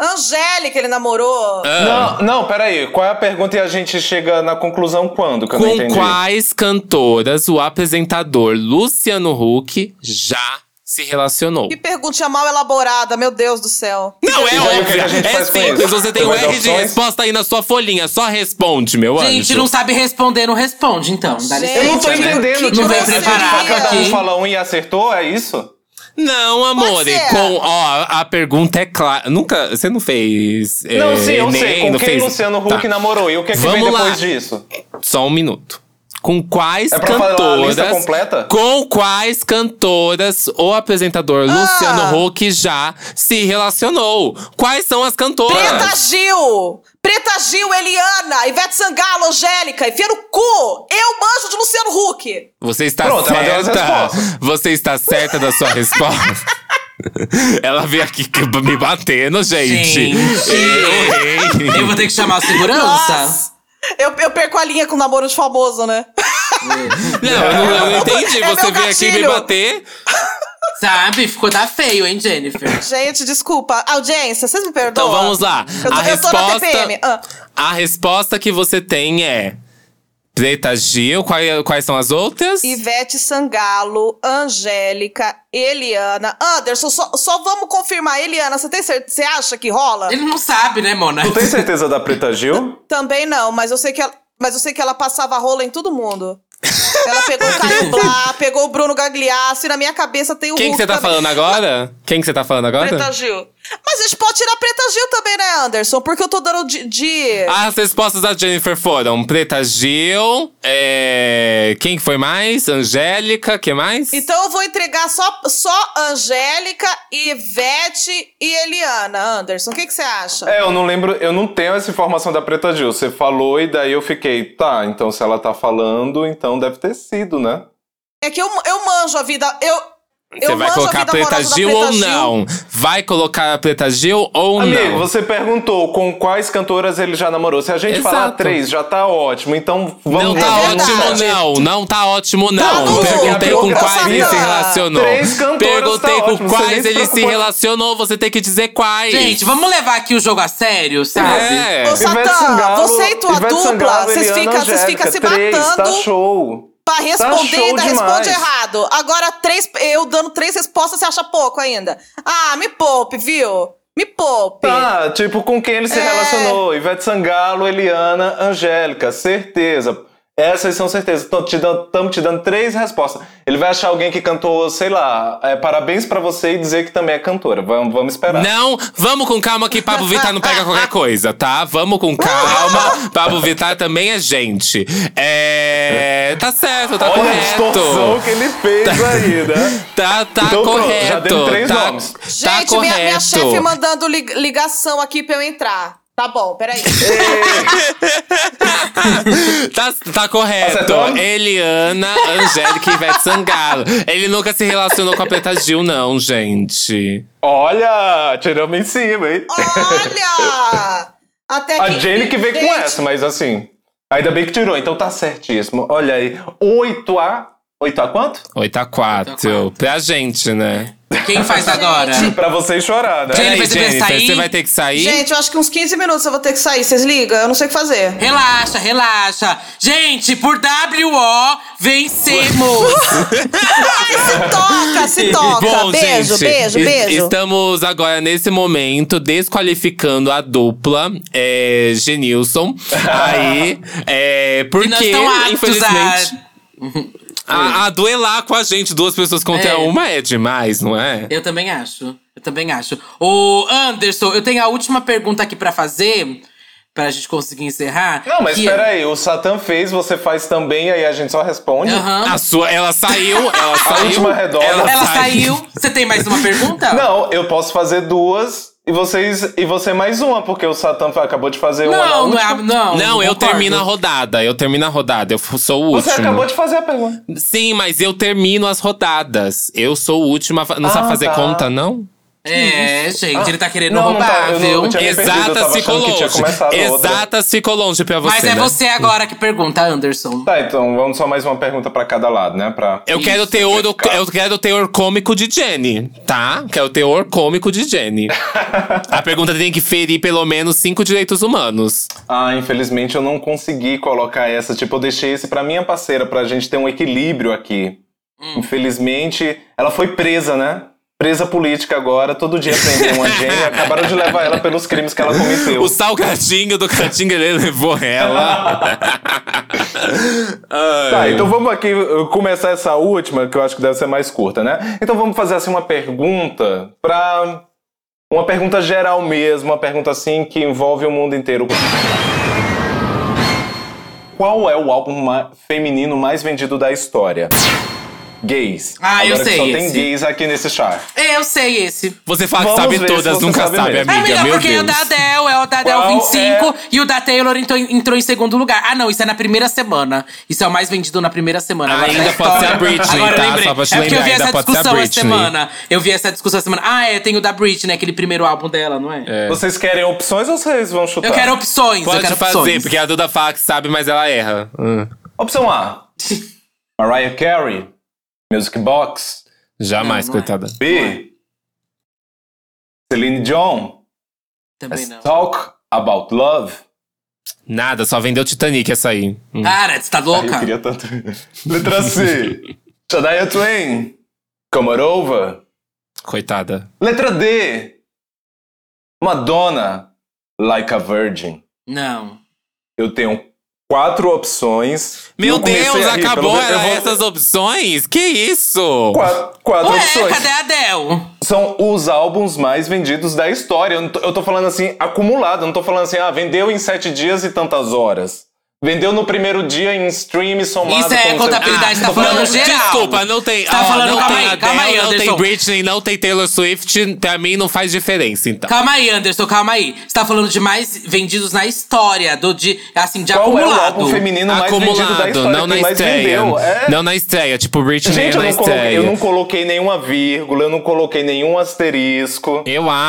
S4: Angélica, ele namorou.
S1: Ah.
S3: Não, não, peraí. Qual é a pergunta e a gente chega na conclusão quando? Que eu não
S1: Com
S3: entendi.
S1: quais cantoras o apresentador Luciano Huck já se relacionou?
S4: Que perguntinha mal elaborada, meu Deus do céu.
S1: Não, é
S3: E daí, o que
S1: óbvio.
S3: a gente
S1: É
S3: faz com
S1: simples.
S3: isso?
S1: Você tem
S3: Tem
S1: o
S3: mais
S1: R de
S3: opções?
S1: resposta aí na sua folhinha. Só responde, meu
S2: Gente,
S1: anjo.
S2: não sabe responder, não responde, então. Dá
S4: Gente,
S2: licença,
S3: Eu não tô
S2: né?
S3: entendendo. tipo,
S2: Não veio
S4: que
S2: preparado
S4: grosseria.
S3: Cada um
S2: aqui.
S3: fala um e acertou, é isso?
S1: Não, amor.
S4: Pode ser.
S1: Com, ó, a pergunta é clara. Nunca. Você não fez.
S2: É,
S1: eh,
S3: não, sim, eu sei.
S1: Enem,
S3: Com
S1: não
S3: quem
S1: fez-
S3: Luciano Huck
S1: Tá.
S3: namorou? E o que, é que vem
S1: Vamos lá.
S3: depois disso?
S1: Só um minuto. Com quais
S3: É pra falar a
S1: cantoras.
S3: lista completa?
S1: Com quais cantoras o apresentador
S4: Ah!
S1: Luciano Huck já se relacionou? Quais são as cantoras?
S4: Preta Gil! Preta Gil, Eliana, Ivete Sangalo, Angélica, enfia no cu! Eu manjo de Luciano Huck!
S1: Você está
S3: Pronto, ela deu as
S1: certa.
S3: respostas.
S1: Você está certa da sua resposta. [laughs] ela veio aqui que- me batendo, gente.
S2: Gente.
S1: Eu errei.
S2: Eu vou ter que chamar a segurança?
S1: tá?
S4: Nossa! Eu, eu perco a linha com namoro de
S1: [laughs]
S4: famoso, né?
S1: [laughs] Não, eu não, eu não entendi.
S4: É
S1: Você
S4: meu
S1: veio aqui me
S4: gatilho.
S1: bater.
S2: Sabe? Ficou tá feio, hein, Jennifer?
S4: Gente, desculpa. Audiência, vocês me perdoam?
S1: Então vamos lá.
S4: Eu tô,
S1: a
S4: eu tô
S1: resposta,
S4: na TPM. Ah,
S1: A resposta que você tem é Preta Gil. Quais, quais são as outras?
S4: Ivete Sangalo, Angélica, Eliana. Anderson, só, só vamos confirmar. Eliana, você tem certeza? Você acha que rola?
S2: Ele não sabe, né, Mona?
S3: Tu tem certeza da Preta Gil?
S4: Também não, mas eu sei que ela, mas eu sei que ela passava rola em
S1: [laughs]
S4: todo mundo. Ela pegou o Caio Blá, pegou o Bruno Gagliasso e na minha cabeça tem o
S1: Quem que
S4: Hulk
S1: você tá
S4: também.
S1: falando agora? Quem que você tá falando agora?
S4: Preta Gil. Mas a gente pode tirar Preta Gil também, né, Anderson? Porque eu tô dando de... de-
S1: As respostas da Jennifer foram Preta Gil, é, quem que foi mais? Angélica, que mais?
S4: Então eu vou entregar só, só Angélica, Ivete e Eliana. Anderson, o que que você acha?
S3: É, eu não lembro, eu não tenho essa informação da Preta Gil. Você falou e daí eu fiquei, tá, então se ela tá falando, então deve ter sido, né?
S4: É que eu, eu manjo a vida... Eu,
S1: Você
S4: eu
S1: vai
S4: manjo
S1: colocar
S4: a vida
S1: Preta
S4: amorosa da
S1: Gil
S4: Preta
S1: ou
S4: Gil.
S1: não? Vai colocar a Preta Gil ou
S3: Amigo,
S1: não?
S3: você perguntou com quais cantoras ele já namorou. Se a gente
S1: Exato.
S3: falar três, já tá ótimo. Então vamos
S1: Não tá
S3: vamos
S4: verdade.
S1: ótimo,
S3: deixar.
S1: não. Não tá ótimo,
S4: Tá
S1: não.
S4: bom.
S1: Perguntei com
S4: Eu
S1: quais ele
S4: sabia.
S1: se relacionou.
S3: Três cantoras
S1: Perguntei
S3: tá
S1: com
S3: ótimo, você nem
S1: quais ele
S3: se
S1: se
S3: preocupou.
S1: relacionou. Você tem que dizer quais.
S2: Gente, vamos levar aqui o jogo a sério, sabe?
S1: é.
S4: Ô, Satã,
S3: Ivete Sangalo,
S4: você e tua
S3: Ivete
S4: dupla,
S3: Sangalo,
S4: vocês
S3: Eliana
S4: ficam- vocês ficam se
S3: Angélica, três, Tá
S4: matando.
S3: show.
S4: Pra responder,
S3: Tá show
S4: ainda Tá responde
S3: demais.
S4: errado. Agora, três, eu dando três respostas, você acha pouco ainda. Ah, me poupe, viu? Me poupe.
S3: Tá, tipo, com quem ele se
S4: É.
S3: relacionou? Ivete Sangalo, Eliana, Angélica, certeza. Essas são certezas. Estamos te, dando- tamo te dando três respostas. Ele vai achar alguém que cantou, sei lá, é, parabéns pra você e dizer que também é cantora. Vamos, vamos esperar.
S1: Não, vamos com calma que Pablo Vittar não pega qualquer coisa, tá? Vamos com calma. Pablo Vittar também é gente. É. Tá certo, tá
S3: Olha a distorção
S1: correto.
S3: que ele fez aí, [laughs] né?
S1: Tá, tá
S3: Então pronto,
S1: correto.
S3: já deu três
S1: tá,
S3: nomes.
S1: tá
S4: Gente,
S1: correto.
S4: minha, minha chefe mandando lig- ligação aqui pra eu entrar. Tá bom, peraí.
S1: Tá, tá correto.
S3: Acertou?
S1: Eliana, Angélica e Ivete Sangalo. Ele nunca se relacionou com a Preta Gil, não, gente.
S3: Olha, tiramos em cima, hein?
S4: Olha! Até
S3: A
S4: que-
S3: Jenny que veio com
S4: Gente,
S3: essa, mas assim. Ainda bem que tirou, então tá certíssimo. Olha aí. 8 a. 8 a quanto?
S1: 8 a 4. Pra gente, né?
S2: Quem faz agora?
S3: Pra vocês chorar, né?
S2: Jenny,
S1: Peraí,
S2: você vai sair?
S1: você vai ter que sair?
S4: Gente, eu acho que uns 15 minutos eu vou ter que sair. Vocês ligam? Eu não sei o que fazer.
S2: Relaxa, relaxa. Gente, por WO, vencemos.
S4: Ai, se
S2: [laughs]
S4: toca, se toca.
S1: Bom,
S4: beijo,
S1: gente,
S4: beijo,
S1: es-
S4: beijo.
S1: Estamos agora nesse momento desqualificando a dupla é,
S3: [laughs]
S1: Genilson. aí, é,
S2: E nós
S1: porque
S2: estamos aptos
S1: infelizmente
S2: a...
S1: A, a duelar com a gente, duas pessoas contra
S2: É.
S1: uma é demais, não é?
S2: Eu também acho. Eu também acho. Ô, Anderson, eu tenho a última pergunta aqui pra fazer, pra gente conseguir encerrar.
S3: Não, mas
S2: que- é-
S3: peraí, o Satã fez, você faz também, aí a gente só responde.
S2: Aham.
S1: A sua, ela saiu, ela saiu.
S3: última redonda.
S2: Ela saiu. Você tem mais uma pergunta?
S3: Não, eu posso fazer duas e vocês e você mais uma, porque o Satã fa- acabou de fazer uma na
S2: Não, não, é,
S3: última.
S2: a- não.
S1: Não, eu
S2: concordo.
S1: termino a rodada. Eu termino a rodada. Eu f- sou o
S3: Você
S1: último.
S3: acabou de fazer a pergunta.
S1: Sim, mas eu termino as rodadas. Eu sou o último. a fa- Não sabe
S3: Ah,
S1: fazer
S3: tá.
S1: conta, não?
S2: É, gente, ele tá querendo
S3: Não, não
S2: roubar,
S3: tá, eu não-
S2: viu?
S3: eu tinha- me perdido, eu
S1: Exatas
S3: tava
S1: ficou
S3: achando que tinha
S1: longe.
S3: começado outra.
S1: Exatas ficou longe pra você.
S2: Mas
S1: né?
S2: é você agora que pergunta, Anderson.
S3: Tá, então vamos só mais uma pergunta pra cada lado, né? Pra...
S1: Eu quero,
S2: Isso,
S1: teor,
S3: vai ficar.
S1: eu quero o teor cômico de Jenny, tá? Quero o teor cômico de
S3: [laughs]
S1: Jenny. a pergunta tem que ferir pelo menos cinco direitos humanos.
S3: Ah, infelizmente eu não consegui colocar essa. Tipo, eu deixei esse pra minha parceira, pra gente ter um equilíbrio aqui.
S2: Hum.
S3: Infelizmente, ela foi presa, né? Presa política agora, todo dia prendeu
S1: [laughs]
S3: uma gente. Acabaram de levar ela pelos crimes que ela cometeu.
S1: O salgadinho do Catinga ele levou
S3: [laughs]
S1: ela. Ai.
S3: Tá, então vamos aqui uh, começar essa última, que eu acho que deve ser mais curta, né? Então vamos fazer assim uma pergunta pra. Uma pergunta geral mesmo, uma pergunta assim que envolve o mundo inteiro. Qual é o álbum ma- feminino mais vendido da história? Gays.
S2: Ah, eu
S3: Agora que
S2: sei
S3: Só tem
S2: esse.
S3: gays aqui nesse char.
S2: Eu sei esse.
S1: Você fala que
S3: Vamos
S1: sabe
S3: ver se
S1: todas,
S3: você
S1: nunca
S3: sabe
S1: sabe,
S3: mesmo.
S1: amiga.
S2: é melhor
S1: meu
S2: porque
S1: Deus.
S2: o da Adele, é o da Adele
S3: Qual
S2: 25
S3: é?
S2: e o da Taylor entrou, entrou em segundo lugar. Ah, não, isso é na primeira semana. Isso é o mais vendido na primeira semana. Agora
S1: Ah, Ainda
S2: na
S1: pode
S2: história-
S1: ser a Britney,
S2: Agora eu
S1: tá?
S2: lembrei.
S1: Só pra te
S2: é porque eu vi
S1: lembrar, ainda
S2: essa
S1: pode ser a
S2: discussão essa
S1: Britney.
S2: semana. Eu vi essa discussão essa semana. Ah, é, tem o da Britney, aquele primeiro álbum dela, não é?
S3: Vocês querem opções ou vocês vão chutar?
S2: Eu quero opções, eu
S1: Pode
S2: quero
S1: fazer,
S2: opções.
S1: porque a Duda fala que sabe, mas ela erra. Hum.
S3: Opção
S2: [laughs]
S3: A: Mariah Carey. Music Box.
S1: Jamais,
S2: Não, não é.
S1: coitada.
S3: B. Celine Dion.
S2: Também
S1: É
S2: não.
S3: Talk about love.
S1: Nada, só vendeu Titanic essa aí. Hum.
S2: Cara, você tá
S3: Eu
S2: louca?
S3: queria tanto. Letra C. Shania Twain. Come It over.
S1: Coitada.
S3: Letra D. Madonna. Like a Virgin.
S2: Não.
S3: Eu tenho quatro opções.
S1: Meu
S3: Eu comecei
S1: Deus,
S3: a rir,
S1: acabou
S3: pelo menos eu
S1: era
S3: vou-
S1: essas opções? Que isso?
S3: Quatro, quatro
S2: Ué,
S3: opções.
S2: cadê a Adele?
S3: São os álbuns mais vendidos da história. Eu, não tô, eu tô falando assim, acumulado. Eu não tô falando assim, ah, vendeu em sete dias e tantas horas. Vendeu no primeiro dia em stream somado.
S2: Isso é
S3: com não sei o quê.
S2: contabilidade, tá
S3: Tô assim,
S2: falando
S1: não,
S2: geral.
S1: Desculpa, não tem.
S2: Tá
S1: ó,
S2: falando-
S1: não
S2: calma
S1: tem
S2: aí,
S1: Adele,
S2: calma aí,
S1: não
S2: Anderson.
S1: tem Britney, não tem Taylor Swift. Pra mim não faz diferença, então.
S2: Calma aí, Anderson, calma aí. Você tá falando de mais vendidos na história, do de, assim, de
S3: Qual é o
S2: acumulado.
S3: álbum feminino mais vendido da
S1: Acumulado,
S3: história?
S1: não
S3: que
S1: na
S3: mais
S1: estreia.
S3: vendeu? É.
S1: Não na estreia, tipo Britney
S3: Gente, eu
S1: na
S3: não, coloquei,
S1: estreia.
S3: eu
S1: Eu,
S3: não coloquei nenhuma vírgula, eu não coloquei nenhum asterisco.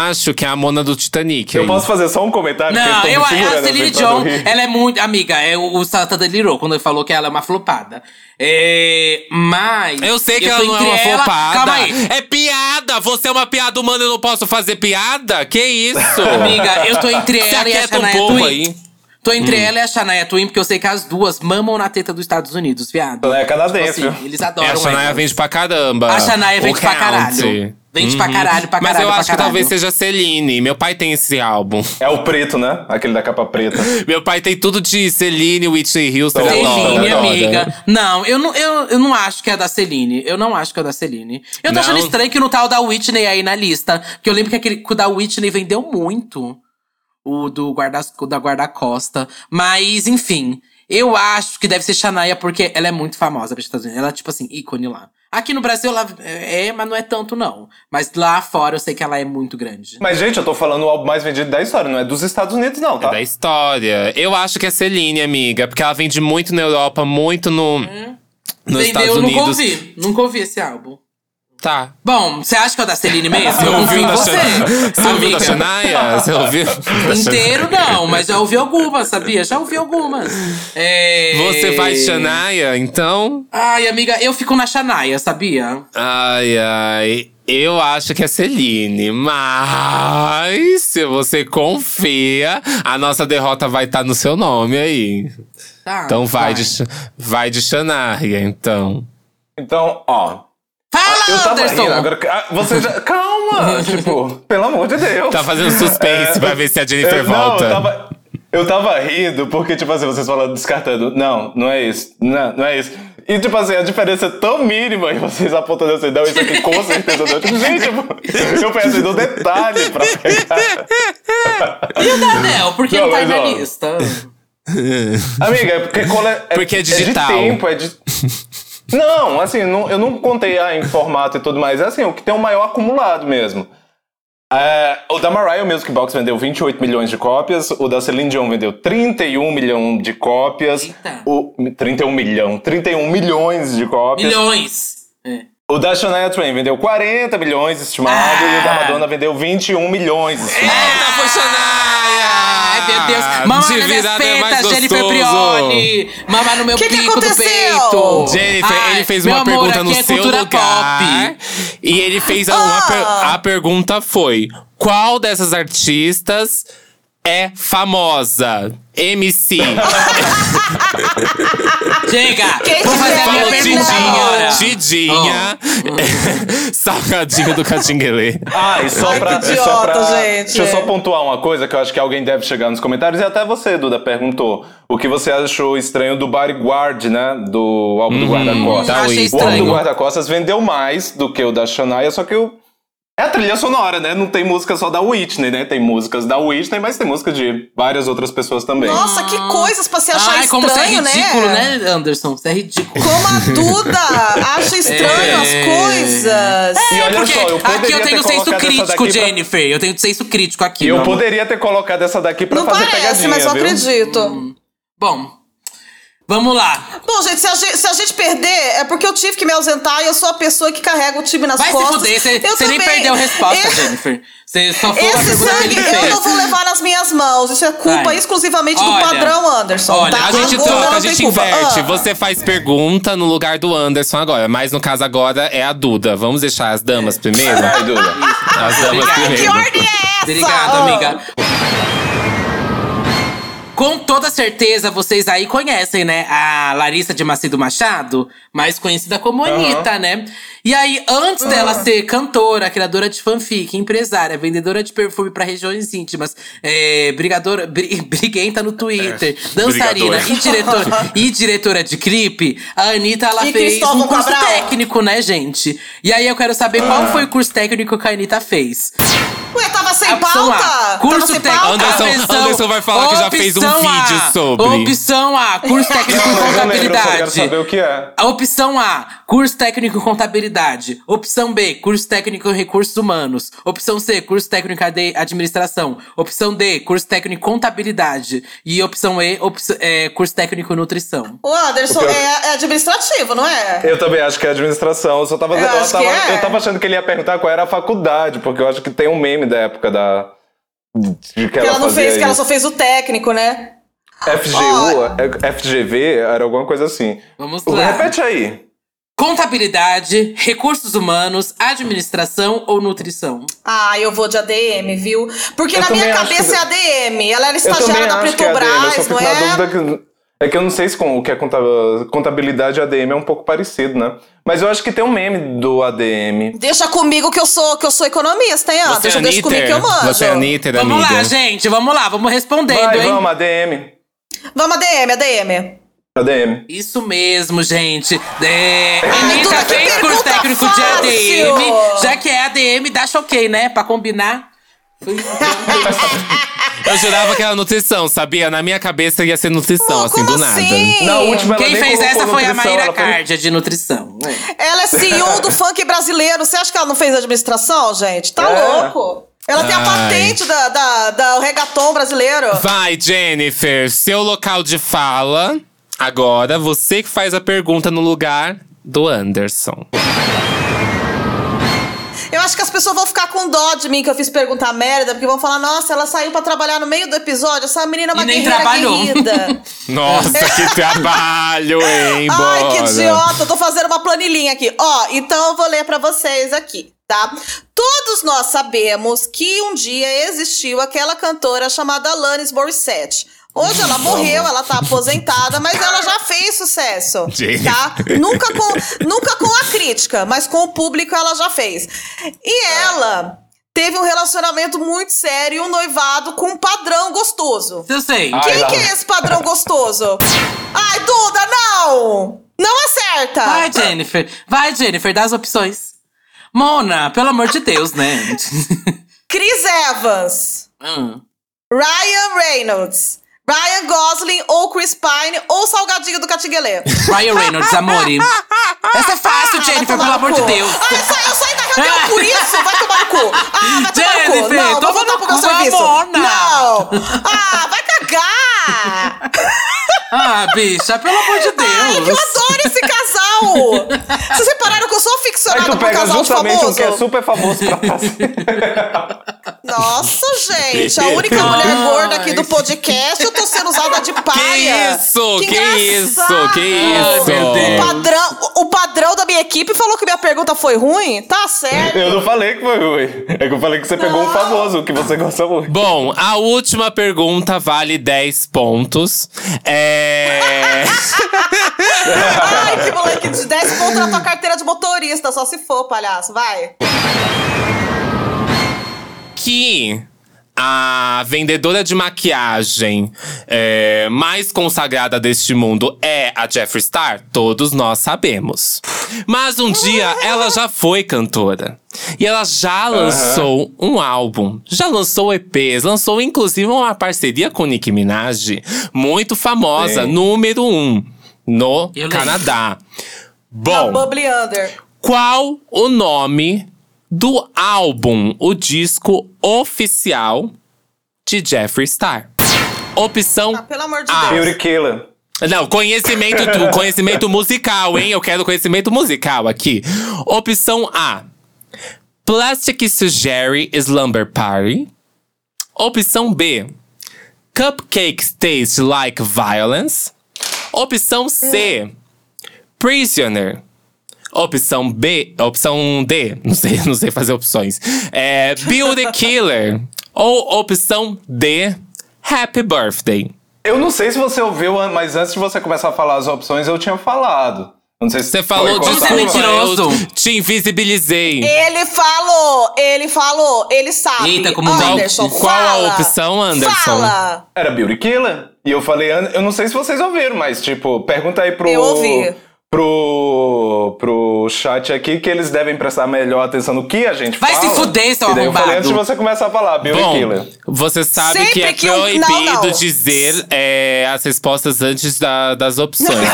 S1: acho que é a Mona do Titanic.
S3: Eu
S1: aí.
S3: posso fazer só um comentário?
S2: Não,
S3: Porque
S2: eu,
S3: tô me segurando
S2: a Celine
S3: assim pra não
S2: Dion,
S3: rir.
S2: ela é muito. Amiga, é o, o Santa delirou quando ele falou que ela é uma flopada. É, mas.
S1: Eu sei que
S2: tô
S1: ela não é
S2: entre
S1: uma
S2: ela-
S1: flopada.
S2: Calma aí.
S1: É piada! Você é uma piada humana, eu não posso fazer piada? Que isso?
S2: Amiga, eu tô entre
S1: Se
S2: ela é e a
S1: aquieta um
S2: Shania
S1: pouco
S2: Twain.
S1: aí. Hum.
S2: Tô entre ela e a Shania Twain, porque eu sei que as duas mamam na teta dos Estados Unidos, viado.
S3: Ela é canadense,
S2: Tipo assim,
S3: viu?
S2: eles
S1: É,
S2: adoram
S1: a Shania
S2: ela.
S1: vende pra caramba.
S2: A Shania
S1: O
S2: vende pra
S1: Count. Uhum.
S2: caralho. Vende pra caralho, pra
S1: Mas
S2: caralho,
S1: eu
S2: pra
S1: acho que
S2: caralho.
S1: talvez seja Celine. Meu pai tem esse álbum. [laughs]
S3: É o preto, né? Aquele da capa preta.
S1: Meu pai tem tudo de Celine, Whitney Houston.
S3: Celine,
S1: ele adora,
S2: Celine,
S1: adora.
S2: amiga. Não, eu não, eu, eu não acho que é da Celine. Eu não acho que é da Celine. Eu tô
S1: Não?
S2: achando estranho que não tá o da Whitney aí na lista. Porque eu lembro que aquele que o da Whitney vendeu muito. O do guarda, o da guarda-costa. Mas, enfim. Eu acho que deve ser Shania, porque ela é muito famosa pra Estados Unidos. Ela é, tipo assim, ícone lá. Aqui no Brasil ela é, mas não é tanto, não. Mas lá fora eu sei que ela é muito grande.
S3: Mas, gente, eu tô falando o álbum mais vendido da história, não é dos Estados Unidos, não,
S1: É
S3: tá?
S1: da história. Eu acho que é Celine, amiga. Porque ela vende muito na Europa, muito no, nos
S2: Hum. Vendeu,
S1: Estados
S2: eu nunca
S1: Unidos.
S2: ouvi. Nunca ouvi esse álbum.
S1: Tá.
S2: Bom, você acha que é o da Celine mesmo?
S1: Você
S2: Eu confio
S1: ouviu
S2: em
S1: da
S2: você.
S1: Shania? Você ouviu da
S2: amiga.
S1: Shania? Você ouviu?
S2: Inteiro não, mas já ouvi algumas, sabia? Já ouvi algumas. É...
S1: Você faz Shania, então?
S2: Ai, amiga, eu fico na Shania, sabia?
S1: Ai, ai. Eu acho que é Celine, mas se você confia, a nossa derrota vai estar no seu nome aí.
S2: Tá,
S1: Então vai, De, vai de Shania, então.
S3: Então, ó.
S2: Fala,
S3: Eu tava
S2: Anderson!
S3: rindo, agora. ah, Você
S2: [laughs]
S3: já. Calma! tipo, pelo amor de Deus.
S1: Tá fazendo suspense pra ver se a Jennifer
S3: eu,
S1: volta.
S3: [laughs] Não, eu tava, eu tava rindo porque, tipo assim, vocês falando, descartando. Não, não é isso. Não, não é isso. E, tipo assim, a diferença é tão mínima e vocês apontando assim, não, isso aqui com certeza não. Tipo, gente, eu- eu pensei no detalhe pra pegar.
S2: E o Daniel, por que
S3: Não,
S2: não tá aí
S3: mas,
S2: na
S3: ó, [laughs]
S2: lista?
S3: Amiga, é porque cole...
S1: Porque é digital.
S3: de tempo, é de... Não, assim, não- eu não contei ah, em formato e tudo mais. É assim, o que tem o maior acumulado mesmo. É, o da Mariah o Music Box vendeu 28 milhões de cópias, o da Celine Dion vendeu 31 milhões de cópias.
S2: Eita.
S3: O, 31 milhão, 31 milhões de cópias.
S2: Milhões. É.
S3: O da Shania Twain vendeu 40 milhões estimado e o da Madonna vendeu 21 milhões estimado.
S1: Eita, foi Shania!
S2: Ai, meu Deus. Mama
S1: De
S2: nas minhas
S1: virada é mais
S2: tetas, Jennifer
S1: gostoso.
S2: Prioli. Mama no meu
S4: Que que
S2: bico do
S4: aconteceu?
S2: peito.
S1: Jennifer,
S2: Ai,
S1: ele fez
S2: meu
S1: uma
S2: amor,
S1: pergunta no
S2: aqui é
S1: seu
S2: cultura
S1: lugar.
S2: pop. Ah!
S1: E ele fez a, uma per- a pergunta foi: qual dessas artistas é famosa? MC.
S2: [laughs] Chega!
S4: Quem
S2: Vou
S4: te
S2: fazer a minha
S1: Falou
S4: Não.
S2: pergunta
S1: Tidinha.
S2: agora.
S1: Tidinha. [laughs] Salgadinho do Catinguelê.
S3: Ah, e só
S4: Ai,
S3: pra.
S4: que
S3: e só
S4: idiota,
S3: pra
S4: gente.
S3: Deixa eu só pontuar uma coisa que eu acho que alguém deve chegar nos comentários. E até você, Duda, perguntou. O que você achou estranho do Bodyguard, né? Do álbum do
S4: Uhum. Hum,
S1: tá ruim.
S2: Achei
S3: Guarda-Costas. o álbum do
S2: estranho.
S3: Guarda-Costas vendeu mais do que o da Shania, só que o. É a trilha sonora, né? Não tem música só da Whitney, né? Tem músicas da Whitney, mas tem música de várias outras pessoas também.
S4: Nossa, que coisas pra se achar
S2: Ai,
S4: estranho,
S2: como você é ridículo,
S4: né?
S2: né, Anderson? Você é ridículo.
S4: Como a Duda acha estranho
S3: É.
S4: as coisas.
S3: E olha
S2: É Porque
S3: só, eu poderia
S2: aqui eu
S3: ter
S2: tenho senso
S3: colocado essa
S2: crítico,
S3: daqui pra-
S2: Jennifer. Eu tenho senso crítico aqui.
S3: E eu
S2: meu amor.
S3: poderia ter colocado essa daqui pra
S4: Não
S3: fazer
S4: parece,
S3: pegadinha,
S4: mas eu
S3: viu?
S4: acredito.
S2: Bom, vamos lá.
S4: Bom, gente se, a gente, se a gente perder, é porque eu tive que me ausentar e eu sou a pessoa que carrega o time nas
S2: Vai
S4: costas.
S2: se fuder.
S4: Eu
S2: Você nem
S4: também-
S2: perdeu a resposta,
S4: Esse-
S2: Jennifer. Você só foi a
S4: Esse
S2: pergunta que
S4: sangue
S2: ele
S4: eu não
S2: fez.
S4: vou levar nas minhas mãos. Isso é culpa
S2: Vai.
S4: exclusivamente
S2: Olha,
S4: do padrão Anderson.
S2: olha,
S4: tá?
S1: A gente
S4: O Duda
S1: troca,
S4: não
S1: a
S4: tem
S1: gente
S4: culpa.
S1: inverte.
S4: Ah.
S1: Você faz pergunta no lugar do Anderson agora. Mas no caso agora é a Duda. Vamos deixar as damas primeiro?
S3: Ai, Duda.
S1: As damas
S4: Ai, que
S1: primeiro.
S4: ordem é essa?
S2: Obrigado,
S4: Ah.
S2: amiga. Com toda certeza, vocês aí conhecem, né? A Larissa de Macedo Machado, mais conhecida como Anitta, né? E aí, antes
S4: Ah.
S2: dela ser cantora, criadora de fanfic, empresária, vendedora de perfume para regiões íntimas, é, brigadora, bri- [laughs] briguenta no Twitter, dançarina e diretora, e diretora de clipe, a Anitta, ela
S4: E
S2: fez um
S4: Cristóvão
S2: curso
S4: Cabral. Ah.
S2: técnico, né, gente? E aí, eu quero saber qual foi o curso técnico que a Anitta fez.
S4: Ué, tava sem
S2: Opção
S4: pauta?
S2: A,
S4: tava
S2: curso
S4: sem
S2: técnico.
S4: pauta?
S1: Anderson- Anderson vai falar que já fez um
S2: opção
S1: vídeo
S2: A,
S1: sobre.
S2: Opção A, curso técnico em
S3: Não, mas eu lembro, eu só quero
S2: contabilidade.
S3: saber o que é.
S2: A opção A, curso técnico em contabilidade. Opção B, curso técnico em recursos humanos. Opção C, curso técnico em administração. Opção D, curso técnico em contabilidade. E opção E, opção- é, curso técnico em nutrição.
S4: O Anderson
S3: O que eu-
S4: é, é administrativo, não é?
S3: Eu também acho que é administração. Eu só tava,
S4: Eu
S3: eu
S4: acho
S3: tava-
S4: que é.
S3: eu tava achando que ele ia perguntar qual era a faculdade, porque eu acho que tem um meme da época da. De que,
S4: que ela não
S3: fazia
S4: fez, que ela
S3: isso.
S4: só fez o técnico, né?
S3: FGU, é- FGV, era alguma coisa assim.
S2: Vamos
S4: é.
S2: lá.
S3: Repete aí.
S2: Contabilidade, recursos humanos, administração ou nutrição?
S4: Ah, eu vou de ADM, viu? Porque
S3: Eu
S4: na minha
S3: também acho
S4: cabeça é ADM. Ela era
S3: Eu também
S4: estagiária da
S3: acho que é ADM, eu só
S4: Petrobras,
S3: fico
S4: não
S3: na
S4: é?
S3: dúvida que. É que eu não sei se com o que é conta- contabilidade e ADM é um pouco parecido, né? Mas eu acho que tem um meme do ADM.
S4: Deixa comigo que eu sou, que eu sou economista, hein,
S1: Você é
S4: Anderson? Deixa comigo que eu
S1: Anitta?
S4: manjo.
S1: Você é Anitta,
S2: Vamos
S1: amiga?
S2: lá, gente, vamos lá, vamos respondendo,
S3: Vai,
S2: hein?
S3: vamos, ADM.
S4: Vamos, ADM, ADM.
S3: ADM.
S2: Isso mesmo, gente. É, Anitta
S4: Duda, que
S2: fez curso
S4: pergunta
S2: técnico
S4: fácil!
S2: de ADM, já que é ADM, dá choquei, né? Pra combinar.
S1: Eu jurava que era nutrição, sabia? Na minha cabeça ia ser nutrição,
S4: Pô,
S1: assim, do
S4: como
S1: nada.
S4: assim?
S3: Na última, ela
S2: Quem
S3: nem
S2: fez
S3: colocou
S2: essa foi a
S3: nutrição,
S2: Maíra
S3: ela foi-
S2: Cárdia, de nutrição.
S4: Ela é
S1: [laughs]
S4: CEO do funk brasileiro. Você acha que ela não fez administração, gente? Tá
S3: É.
S4: louco? Ela tem a
S1: Ai.
S4: patente da, da, da regaton brasileiro.
S1: Vai, Jennifer, seu local de fala. Agora, você que faz a pergunta no lugar do Anderson.
S4: Eu acho que as pessoas vão ficar com dó de mim que eu fiz perguntar merda, porque vão falar: nossa, ela saiu pra trabalhar no meio do episódio, essa menina é uma
S2: E nem
S4: guerreira
S2: trabalhou." [laughs]
S4: querida.
S1: Nossa, que
S4: [laughs]
S1: trabalho, hein,
S4: Ai, que
S1: bora.
S4: idiota, eu tô fazendo uma planilhinha aqui. Ó, então eu vou ler pra vocês aqui, tá? Todos nós sabemos que um dia existiu aquela cantora chamada Alanis Morissette. Hoje ela morreu, ela tá aposentada, mas ela já fez sucesso,
S1: Gente.
S4: tá? Nunca com, nunca com a crítica, mas com o público ela já fez. E ela teve um relacionamento muito sério, e um noivado com um padrão gostoso.
S2: Eu sei.
S3: Ah, Ai,
S4: Quem
S3: lá
S4: que
S3: vem.
S4: é esse padrão gostoso? Ai, Duda, não! Não acerta!
S2: Vai, Jennifer. Vai, Jennifer, dá as opções. Mona, pelo amor de Deus,
S4: [laughs]
S2: né?
S4: Chris Evans,
S2: Hum.
S4: Ryan Reynolds, Ryan Gosling ou Chris Pine ou Salgadinho do Catiguelê.
S2: Ryan Reynolds, amore. Essa é fácil, Jennifer, pelo amor de Deus.
S4: Ah, eu saí, eu saí da
S2: [laughs]
S4: reunião por isso! Vai tomar no cu! Ah, vai tomar no cu!
S2: Jennifer,
S4: Não,
S2: toma
S4: vou voltar
S2: no
S4: pro meu
S2: cu,
S4: serviço!
S2: Ramona.
S4: Não! Ah, vai cagar!
S2: Ah, bicha, pelo amor de
S4: Ai, é que eu
S2: Deus.
S4: adoro esse
S2: [laughs]
S4: casal! Vocês repararam que eu sou
S3: Aí
S4: ficcionada
S3: tu
S4: por
S3: pega
S4: casal de
S3: justamente
S4: famoso?
S3: um que é super famoso pra
S4: [laughs]
S3: fazer.
S1: [laughs]
S4: Nossa, gente, a única mulher gorda aqui do podcast, eu tô sendo usada de paia.
S1: isso, que
S4: engraçado.
S1: isso, que isso.
S2: Ai, meu
S4: O
S2: Deus.
S4: padrão, o padrão da minha equipe falou que minha pergunta foi ruim? Tá
S1: [laughs]
S4: certo.
S3: Eu não falei que foi ruim. É que eu falei que você pegou um famoso, que você gosta muito.
S1: Bom, a última pergunta vale 10 pontos. É.
S4: [laughs] Ai, que moleque de 10 pontos na tua carteira de motorista, só se for, palhaço, vai.
S1: que a vendedora de maquiagem é, mais consagrada deste mundo é a Jeffree Star, todos nós sabemos. Mas um
S2: [laughs]
S1: dia ela já foi cantora. E ela já lançou um álbum, já lançou EPs, lançou inclusive uma parceria com Nicki Minaj, muito famosa,
S3: Sim.
S1: número um no
S2: Eu lembro.
S1: Canadá.
S4: A
S1: Bom,
S4: Bubbly Under.
S1: qual o nome do álbum, o disco oficial de Jeffree Star? Opção.
S4: Ah, pelo amor de
S1: Ah,
S4: Deus.
S3: Beauty Killer.
S1: Não, conhecimento, tu- conhecimento musical, hein? Eu quero conhecimento musical aqui. Opção A: Plastic Surgery Slumber Party. Opção B: Cupcakes Taste Like Violence. Opção C: Prisoner. Opção B, opção D, [laughs] não sei, não sei fazer opções. É Bill the Killer. Ou opção D, Happy Birthday.
S3: Eu não sei se você ouviu, an- mas antes de você começar a falar as opções, eu tinha falado. Não sei se
S1: Você falou
S3: foi
S1: de
S2: Você é
S3: contar.
S2: mentiroso.
S1: Eu te invisibilizei.
S4: Ele falou, ele falou, ele sabe.
S2: Eita, como não.
S4: Anderson,
S1: Qual- qual a
S4: fala.
S1: opção, Anderson?
S4: Fala.
S3: Era Beauty Killer. E eu falei, an- eu não sei se vocês ouviram, mas tipo, pergunta aí pro.
S4: Eu ouvi.
S3: Pro, pro chat aqui que eles devem prestar melhor atenção no que a gente
S2: Vai
S3: fala.
S2: se fuder, seu
S3: E daí eu falei
S2: arrombado.
S3: antes de você começar a falar, Beauty Killer.
S1: Bom, você sabe
S4: Sempre
S1: que é
S4: que eu-
S1: proibido
S4: Não, não.
S1: dizer é, as respostas antes da- das opções, né?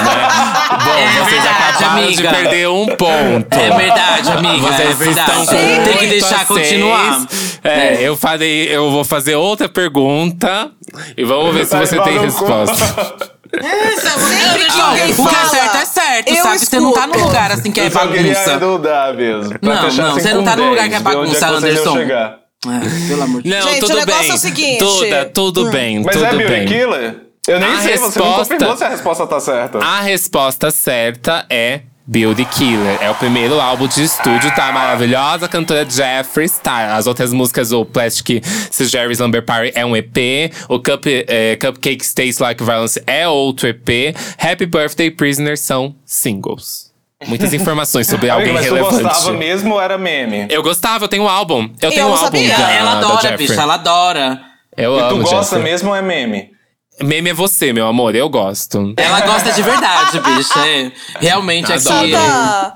S1: Bom, vocês
S2: verdade,
S1: acabaram de
S2: amiga.
S1: perder um ponto.
S2: É verdade, amiga.
S1: Vocês
S2: é verdade.
S1: estão com
S2: Tem que
S1: oito a
S2: deixar continuar.
S1: seis. É, eu falei, eu vou fazer outra pergunta e vamos ver se
S3: Vai
S1: você
S3: levar
S1: tem
S3: no cu.
S1: resposta.
S3: [laughs]
S4: Sempre que
S2: Olha,
S4: alguém
S2: o que é
S4: fala,
S2: certo é certo,
S4: eu
S2: sabe? Você não tá num
S4: escuto.
S2: lugar assim que é
S3: eu só queria
S2: bagunça.
S3: mudar mesmo. pra
S2: Não,
S3: fechar
S2: não,
S3: assim
S2: você não
S3: com
S2: tá num lugar
S3: 10,
S2: que é
S3: ver onde
S2: bagunça,
S3: vocês iam
S2: Anderson.
S3: chegar.
S2: Ah, pelo amor de Deus.
S1: Não,
S4: Gente, o
S1: tudo
S4: negócio
S1: bem.
S4: é o seguinte.
S1: Duda, tudo bem,
S3: Mas
S1: tudo
S3: é Beauty
S1: bem.
S3: Killer? Eu nem
S1: A
S3: sei, você não
S1: resposta-
S3: confirmou se a resposta tá certa.
S2: Ah,
S1: A resposta certa é Build Killer. É o primeiro álbum de estúdio da maravilhosa cantora Jeffree Star. As outras músicas, o Plastic Surgery Slumber Party é um EP. O Cup, eh, Cupcake Tastes Like Violence é outro EP. Happy Birthday Prisoner são singles. Muitas informações sobre alguém
S3: Amigo, mas
S1: relevante.
S3: tu gostava mesmo ou era meme?
S1: Eu gostava, eu tenho um álbum. Eu, tenho um
S4: não
S1: álbum
S4: sabia.
S1: da-
S2: Ela
S1: da
S2: adora,
S1: Jeffree.
S2: bicha, ela adora.
S1: Eu
S3: E tu
S1: amo
S3: gosta
S1: Jeffree.
S3: mesmo ou é meme?
S1: Meme é você, meu amor. Eu gosto.
S2: Ela gosta de verdade,
S4: [laughs]
S2: bicha. é. Realmente aqui.
S1: Adoro.
S4: Santa,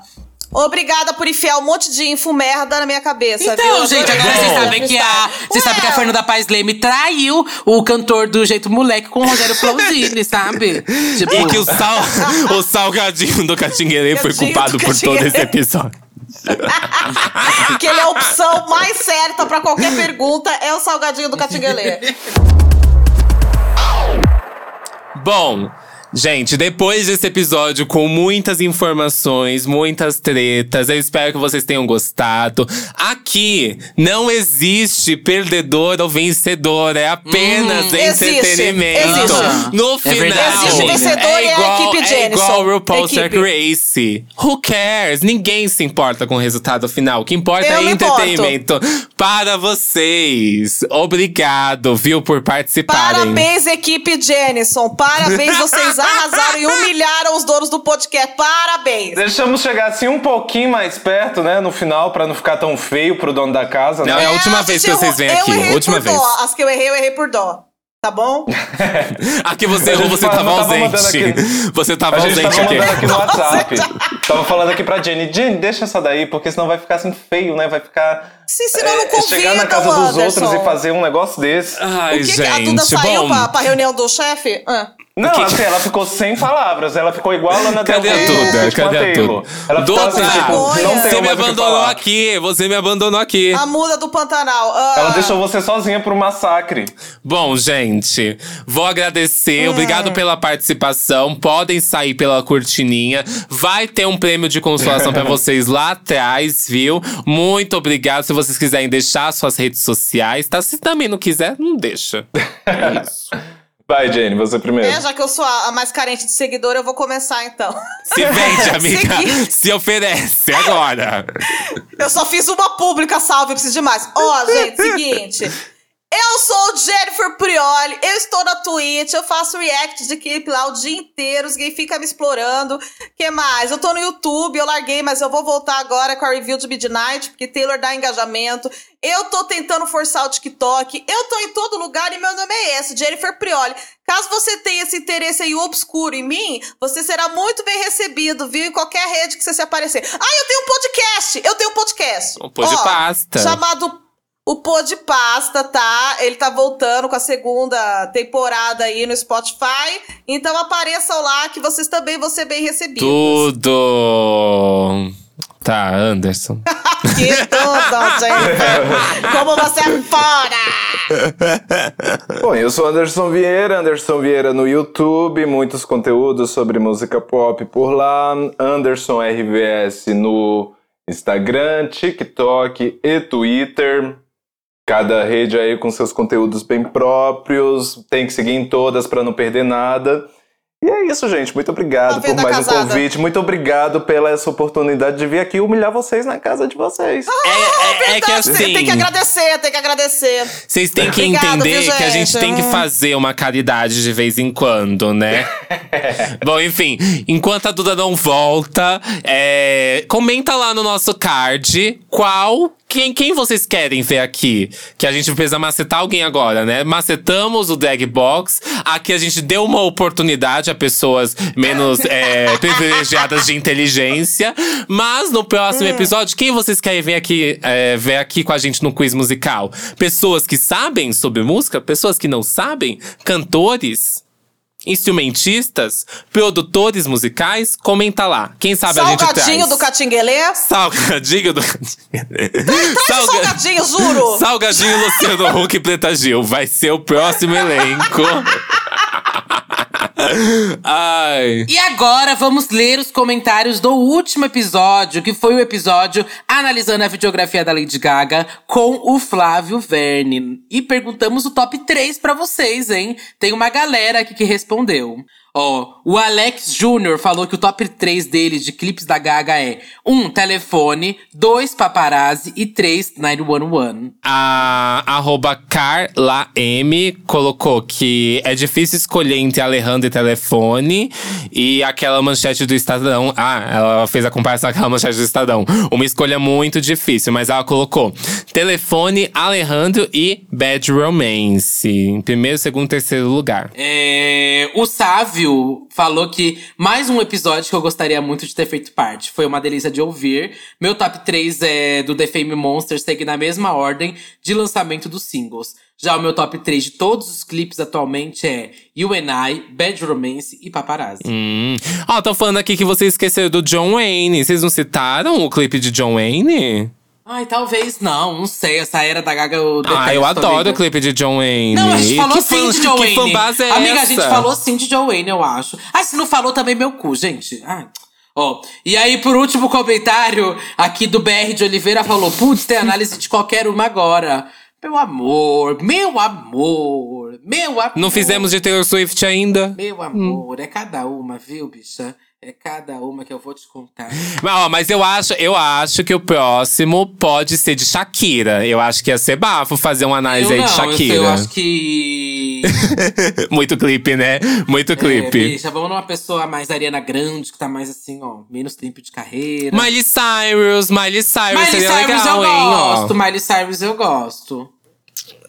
S4: obrigada por enfiar um monte de info merda na minha cabeça.
S2: Então,
S4: viu?
S2: gente, agora
S4: Adorei
S2: vocês
S4: essa
S2: sabem que a.
S4: entrevista.
S2: Vocês sabem que a
S4: Ué,
S2: Fernanda Paes Leme traiu o cantor do jeito moleque com o Rogério Flauzini, sabe? Tipo,
S1: E que o, sal, [laughs] o salgadinho do Catinguerê foi
S4: Salgadinho
S1: culpado
S4: do
S1: por todo
S4: Catinguelê.
S1: esse episódio.
S4: [laughs] Que ele é a opção mais certa pra qualquer pergunta, é o salgadinho
S1: [laughs]
S4: do Catinguelê.
S1: Bom, gente, depois desse episódio com muitas informações, muitas tretas, eu espero que vocês tenham gostado. Aqui não existe perdedor ou vencedor, é apenas
S4: Uhum. existe,
S1: entretenimento.
S4: existe.
S1: No
S2: É
S1: final,
S2: verdade. Existe
S4: vencedor e é a equipe
S1: é
S4: Jennison.
S1: igual RuPaul's Drag
S4: Equipe.
S1: Race. Who cares? Ninguém se importa com o resultado final. O que importa
S4: Eu
S1: é
S4: me importo.
S1: entretenimento para vocês. Obrigado, viu, por participarem.
S4: Parabéns, equipe Jennison. Parabéns, vocês arrasaram e humilharam os donos do podcast. Parabéns.
S3: Deixamos chegar assim um pouquinho mais perto, né? No final, pra não ficar tão feio pro dono da casa,
S1: Não,
S3: né?
S1: é a última
S4: gente,
S1: vez que
S4: eu-
S1: vocês vêm
S4: eu
S1: aqui.
S4: errei
S1: Última
S4: por
S1: vez.
S4: Dó. As que eu errei, eu errei por dó. tá bom?
S1: A que você
S3: A
S1: errou,
S3: gente
S1: você
S3: tava-
S1: tava
S3: não tava
S1: ausente.
S3: mandando
S1: Você tava
S3: A gente
S1: ausente
S3: tava
S1: aqui.
S3: mandando aqui no WhatsApp. tava falando aqui pra Jenny, Jenny, deixa essa daí, porque senão vai ficar assim feio, né? Vai ficar.
S4: Se, se não, não
S3: é, chegar na
S4: convida,
S3: casa dos
S4: Anderson.
S3: outros e fazer um negócio desse.
S2: Ah,
S1: Ai,
S4: o que,
S1: gente.
S4: que a Duda saiu
S1: bom,
S4: pra, pra reunião do chefe? Ah.
S3: Não,
S1: que-
S3: assim, ela ficou sem palavras. Ela ficou igual a Lana Del
S1: Cadê a
S3: Rey,
S1: Duda?
S3: Christina
S1: Cadê a
S3: Taylor.
S1: Duda?
S3: Ela ficou
S1: Duda,
S3: assim, tipo, não
S4: vergonha.
S3: tenho
S1: você me
S3: mais o que
S1: abandonou
S3: falar.
S1: aqui. Você me abandonou aqui.
S4: A muda do Pantanal. Ah.
S3: Ela deixou você sozinha pro massacre.
S1: Bom, gente, vou agradecer. Obrigado pela participação. Podem sair pela cortininha. Vai ter um prêmio de consolação
S3: [laughs]
S1: pra vocês lá atrás, viu? Muito obrigado. Se vocês quiserem deixar suas redes sociais, tá? Se também não quiser, não deixa. É isso.
S3: Vai, Jenny, você primeiro.
S4: É, já que eu sou a, a mais carente de seguidor, eu vou começar então. [laughs]
S1: Se vende, amiga.
S4: Segui.
S1: Se oferece agora.
S4: Eu só fiz uma pública, salve, preciso de mais. Ó, gente, seguinte. Eu sou Jennifer Prioli, eu estou na Twitch, eu faço react de clipe lá o dia inteiro, os gays ficam me explorando. que mais? Eu tô no YouTube, eu larguei, mas eu vou voltar agora com a review de Midnight, porque Taylor dá engajamento. Eu tô tentando forçar o TikTok, eu tô em todo lugar e meu nome é esse, Jennifer Prioli. Caso você tenha esse interesse aí obscuro em mim, você será muito bem recebido, viu? Em qualquer rede que você se aparecer. Ah, eu tenho um podcast! Eu tenho um podcast!
S1: Um pôr de
S4: Ó,
S1: pasta.
S4: Chamado o Pô de Pasta, tá? Ele tá voltando com a segunda temporada aí no Spotify. Então apareçam lá que vocês também vão ser bem recebidos.
S1: Tudo. Tá,
S4: [laughs]
S1: Anderson.
S4: Que tudo, gente! Como você é fora!
S3: Bom, eu sou Anderson Vieira, Anderson Vieira no YouTube, muitos conteúdos sobre música pop por lá, Anderson RVS no Instagram, TikTok e Twitter. Cada rede aí com seus conteúdos bem próprios, tem que seguir em todas para não perder nada. E é isso, gente. Muito obrigado
S4: Uma
S3: por
S4: vida
S3: mais um
S4: casada.
S3: convite. Muito obrigado pela essa oportunidade de vir aqui humilhar vocês na casa de vocês.
S1: É, é, é que
S4: Então, você
S1: assim.
S4: Tem que agradecer, tem que agradecer.
S1: Vocês têm que
S4: Obrigada,
S1: entender
S4: viu,
S1: que a gente
S4: gente?
S1: tem que
S4: Hum.
S1: fazer uma caridade de vez em quando, né? [laughs] Bom, enfim, enquanto a Duda não volta, é, comenta lá no nosso card qual. Quem, quem vocês querem ver aqui? Que a gente precisa macetar alguém agora, né? Macetamos o drag box. Aqui a gente deu uma oportunidade a pessoas menos é, privilegiadas de inteligência. Mas no próximo episódio, quem vocês querem ver aqui, é, ver aqui com a gente no quiz musical? Pessoas que sabem sobre música? Pessoas que não sabem? Cantores? instrumentistas, produtores musicais, comenta lá. Quem sabe a gente traz.
S4: Salgadinho do Catinguelê.
S1: Salgadinho do
S4: Traz o
S1: Salga- [laughs]
S4: salgadinho, juro!
S1: Salgadinho, Luciano Huck e Preta Gil. Vai ser o próximo
S4: [laughs]
S1: elenco. Ai.
S2: E agora vamos ler os comentários do último episódio, que foi o episódio analisando a videografia da Lady Gaga com o Flávio Verne. E perguntamos o top 3 pra vocês, hein? Tem uma galera aqui que respondeu. Ó, o Alex Júnior falou que o top 3 dele de clipes da Gaga é 1. Um, telefone, 2. Paparazzi e 3. 911.
S1: A arroba Carla M colocou que é difícil escolher entre Alejandro e telefone e aquela manchete do Estadão. Ah, ela fez a comparação com aquela manchete do Estadão. Uma escolha muito difícil, mas ela colocou telefone, Alejandro e Bad Romance. Em primeiro, segundo, terceiro lugar.
S2: É, o Sávio falou que mais um episódio que eu gostaria muito de ter feito parte. Foi uma delícia de ouvir. Meu top 3 é do The Fame Monsters, segue na mesma ordem de lançamento dos singles. Já o meu top 3 de todos os clipes atualmente é You and I, Bad Romance e Paparazzi.
S1: Hum. Ó, tô falando aqui que você esqueceu do John Wayne. Vocês não citaram o clipe de John Wayne?
S2: Ai, talvez não, não sei. Essa era da Gaga eu
S1: Ah, eu
S2: detesto,
S1: adoro
S2: amiga.
S1: o clipe de John Wayne.
S2: Não, a gente
S1: E
S2: falou
S1: que
S2: sim
S1: fan-
S2: de John
S1: que
S2: Wayne.
S1: fanbase é
S2: Amiga, a gente
S1: essa?
S2: falou sim de John Wayne, eu acho. Ah, se não falou também meu cu, gente. Ah. Ó, e aí, por último comentário, aqui do BR de Oliveira falou: putz, tem análise de qualquer uma agora. Meu amor, meu amor, meu amor.
S1: Não fizemos Hum. de Taylor Swift ainda.
S2: Meu amor, é cada uma, viu, bicha? É cada uma que eu vou te contar.
S1: Mas, ó, mas eu acho, eu acho que o próximo pode ser de Shakira. Eu acho que ia ser bafo fazer uma análise aí é de
S2: não, eu,
S1: Shakira.
S2: sei, eu
S1: [laughs]
S2: acho que.
S1: Muito clipe, né? Muito
S2: é,
S1: clipe.
S2: bicha, vamos numa pessoa mais Ariana Grande, que tá mais assim, ó, menos tempo de carreira.
S1: Miley Cyrus, Miley Cyrus
S2: Miley
S1: seria
S2: Cyrus
S1: legal,
S2: eu
S1: hein? ó.
S2: gosto, Miley Cyrus eu gosto.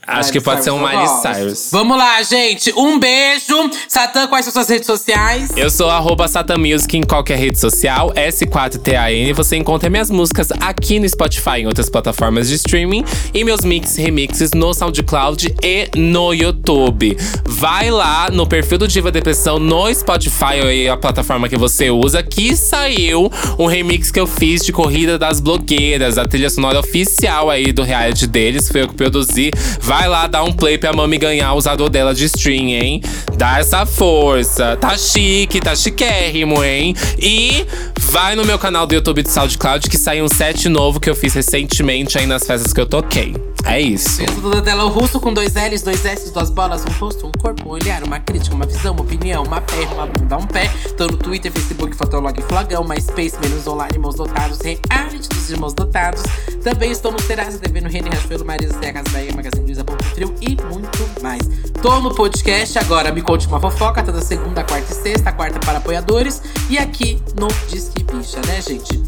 S1: Acho que pode ser um Miley Cyrus.
S2: Vamos lá, gente. Um beijo. Satã, quais são suas redes sociais?
S1: Eu sou arroba Satan Music em qualquer rede social, S4TAN. Você encontra minhas músicas aqui no Spotify e em outras plataformas de streaming. E meus mix e remixes no SoundCloud e no YouTube. Vai lá no perfil do Diva Depressão no Spotify, aí a plataforma que você usa, que saiu um remix que eu fiz de Corrida das Blogueiras, a trilha sonora oficial aí do reality deles. Foi eu que produzi. Vai lá dar um play pra mami ganhar o usador dela de stream, hein? Dá essa força. Tá chique, tá chiquérrimo, hein? E vai no meu canal do YouTube de SoundCloud que saiu um set novo que eu fiz recentemente aí nas festas que eu toquei. É isso.
S2: Eu sou Duda Delo Russo com dois L's, dois S's, duas bolas, um rosto, um corpo, um olhar, uma crítica, uma visão, uma opinião, uma perna, uma bunda, um pé. Tô no Twitter, Facebook, Fotolog, Flagão, MySpace, Menos Online, Irmãos Dotados, Reality dos Irmãos Dotados. Também estou no Serasa, TV no Rene, Rafael, Marisa, Zé, Casa Bahia, Magazine Luiza, Ponto Frio e muito mais. Tô no podcast agora, me conte uma fofoca, toda segunda, quarta e sexta, quarta para apoiadores. E aqui no Disque Bicha, né, gente?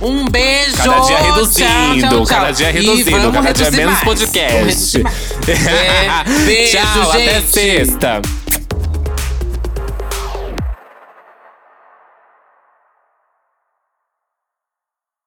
S2: Um beijo!
S1: Cada dia reduzindo,
S2: tchau, tchau, tchau.
S1: cada dia
S2: E
S1: reduzindo,
S2: vamos
S1: cada dia é
S2: reduzir
S1: menos [laughs]
S2: mais. Vamos
S1: podcast. [laughs]
S2: reduzir mais. É, beijo,
S1: Tchau, até
S2: gente.
S1: sexta.